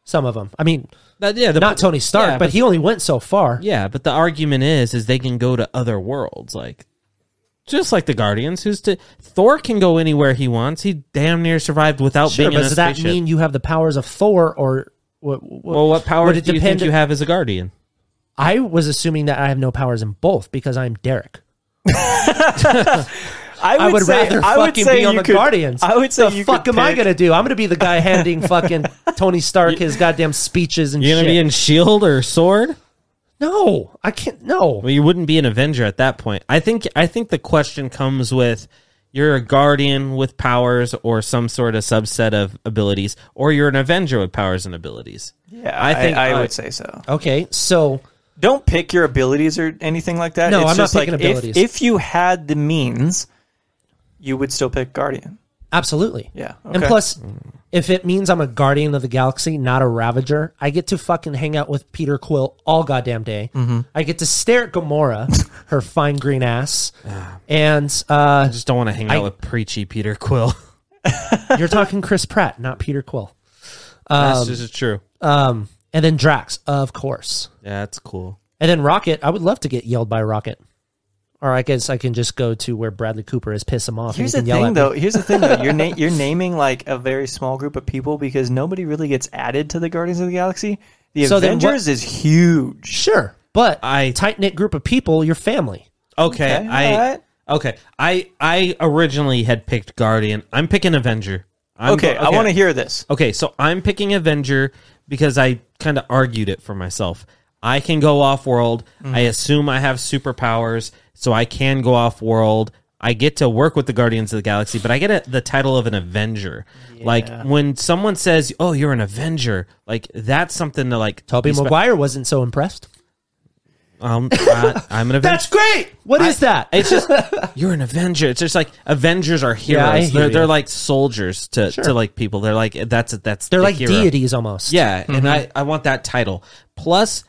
Speaker 3: Some of them. I mean,
Speaker 2: that- yeah, the,
Speaker 3: not Tony Stark,
Speaker 2: yeah,
Speaker 3: but, he only went so far.
Speaker 2: yeah, but the argument is is they can go to other worlds like just like the Guardians, who's to Thor can go anywhere he wants. He damn near survived without
Speaker 3: sure,
Speaker 2: being in
Speaker 3: but
Speaker 2: a
Speaker 3: does that
Speaker 2: spaceship.
Speaker 3: mean you have the powers of Thor or what? what
Speaker 2: well, what power
Speaker 3: would
Speaker 2: do
Speaker 3: it
Speaker 2: you think
Speaker 3: depend-
Speaker 2: you have as a Guardian?
Speaker 3: I was assuming that I have no powers in both because I'm Derek.
Speaker 4: I would,
Speaker 3: I would
Speaker 4: say,
Speaker 3: rather
Speaker 4: I would
Speaker 3: fucking
Speaker 4: say
Speaker 3: be on
Speaker 4: you
Speaker 3: the
Speaker 4: could-
Speaker 3: Guardians.
Speaker 4: I would say
Speaker 3: the
Speaker 4: you
Speaker 3: fuck
Speaker 4: could
Speaker 3: am I
Speaker 4: pick-
Speaker 3: gonna do? I'm gonna be the guy handing fucking Tony Stark his goddamn speeches and
Speaker 2: You're
Speaker 3: shit.
Speaker 2: gonna be in Shield E or Sword?
Speaker 3: no, I can't. No,
Speaker 2: Well, you wouldn't be an Avenger at that point. I think I think the question comes with you're a guardian with powers or some sort of subset of abilities, or you're an Avenger with powers and abilities.
Speaker 4: Yeah, I think I, would say so.
Speaker 3: okay, so
Speaker 4: Don't pick your abilities or anything like that.
Speaker 3: No,
Speaker 4: It's
Speaker 3: I'm not
Speaker 4: just like,
Speaker 3: picking
Speaker 4: if-
Speaker 3: abilities.
Speaker 4: If, you had the means, you would still pick Guardian.
Speaker 3: Absolutely.
Speaker 4: Yeah,
Speaker 3: And
Speaker 4: okay.
Speaker 3: plus, if it means I'm a guardian of the galaxy, not a ravager, I get to fucking hang out with Peter Quill all goddamn day.
Speaker 4: Mm-hmm.
Speaker 3: I get to stare at Gamora, her fine green ass. and uh,
Speaker 2: I just don't want to hang out
Speaker 3: I-
Speaker 2: with preachy Peter Quill.
Speaker 3: you're talking Chris Pratt, not Peter Quill.
Speaker 2: That's just true.
Speaker 3: Um, and then Drax, of course.
Speaker 2: Yeah, that's cool.
Speaker 3: And then Rocket, I would love to get yelled by Rocket. Or I guess I can just go to where Bradley Cooper is piss him off.
Speaker 4: Here's the
Speaker 3: and he can yell
Speaker 4: thing,
Speaker 3: at me.
Speaker 4: though. Here's the thing, though. You're na- you're naming like a very small group of people because nobody really gets added to the Guardians of the Galaxy. The
Speaker 3: So then what-
Speaker 4: Avengers is huge.
Speaker 3: Sure, but
Speaker 2: I-
Speaker 3: I tight knit group of people, your family.
Speaker 2: Okay,
Speaker 4: Okay,
Speaker 2: I
Speaker 4: alright.
Speaker 2: okay. I I originally had picked Guardian. I'm picking Avenger. I'm
Speaker 4: Okay,
Speaker 2: go-
Speaker 4: I want to hear this.
Speaker 2: Okay, so I'm picking Avenger because I kind of argued it for myself. I can go off world. I assume I have superpowers, so I can go off world. I get to work with the Guardians of the Galaxy, but I get a, the title of an Avenger. Like when someone says, "Oh, you're an Avenger," like that's something to like.
Speaker 3: Toby
Speaker 2: be spe-
Speaker 3: Maguire wasn't so impressed.
Speaker 2: Um, I, I'm an Avenger.
Speaker 3: great. What is that?
Speaker 2: It's just you're an Avenger. It's just like Avengers are heroes.
Speaker 3: I hear
Speaker 2: they're
Speaker 3: you.
Speaker 2: they're like soldiers to, to like people. They're like that's that's
Speaker 3: They're
Speaker 2: the
Speaker 3: like
Speaker 2: hero.
Speaker 3: deities almost.
Speaker 2: Yeah, and I
Speaker 4: Mm-hmm.
Speaker 2: I want that title. Plus,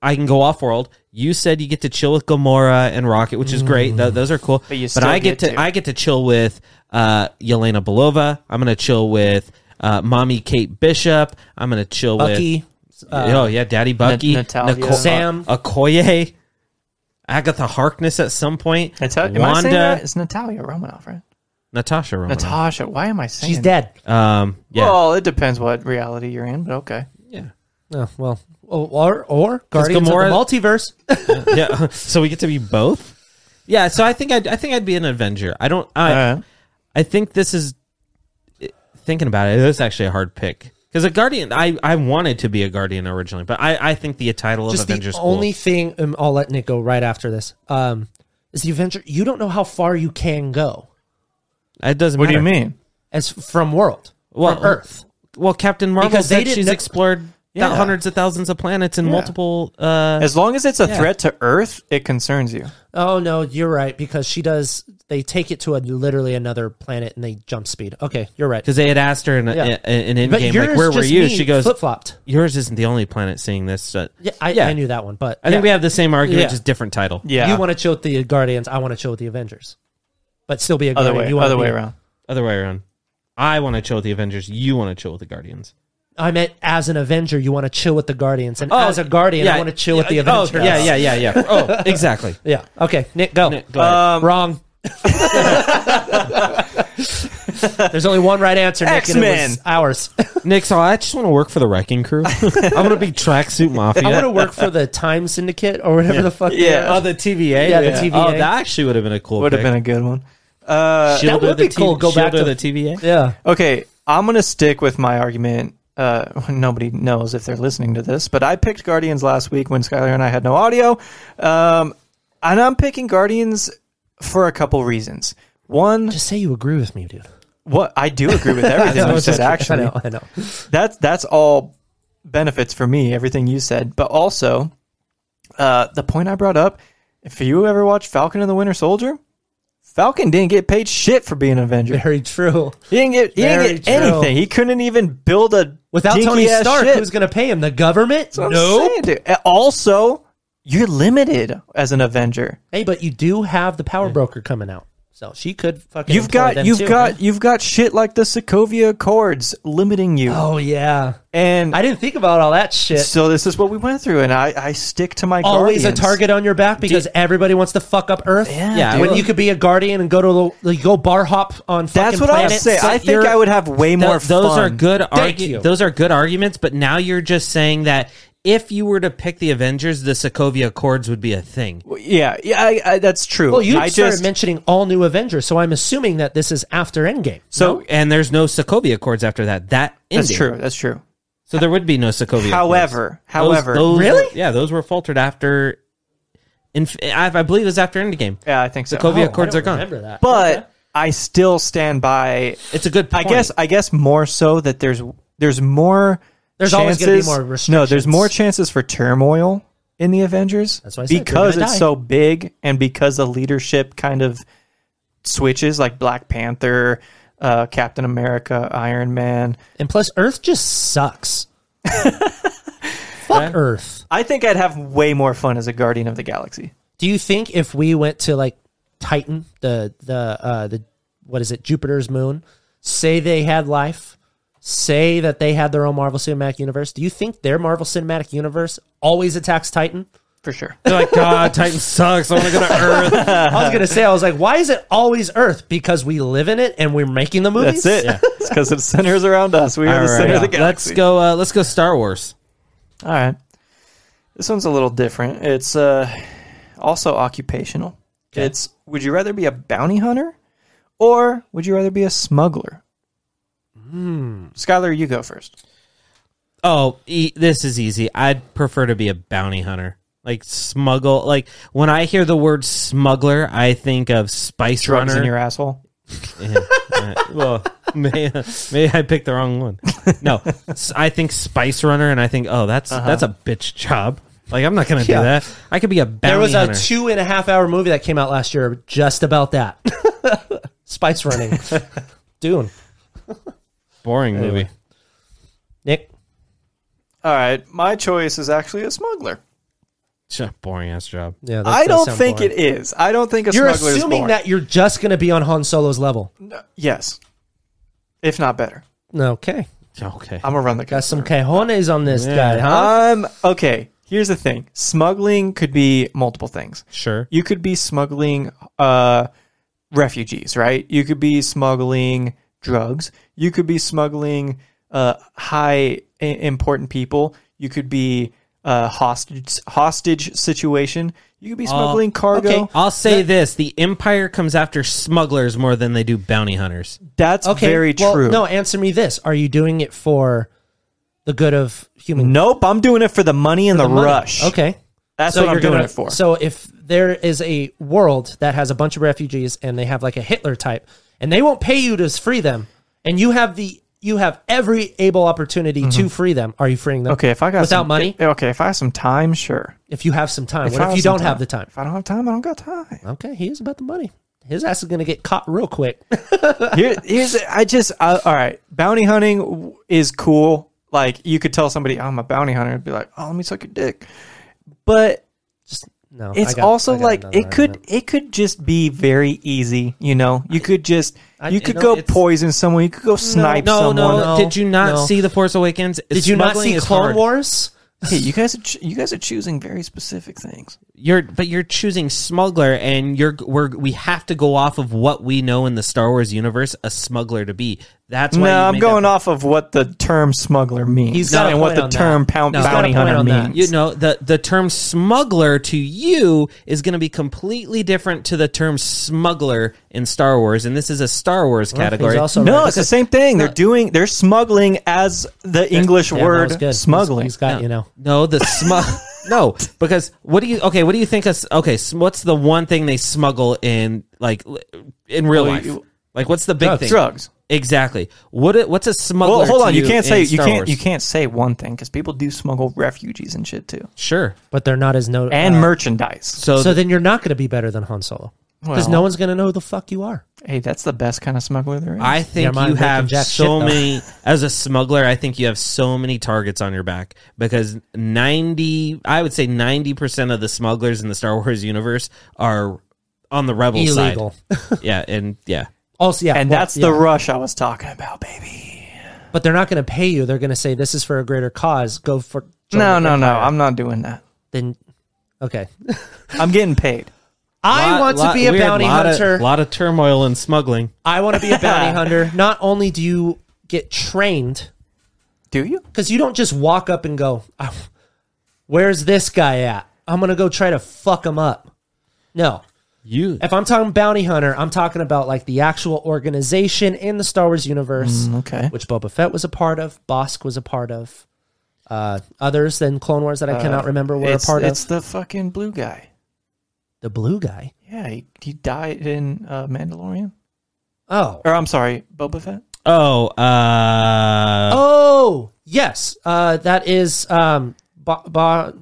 Speaker 2: I can go off world. You said you get to chill with Gamora and Rocket, which is great. Th- those are cool.
Speaker 4: But you still
Speaker 2: I get,
Speaker 4: get
Speaker 2: to,
Speaker 4: to.
Speaker 2: I get to chill with uh, Yelena Belova. I'm gonna chill with uh, mommy Kate Bishop. I'm gonna chill with
Speaker 3: Bucky.
Speaker 2: oh
Speaker 4: uh,
Speaker 2: yeah, Daddy Bucky,
Speaker 4: Natalia.
Speaker 3: Sam.
Speaker 2: uh, Okoye, Agatha Harkness at some point.
Speaker 4: Nata- am I saying that? It's Natalia Romanoff, right?
Speaker 2: Natasha Romanoff.
Speaker 4: Natasha. Why am I saying?
Speaker 3: She's dead.
Speaker 2: um, yeah,
Speaker 4: Well, it depends what reality you're in, but okay.
Speaker 2: yeah,
Speaker 3: Oh, well, or or Guardians
Speaker 2: Gamora-
Speaker 3: of the multiverse.
Speaker 2: yeah. so we get to be both. Yeah, so I think I'd, I think I'd be an Avenger. I don't.
Speaker 3: Uh,
Speaker 2: I,
Speaker 4: All right.
Speaker 2: I think this is thinking about it. It is actually a hard pick because a guardian. I, I wanted to be a guardian originally, but I, I think the title
Speaker 3: Just
Speaker 2: of Avengers
Speaker 3: the
Speaker 2: cool.
Speaker 3: only thing um, I'll let Nick go right after this. Um, is the Avenger? You don't know how far you can go
Speaker 2: it doesn't.
Speaker 4: What do you
Speaker 2: matter.
Speaker 4: mean?
Speaker 3: as from world,
Speaker 2: Well,
Speaker 3: from Earth.
Speaker 2: Well, Captain Marvel
Speaker 3: Because they
Speaker 2: said
Speaker 3: didn't
Speaker 2: she's
Speaker 3: know-
Speaker 2: explored
Speaker 4: Yeah.
Speaker 2: thou- hundreds of thousands of planets and multiple. Uh,
Speaker 4: As long as it's a threat to Earth, it concerns you.
Speaker 3: Oh no, you're right because she does. They take it to a literally another planet and they jump speed. Okay, you're right.
Speaker 2: because they had asked her in, a,
Speaker 3: Yeah.
Speaker 2: in, in
Speaker 3: But
Speaker 2: Endgame,
Speaker 3: yours
Speaker 2: like, where were
Speaker 3: just
Speaker 2: you?
Speaker 3: mean
Speaker 2: She goes,
Speaker 3: flip flopped.
Speaker 2: yours isn't the only planet seeing this. uh,
Speaker 3: Yeah, I,
Speaker 2: Yeah.
Speaker 3: I knew that one, but
Speaker 2: I think we have the same argument,
Speaker 3: Yeah.
Speaker 2: just different title.
Speaker 4: Yeah.
Speaker 3: You want to chill with the Guardians. I want to chill with the Avengers, but still be a
Speaker 4: other
Speaker 3: Guardian.
Speaker 4: way,
Speaker 3: you wanna
Speaker 4: other way
Speaker 3: be-
Speaker 4: around.
Speaker 2: Other way around. I want to chill with the Avengers. You want to chill with the Guardians.
Speaker 3: I meant as an Avenger, you want to chill with the Guardians, and as a Guardian, I want to chill with the
Speaker 2: Oh, yeah,
Speaker 3: Avengers.
Speaker 2: Oh, yeah, yeah, yeah, yeah. Oh, exactly.
Speaker 3: yeah. Okay, Nick, go.
Speaker 2: Nick, go ahead.
Speaker 3: Wrong. There's only one right answer, Nick, and it
Speaker 4: X-Men.
Speaker 3: was ours.
Speaker 2: Nick, so I just want to work for the wrecking crew. I want to be tracksuit mafia.
Speaker 3: I want to work for the Time Syndicate or whatever the fuck. they
Speaker 4: Yeah.
Speaker 3: are.
Speaker 2: Oh, the TVA.
Speaker 3: Yeah, the TVA.
Speaker 2: Oh, that actually would have been a cool.
Speaker 4: Would have
Speaker 2: pick.
Speaker 4: been a good one. Uh,
Speaker 2: Shield
Speaker 3: That
Speaker 2: or
Speaker 3: would
Speaker 2: the
Speaker 3: be cool. Go
Speaker 2: Shield
Speaker 3: back
Speaker 2: or
Speaker 3: to-
Speaker 2: the TVA.
Speaker 3: yeah.
Speaker 4: Okay, I'm gonna stick with my argument. Uh, nobody knows if they're listening to this, but I picked Guardians last week when Skylar and I had no audio, um, and I'm picking Guardians for a couple reasons. One,
Speaker 3: Just say you agree with me, dude.
Speaker 4: what I do agree with everything you said.
Speaker 3: I
Speaker 4: Actually,
Speaker 3: know. I know.
Speaker 4: that's that's all benefits for me. Everything you said, but also uh, the point I brought up. If you ever watched Falcon and the Winter Soldier, Falcon didn't get paid shit for being an Avenger.
Speaker 3: Very true.
Speaker 4: He didn't get, he
Speaker 3: Very
Speaker 4: didn't get
Speaker 3: true.
Speaker 4: anything. He couldn't even build a
Speaker 3: Without
Speaker 4: dinky
Speaker 3: Tony
Speaker 4: ass
Speaker 3: Stark,
Speaker 4: Shit.
Speaker 3: who's going to pay him? The government?
Speaker 4: That's what I'm
Speaker 3: No.
Speaker 4: saying, dude. And Also, you're limited as an Avenger.
Speaker 3: Hey, but you do have the power broker coming out, so she could fucking.
Speaker 4: You've
Speaker 3: employ
Speaker 4: got
Speaker 3: them
Speaker 4: you've
Speaker 3: too.
Speaker 4: got you've got shit like the Sokovia Accords limiting you.
Speaker 3: Oh yeah,
Speaker 4: and
Speaker 3: I didn't think about all that shit.
Speaker 4: so this is what we went through, and I, I stick to my
Speaker 3: Always
Speaker 4: Guardians.
Speaker 3: a target on your back because everybody wants to fuck up Earth.
Speaker 4: Yeah,
Speaker 2: dude.
Speaker 3: when you could be a guardian and go to the, like, go bar hop on. fucking
Speaker 4: That's what I would
Speaker 3: planets
Speaker 4: say. I
Speaker 3: that
Speaker 4: think
Speaker 3: you're-
Speaker 4: I would have way
Speaker 2: Th-
Speaker 4: more fun.
Speaker 2: those are good
Speaker 3: Thank you.
Speaker 2: arguments. Those are good arguments, but now you're just saying that if you were to pick the Avengers, the Sokovia Accords would be a thing.
Speaker 4: Yeah, yeah, I, I, that's true.
Speaker 3: Well, you
Speaker 4: I
Speaker 3: started
Speaker 4: just
Speaker 3: mentioning all new Avengers, so I'm assuming that this is after Endgame.
Speaker 2: So, and there's no Sokovia Accords after that. That ended.
Speaker 4: that's true. That's true.
Speaker 2: So there would be no Sokovia.
Speaker 4: However,
Speaker 2: Accords. Those-
Speaker 4: however,
Speaker 2: those-
Speaker 3: Really?
Speaker 2: yeah, those were faltered after. Inf- I, I believe it was after Endgame.
Speaker 4: yeah, I think so.
Speaker 2: Sokovia
Speaker 3: Oh, I
Speaker 2: Accords
Speaker 3: don't
Speaker 2: are gone.
Speaker 3: Remember that?
Speaker 4: but I still stand by
Speaker 2: It's a good.
Speaker 4: I
Speaker 2: Point.
Speaker 4: guess I guess more so that there's there's more
Speaker 3: There's always
Speaker 4: chances,
Speaker 3: gonna be more
Speaker 4: No, there's
Speaker 3: restrictions.
Speaker 4: more chances for turmoil in the Avengers.
Speaker 3: That's why I said they're
Speaker 4: because
Speaker 3: gonna
Speaker 4: it's
Speaker 3: die.
Speaker 4: so big and because the leadership kind of switches like Black Panther, uh, Captain America, Iron Man.
Speaker 3: and plus, Earth just sucks. fuck Earth.
Speaker 4: I think I'd have way more fun as a Guardian of the Galaxy.
Speaker 3: Do you think if we went to like Titan, the the uh, the what is it, Jupiter's moon? Say they had life. Say that they had their own Marvel Cinematic Universe. Do you think their Marvel Cinematic Universe always attacks Titan?
Speaker 4: for sure.
Speaker 2: They're like, God, Titan sucks. I want to go to Earth.
Speaker 3: I was gonna say, I was like, why is it always Earth? Because we live in it and we're making the movies.
Speaker 4: That's it. it's because it centers around us. We are the
Speaker 2: All right.
Speaker 4: center of the galaxy.
Speaker 2: Let's go. Uh, let's go. Star Wars.
Speaker 4: All right. This one's a little different. It's uh, also occupational. It's would you rather be a bounty hunter or would you rather be a smuggler? Hmm. Skylar, you go first.
Speaker 2: Oh, e- this is easy. I'd prefer to be a bounty hunter. Like smuggle. Like when I hear the word smuggler, I think of spice
Speaker 4: Drugs
Speaker 2: runner.
Speaker 4: in your asshole.
Speaker 2: Yeah, uh, well, may, maybe I picked the wrong one. No, s- I think Spice Runner, and I think, oh, that's that's a bitch job. Like I'm not gonna
Speaker 3: Uh-huh. Yeah.
Speaker 2: do that. I could be a bounty
Speaker 3: There was a
Speaker 2: hunter.
Speaker 3: two and a half hour movie that came out last year just about that. Spice running. Dune.
Speaker 2: boring movie.
Speaker 3: Nick.
Speaker 4: All right. My choice is actually a smuggler.
Speaker 2: Ch- boring ass job.
Speaker 3: Yeah, that does
Speaker 4: I don't
Speaker 3: sound
Speaker 4: think
Speaker 3: boring.
Speaker 4: it is. I don't think a
Speaker 3: You're
Speaker 4: smuggler is
Speaker 3: assuming
Speaker 4: boring.
Speaker 3: that you're just gonna be on Han Solo's level.
Speaker 4: No, yes. If not better.
Speaker 3: Okay.
Speaker 2: Okay.
Speaker 4: I'm going to run the
Speaker 3: Got some cajones on this guy, huh?
Speaker 4: Um, okay. Here's the thing. Smuggling could be multiple things.
Speaker 2: Sure.
Speaker 4: you could be smuggling uh, refugees, right? You could be smuggling drugs. You could be smuggling uh, high i- important people. You could be uh, hostage hostage situation. You could be smuggling cargo.
Speaker 3: Uh, okay. Uh,
Speaker 2: I'll say this: the Empire comes after smugglers more than they do bounty hunters.
Speaker 4: That's
Speaker 3: Okay.
Speaker 4: very
Speaker 3: well,
Speaker 4: true.
Speaker 3: No, answer me this. Are you doing it for the good of human
Speaker 4: Nope, I'm doing it for the money and the,
Speaker 3: money?
Speaker 4: rush.
Speaker 3: Okay.
Speaker 4: That's
Speaker 3: So
Speaker 4: what I'm
Speaker 3: you're
Speaker 4: doing
Speaker 3: gonna-
Speaker 4: it for.
Speaker 3: So if there is a world that has a bunch of refugees and they have like a Hitler type, and they won't pay you to free them, and you have the you have every able opportunity to free them. Are you freeing them?
Speaker 4: Mm-hmm. okay, if I got
Speaker 3: without
Speaker 4: some, eh,
Speaker 3: money,
Speaker 4: okay, if I have some time, sure.
Speaker 3: if you have some time.
Speaker 4: If I
Speaker 3: what if
Speaker 4: have
Speaker 3: you
Speaker 4: some
Speaker 3: don't have the time?
Speaker 4: If I don't have time, I don't got time.
Speaker 3: Okay, he is about the money. His ass is gonna get caught real quick.
Speaker 4: Here, here's I just I, all right. Bounty hunting w- is cool. Like you could tell somebody "Oh, I'm a bounty hunter and be like, oh, let me suck your dick. But
Speaker 3: Just no. I
Speaker 4: it's
Speaker 3: got-
Speaker 4: also
Speaker 3: I got
Speaker 4: like
Speaker 3: another
Speaker 4: it could
Speaker 3: argument.
Speaker 4: it could just be very easy. You know, you could just
Speaker 3: I-
Speaker 4: you
Speaker 3: you
Speaker 4: could
Speaker 3: know,
Speaker 4: go
Speaker 3: it's-
Speaker 4: poison someone. You could go snipe
Speaker 2: no,
Speaker 4: someone.
Speaker 2: no,
Speaker 3: No,
Speaker 2: Did you not
Speaker 3: Um, no.
Speaker 2: see the Force Awakens?
Speaker 3: Did you not
Speaker 2: Smuggling
Speaker 3: see
Speaker 2: is
Speaker 3: Clone
Speaker 2: hard.
Speaker 3: Wars?
Speaker 4: Hey, you guys, are ch- you guys are choosing very specific things.
Speaker 2: You're, but you're choosing smuggler, and you're we're we have to go off of what we know in the Star Wars universe a smuggler to be. That's why
Speaker 4: No,
Speaker 2: you
Speaker 4: I'm
Speaker 2: made
Speaker 4: going
Speaker 2: that-
Speaker 4: off of what the term smuggler means,
Speaker 3: He's got a
Speaker 4: and what
Speaker 3: point
Speaker 4: the
Speaker 3: on that.
Speaker 4: term pound
Speaker 3: He's got a
Speaker 4: bounty
Speaker 3: point
Speaker 4: hunter
Speaker 3: on that.
Speaker 4: means.
Speaker 2: You know the the term smuggler to you is going to be completely different to the term smuggler in Star Wars, and this is a Star Wars category.
Speaker 3: He's also
Speaker 4: No,
Speaker 3: right.
Speaker 4: it's the same thing. They're doing they're smuggling as the English
Speaker 3: Yeah, that was good.
Speaker 4: word
Speaker 3: He's-
Speaker 4: smuggling.
Speaker 3: He's got you know.
Speaker 2: no, the smug. no, because what do you? Okay, what do you think? Of, okay, s- what's the one thing they smuggle in like l- in real
Speaker 4: Well,
Speaker 2: life?
Speaker 4: you-
Speaker 2: like what's the big
Speaker 4: Drugs.
Speaker 2: thing?
Speaker 4: Drugs.
Speaker 2: Exactly. What? it- What's a smuggler?
Speaker 4: Well, hold on.
Speaker 2: to
Speaker 4: You can't say
Speaker 2: in
Speaker 4: you
Speaker 2: Star
Speaker 4: can't
Speaker 2: Wars?
Speaker 4: you can't say one thing because people do smuggle refugees and shit too,
Speaker 2: Sure.
Speaker 3: But they're not as no
Speaker 4: and
Speaker 3: uh,
Speaker 4: merchandise.
Speaker 2: So,
Speaker 3: So then you're not going to be better than Han Solo because
Speaker 4: Well-
Speaker 3: no one's going to know who the fuck you are.
Speaker 4: Hey, that's the best kind of smuggler there is.
Speaker 2: I think
Speaker 3: mind
Speaker 2: you
Speaker 3: making
Speaker 2: have
Speaker 3: jack shit,
Speaker 2: so
Speaker 3: though.
Speaker 2: many as a smuggler. I think you have so many targets on your back because ninety, I would say ninety percent of the smugglers in the Star Wars universe are on the rebel
Speaker 3: Illegal.
Speaker 2: side. yeah, and yeah,
Speaker 3: Also, yeah,
Speaker 4: and
Speaker 3: well,
Speaker 4: that's
Speaker 3: yeah.
Speaker 4: the rush I was talking about, baby.
Speaker 3: But they're not going to pay you. They're going to say this is for a greater cause. Go for join
Speaker 4: No,
Speaker 3: the
Speaker 4: no, no.
Speaker 3: Empire."
Speaker 4: I'm not doing that.
Speaker 3: then okay.
Speaker 4: I'm getting paid.
Speaker 3: I
Speaker 2: Lot-
Speaker 3: want
Speaker 2: lot-
Speaker 3: to be a
Speaker 2: weird,
Speaker 3: bounty
Speaker 2: lot of-
Speaker 3: hunter.
Speaker 2: lot of turmoil in smuggling.
Speaker 3: I want to be a bounty hunter. Not only do you get trained
Speaker 4: Do you?
Speaker 3: because you don't just walk up and go, "Oh, "Where's this guy at? I'm going to go try to fuck him up." No,
Speaker 2: You
Speaker 3: If I'm talking bounty hunter, I'm talking about like the actual organization in the Star Wars universe,
Speaker 4: Mm, Okay.
Speaker 3: which Boba Fett was a part of, Bosk was a part of, uh, others than Clone Wars that I cannot remember were a
Speaker 4: Uh, It's,
Speaker 3: part
Speaker 4: it's
Speaker 3: of.
Speaker 4: the fucking blue guy.
Speaker 3: The blue guy.
Speaker 4: Yeah, he, he died in uh, Mandalorian.
Speaker 3: Oh,
Speaker 4: Or I'm sorry, Boba Fett.
Speaker 2: oh uh
Speaker 3: oh yes, uh, that is um, ba- ba-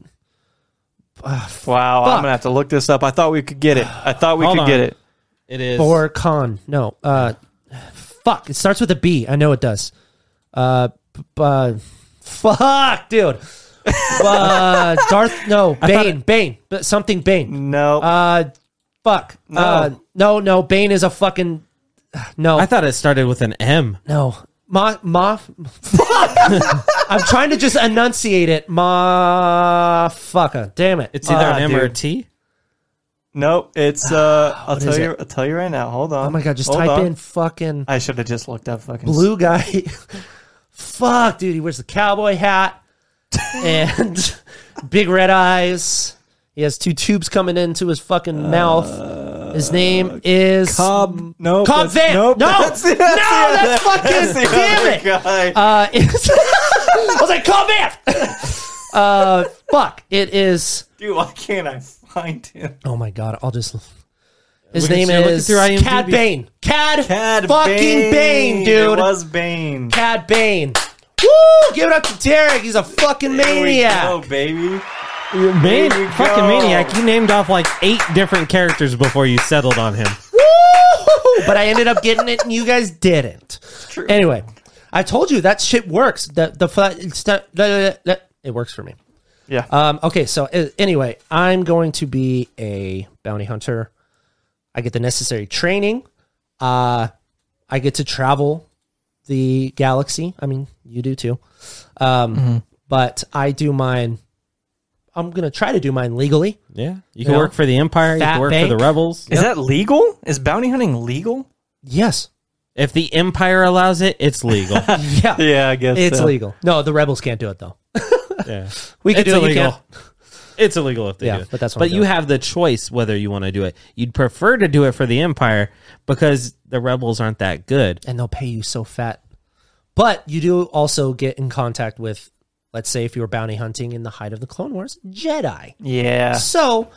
Speaker 4: Wow,
Speaker 3: Fuck.
Speaker 4: I'm gonna have to look this up. I thought we could get it. I thought we
Speaker 2: Hold
Speaker 4: could
Speaker 2: on.
Speaker 4: get it.
Speaker 2: it is
Speaker 3: Bor Khan. No, uh, fuck. It starts with a B. I know it does. Uh, b- uh, fuck, dude. uh, Darth. No, Bane. Bane. But something Bane.
Speaker 4: No,
Speaker 3: Uh, fuck. No. Uh, no, no. Bane is a fucking. No,
Speaker 2: I thought it started with an M.
Speaker 3: no. Ma, ma, I'm trying to just enunciate it. Ma, fucker. Damn it.
Speaker 2: It's either
Speaker 4: Ah,
Speaker 2: an M or a
Speaker 4: dude.
Speaker 2: T.
Speaker 4: Nope, it's uh. I'll
Speaker 3: What
Speaker 4: tell
Speaker 3: is
Speaker 4: you. I'll tell you right now. Hold on.
Speaker 3: oh my God. Just
Speaker 4: Hold
Speaker 3: type
Speaker 4: on.
Speaker 3: in fucking
Speaker 4: I should have just looked up fucking
Speaker 3: blue guy. Fuck, dude. He wears the cowboy hat and big red eyes. He has two tubes coming into his fucking mouth. His name is
Speaker 4: Cobb. No.
Speaker 3: Cobb
Speaker 4: that's-
Speaker 3: Van.
Speaker 4: Nope.
Speaker 3: no,
Speaker 4: That's,
Speaker 3: no,
Speaker 4: the- that's the
Speaker 3: that's
Speaker 4: other-
Speaker 3: fucking
Speaker 4: that's the
Speaker 3: damn
Speaker 4: other
Speaker 3: it.
Speaker 4: guy.
Speaker 3: Uh, it's- I was like, Cobb Van. uh, fuck. It is.
Speaker 4: Dude, why can't I find him?
Speaker 3: Oh my god! I'll just. His
Speaker 2: Look at
Speaker 3: name
Speaker 2: you, look
Speaker 3: is
Speaker 2: at your IMDb.
Speaker 3: Cad Bane. Cad, fucking Bane, dude.
Speaker 4: It was Bane.
Speaker 3: Cad Bane. Woo! Give it up to Derek. He's a fucking
Speaker 4: Oh
Speaker 3: maniac.
Speaker 4: baby.
Speaker 2: Man,
Speaker 4: Here we
Speaker 2: fucking
Speaker 4: go.
Speaker 2: maniac! You named off like eight different characters before you settled on him.
Speaker 3: Woo! But I ended up getting it, and you guys didn't. Anyway, I told you that shit works. The the fla- it's not, blah, blah, blah, blah. it works for me.
Speaker 4: Yeah.
Speaker 3: Um, okay, so uh, anyway, I'm going to be a bounty hunter. I get the necessary training. Uh, I get to travel the galaxy. I mean, you do too. Um,
Speaker 4: Mm-hmm.
Speaker 3: But I do mine. I'm gonna try to do mine legally.
Speaker 2: Yeah, you
Speaker 3: You
Speaker 2: can
Speaker 3: know?
Speaker 2: work for the Empire. You
Speaker 3: Fat
Speaker 2: can work
Speaker 3: bank.
Speaker 2: for the rebels.
Speaker 4: Is that legal? Is bounty hunting legal?
Speaker 3: Yes.
Speaker 2: If the Empire allows it, it's legal.
Speaker 3: Yeah.
Speaker 4: Yeah, I guess
Speaker 3: It's legal. No, the rebels can't do it though.
Speaker 2: yeah.
Speaker 3: We
Speaker 2: It's
Speaker 3: can do it. You
Speaker 2: illegal.
Speaker 3: can't.
Speaker 2: It's illegal if they
Speaker 3: Yeah,
Speaker 2: do it.
Speaker 3: but that's what
Speaker 2: but
Speaker 3: I'm
Speaker 2: you
Speaker 3: doing.
Speaker 2: have the choice whether you want to do it. You'd prefer to do it for the Empire because the rebels aren't that good.
Speaker 3: and they'll pay you so fat. But you do also get in contact with, let's say, if you were bounty hunting in the height of the Clone Wars, Jedi. Ah.
Speaker 4: Yeah.
Speaker 3: So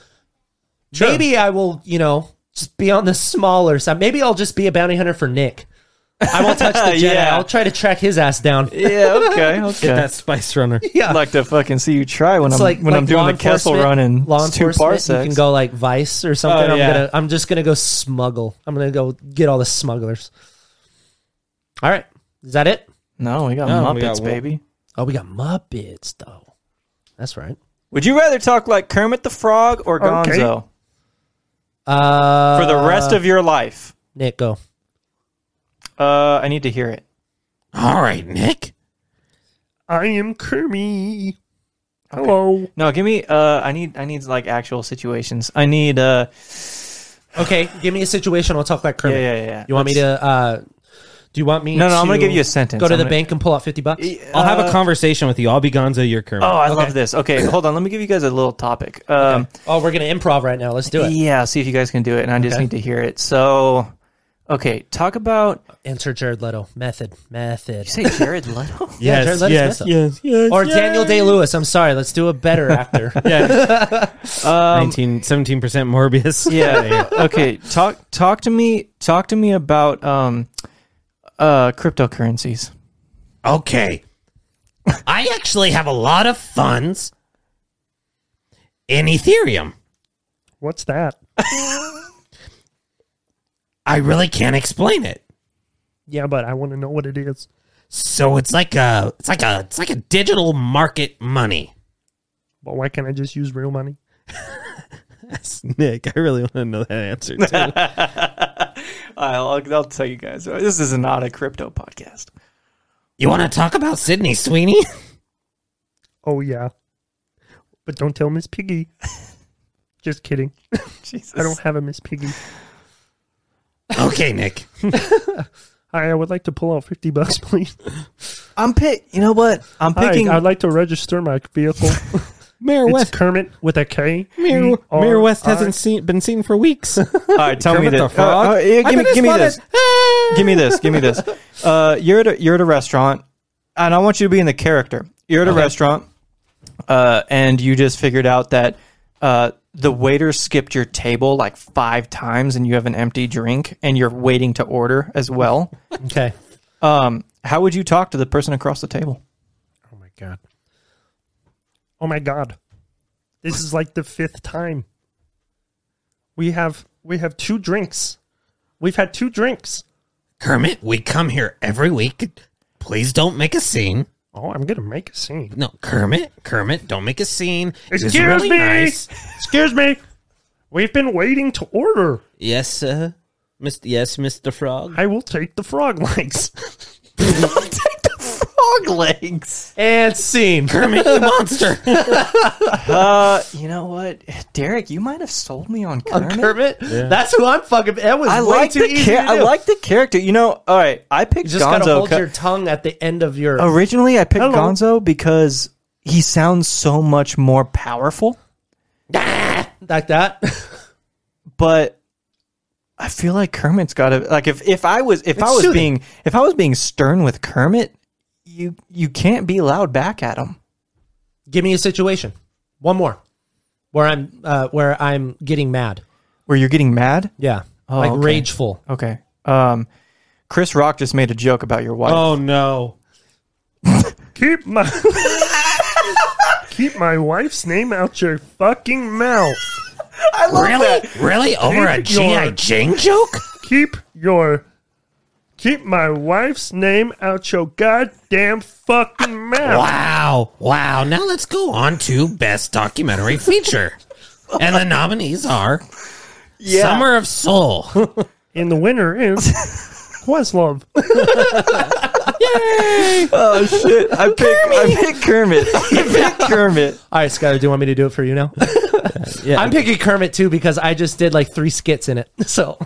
Speaker 3: maybe I will, you know, just be on the smaller side. Maybe I'll just be a bounty hunter for Nick. I won't touch the Jedi.
Speaker 4: Yeah.
Speaker 3: I'll try to track his ass down.
Speaker 4: Yeah, okay,
Speaker 2: Get
Speaker 4: okay.
Speaker 2: that Spice Runner.
Speaker 3: Yeah.
Speaker 4: I'd like to fucking see you try when
Speaker 3: It's
Speaker 4: I'm
Speaker 3: like
Speaker 4: when
Speaker 3: like
Speaker 4: I'm doing
Speaker 3: law
Speaker 4: the Kessel
Speaker 3: enforcement-
Speaker 4: run in
Speaker 3: law
Speaker 4: two
Speaker 3: enforcement.
Speaker 4: parsecs.
Speaker 3: You can go like Vice or something.
Speaker 2: Oh,
Speaker 3: I'm
Speaker 2: yeah.
Speaker 3: gonna I'm just gonna go smuggle. I'm gonna go get all the smugglers. All right, is that it?
Speaker 4: No, we got
Speaker 2: No,
Speaker 4: Muppets,
Speaker 2: we got one.
Speaker 4: baby.
Speaker 3: Oh, we got Muppets though. That's right.
Speaker 4: Would you rather talk like Kermit the Frog or Gonzo
Speaker 3: Uh,
Speaker 4: for the rest of your life?
Speaker 3: Nick, go.
Speaker 4: Uh, I need to hear it.
Speaker 8: All right, Nick.
Speaker 3: I am Kermit. Hello.
Speaker 4: No, give me. Uh, I need. I need like actual situations. I need. Uh,
Speaker 3: Okay, give me a situation. I'll talk like Kermit.
Speaker 4: Yeah, yeah, yeah.
Speaker 3: You want me to? Uh, do you want me?
Speaker 4: No, no,
Speaker 3: To
Speaker 4: I'm gonna give you a sentence.
Speaker 3: Go to
Speaker 4: I'm
Speaker 3: the
Speaker 4: gonna-
Speaker 3: bank and pull out fifty bucks.
Speaker 2: I'll have
Speaker 3: Uh,
Speaker 2: a conversation with you. I'll be Gonzo, you're Kermit.
Speaker 4: Oh, I love this. Okay, hold on. Let me give you guys a little topic. Um,
Speaker 3: Oh, we're gonna improv right now. Let's do it.
Speaker 4: Yeah, see if you guys can do it, and I just
Speaker 3: Okay.
Speaker 4: need to hear it. So, okay, talk about.
Speaker 3: Enter Jared Leto. Method. Method.
Speaker 4: Say Jared Leto.
Speaker 3: yeah, Jared Leto's
Speaker 2: yes,
Speaker 3: Method.
Speaker 2: yes, yes.
Speaker 3: Or Daniel Day Lewis. I'm sorry. Let's do a better actor.
Speaker 2: Yeah,
Speaker 4: Um,
Speaker 2: 19, 17% Morbius.
Speaker 4: yeah. Okay. Talk. Talk to me. Talk to me about um, uh, cryptocurrencies.
Speaker 8: Okay. I actually have a lot of funds in Ethereum.
Speaker 3: What's that?
Speaker 8: I really can't explain it.
Speaker 3: Yeah, but I want to know what it is.
Speaker 8: So it's like a it's like a it's like a digital market money.
Speaker 3: But why can't I just use real money?
Speaker 2: Yes, Nick, I really want to know that answer too.
Speaker 4: I'll, I'll tell you guys. This is not a crypto podcast.
Speaker 8: You want to talk about Sydney Sweeney?
Speaker 9: Oh yeah. But don't tell Miss Piggy. Just kidding.
Speaker 4: Jesus.
Speaker 9: I don't have a Miss Piggy.
Speaker 8: okay, Nick.
Speaker 9: Hi, I would like to pull out fifty bucks, please.
Speaker 4: I'm pick. You know what? I'm
Speaker 9: Hi,
Speaker 4: picking.
Speaker 9: I'd like to register my vehicle.
Speaker 2: Mayor
Speaker 9: it's
Speaker 2: West,
Speaker 9: Kermit with a K.
Speaker 2: Mayor,
Speaker 9: E-R-I.
Speaker 2: Mayor West hasn't seen, been seen for weeks.
Speaker 4: All right, tell me
Speaker 2: Kermit the
Speaker 4: this.
Speaker 2: Frog.
Speaker 4: Uh, uh, yeah,
Speaker 2: I've
Speaker 4: give, me,
Speaker 2: been
Speaker 4: give me this.
Speaker 2: spotted. Ah!
Speaker 4: give me this. Give me this. Uh, you're at a, you're at a restaurant, and I want you to be in the character. You're at a restaurant, uh, and you just figured out that uh, the waiter skipped your table like five times, and you have an empty drink, and you're waiting to order as well.
Speaker 3: Okay.
Speaker 4: Um, how would you talk to the person across the table?
Speaker 9: Oh my god. Oh my god. This is like the fifth time. We have we have two drinks. We've had two drinks.
Speaker 8: Kermit, we come here every week. Please don't make a scene.
Speaker 9: Oh, I'm gonna make a scene.
Speaker 8: No, Kermit, Kermit, don't make a scene. It was
Speaker 9: Excuse
Speaker 8: really
Speaker 9: me.
Speaker 8: nice.
Speaker 9: Excuse me. We've been waiting to order.
Speaker 2: Yes, uh, Mr. Yes, Mr. Frog.
Speaker 9: I will take the frog legs.
Speaker 4: dog legs.
Speaker 3: And scene.
Speaker 2: Kermit, you monster.
Speaker 4: Uh, you know what, Derek? You might have sold me on Kermit.
Speaker 3: Kermit. That's who I'm fucking. That was
Speaker 4: I
Speaker 3: way
Speaker 4: like
Speaker 3: too
Speaker 4: the
Speaker 3: easy.
Speaker 4: char-
Speaker 3: to
Speaker 4: I
Speaker 3: do.
Speaker 4: like the character. You know, all right. I picked
Speaker 3: You just gotta
Speaker 4: Gonzo.
Speaker 3: hold
Speaker 4: co-
Speaker 3: your tongue at the end of your.
Speaker 4: Originally, I picked
Speaker 3: Hello.
Speaker 4: Gonzo because he sounds so much more powerful.
Speaker 3: like that.
Speaker 4: But I feel like Kermit's got to like if if I was if I
Speaker 3: It's
Speaker 4: was
Speaker 3: soothing.
Speaker 4: being if I was being stern with Kermit, you you can't be loud back at him.
Speaker 3: Give me a situation. One more, where I'm uh, where I'm getting mad.
Speaker 4: Where you're getting mad.
Speaker 3: Yeah,
Speaker 4: Oh,
Speaker 3: like
Speaker 4: okay.
Speaker 3: rageful.
Speaker 4: Okay. Um, Chris Rock just made a joke about your wife.
Speaker 2: oh no.
Speaker 9: Keep my keep my wife's name out your fucking mouth.
Speaker 4: I love
Speaker 8: Really? Really? Over a
Speaker 9: Keep
Speaker 8: G.I.
Speaker 9: your-
Speaker 8: Jane joke?
Speaker 9: Keep your keep my wife's name out your goddamn fucking mouth.
Speaker 8: Wow. Wow. Now let's go on to Best Documentary Feature. And the nominees are Summer of Soul.
Speaker 9: And the winner is Questlove.
Speaker 4: Oh shit! I picked I picked Kermit. I picked Kermit.
Speaker 3: All right, Skylar, do you want me to do it for you now?
Speaker 2: Yeah.
Speaker 3: I'm picking Kermit too because I just did like three skits in it. So,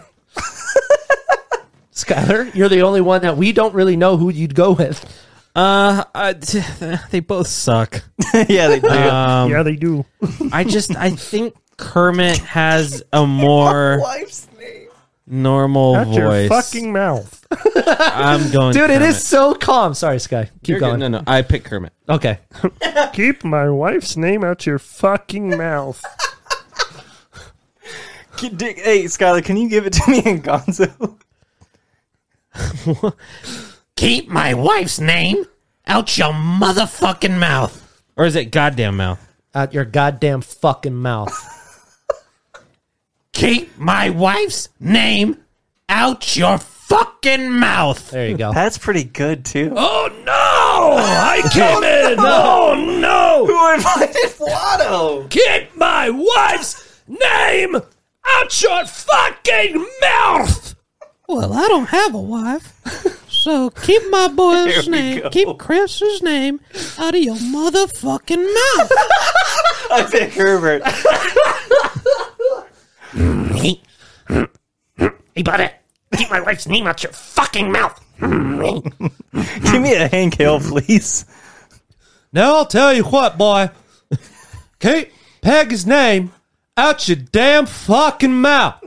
Speaker 3: Skylar, you're the only one that we don't really know who you'd go with.
Speaker 2: Uh, I- t- they both suck.
Speaker 4: yeah, they do.
Speaker 9: yeah, they do.
Speaker 2: I just I think Kermit has a more
Speaker 4: wife's name.
Speaker 2: normal
Speaker 9: Out your
Speaker 2: voice.
Speaker 9: fucking mouth.
Speaker 2: I'm going,
Speaker 3: Dude, it
Speaker 2: Kermit.
Speaker 3: is so calm. Sorry, Sky. Keep
Speaker 2: You're good.
Speaker 3: going.
Speaker 2: No, no, I pick Kermit.
Speaker 3: Okay.
Speaker 9: Keep my wife's name out your fucking mouth.
Speaker 4: Hey, Skylar, can you give it to me in Gonzo?
Speaker 8: Keep my wife's name out your motherfucking mouth.
Speaker 2: Or is it goddamn mouth?
Speaker 3: Out your goddamn fucking mouth.
Speaker 8: Keep my wife's name out your fucking mouth.
Speaker 3: There you go.
Speaker 4: That's pretty good too.
Speaker 8: Oh no! I came in! Oh no!
Speaker 4: Who invited Watto?
Speaker 8: Get my wife's name out your fucking mouth!
Speaker 2: Well, I don't have a wife, so keep my boy's
Speaker 4: There we name- go.
Speaker 2: keep Chris's name out of your motherfucking mouth.
Speaker 4: I picked Herbert.
Speaker 8: Hey, buddy, keep my wife's name out your fucking mouth.
Speaker 4: give me a Hank Hill, please.
Speaker 3: Now I'll tell you what, boy. Keep Peggy's name out your damn fucking mouth.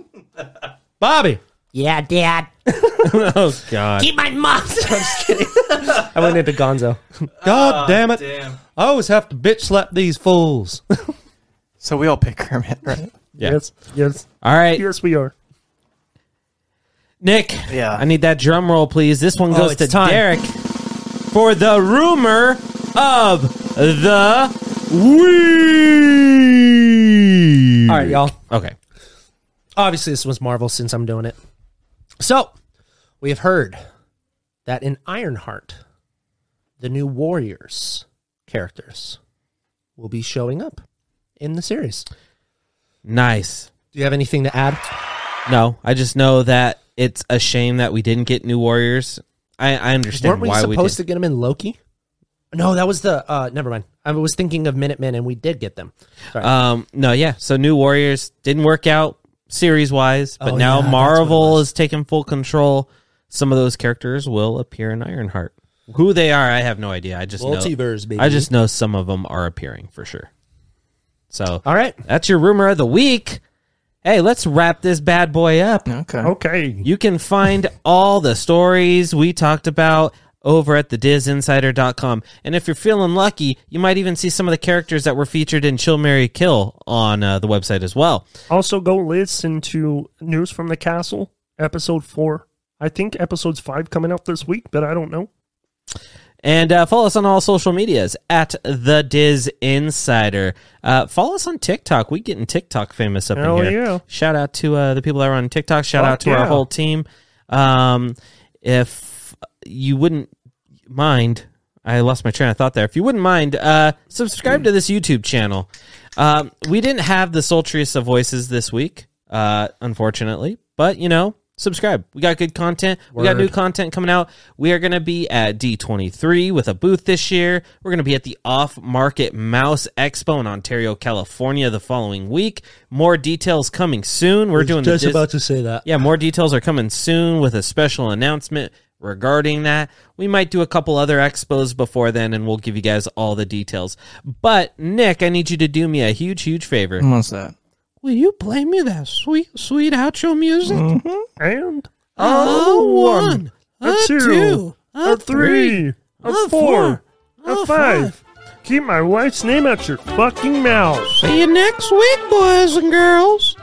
Speaker 3: Bobby.
Speaker 8: Yeah, Dad.
Speaker 2: oh God!
Speaker 8: Keep my mouth.
Speaker 3: I went into Gonzo. God Ah, damn it. I always have to bitch slap these fools.
Speaker 4: So we all pick Kermit, right?
Speaker 2: Yeah.
Speaker 9: Yes, yes,
Speaker 2: All right,
Speaker 9: yes, we are.
Speaker 2: Nick.
Speaker 4: Yeah.
Speaker 2: I need that drum roll, please. This one goes
Speaker 3: Oh, it's
Speaker 2: to
Speaker 3: time.
Speaker 2: Derek for the rumor of the week.
Speaker 3: All right, y'all.
Speaker 2: Okay.
Speaker 3: Obviously, this was Marvel since I'm doing it. So, we have heard that in Ironheart, the new Warriors characters will be showing up in the series.
Speaker 2: Nice.
Speaker 3: Do you have anything to add?
Speaker 2: No, I just know that it's a shame that we didn't get new warriors. I, I understand
Speaker 3: Weren't we
Speaker 2: why we
Speaker 3: supposed
Speaker 2: did.
Speaker 3: to get them in Loki? No, that was the. uh Never mind. I was thinking of Minutemen, and we did get them. Sorry.
Speaker 2: Um, no, yeah. So new warriors didn't work out series wise, but
Speaker 3: Oh,
Speaker 2: now
Speaker 3: yeah, that's what it
Speaker 2: Marvel
Speaker 3: was.
Speaker 2: is taking full control. Some of those characters will appear in Ironheart. Who they are, I have no idea. I just know.
Speaker 3: Multiverse, baby.
Speaker 2: I just know some of them are appearing for sure. So
Speaker 3: All right.
Speaker 2: that's your rumor of the week. Hey, let's wrap this bad boy up.
Speaker 4: Okay.
Speaker 9: Okay.
Speaker 2: You can find all the stories we talked about over at thedizinsider.com. And if you're feeling lucky, you might even see some of the characters that were featured in Chill Mary Kill on uh, the website as well.
Speaker 9: Also, go listen to News from the Castle, episode four. I think episode's five coming out this week, but I don't know.
Speaker 2: And uh, follow us on all social medias at the Diz Insider. Uh, follow us on TikTok. We getting TikTok famous up
Speaker 9: Hell
Speaker 2: in here.
Speaker 9: yeah.
Speaker 2: Shout out to uh, the people that are on TikTok. Shout
Speaker 9: Fuck
Speaker 2: out to our
Speaker 9: yeah.
Speaker 2: whole team. Um, if you wouldn't mind, I lost my train of thought there. If you wouldn't mind, uh, subscribe to this YouTube channel. Um, we didn't have the sultriest of voices this week, uh, unfortunately, but you know subscribe. We got good content. We got new content coming out. We are going to be at D23 with a booth this year. We're going to be at the Off Market Mouse Expo in Ontario, California the following week. More details coming soon. We're doing the Dis-
Speaker 3: to say that.
Speaker 2: uh, yeah, more details are coming soon with a special announcement regarding that. We might do a couple other expos before then and we'll give you guys all the details. But Nick, I need you to do me a huge huge favor.
Speaker 4: What's that?
Speaker 2: Will you play me that sweet sweet outro music?
Speaker 4: Mm.
Speaker 9: And
Speaker 2: A
Speaker 4: Oh,
Speaker 2: one,
Speaker 9: a, two, a three, a, four, a five. Keep my wife's name out your fucking mouth.
Speaker 2: See you next week, boys and girls.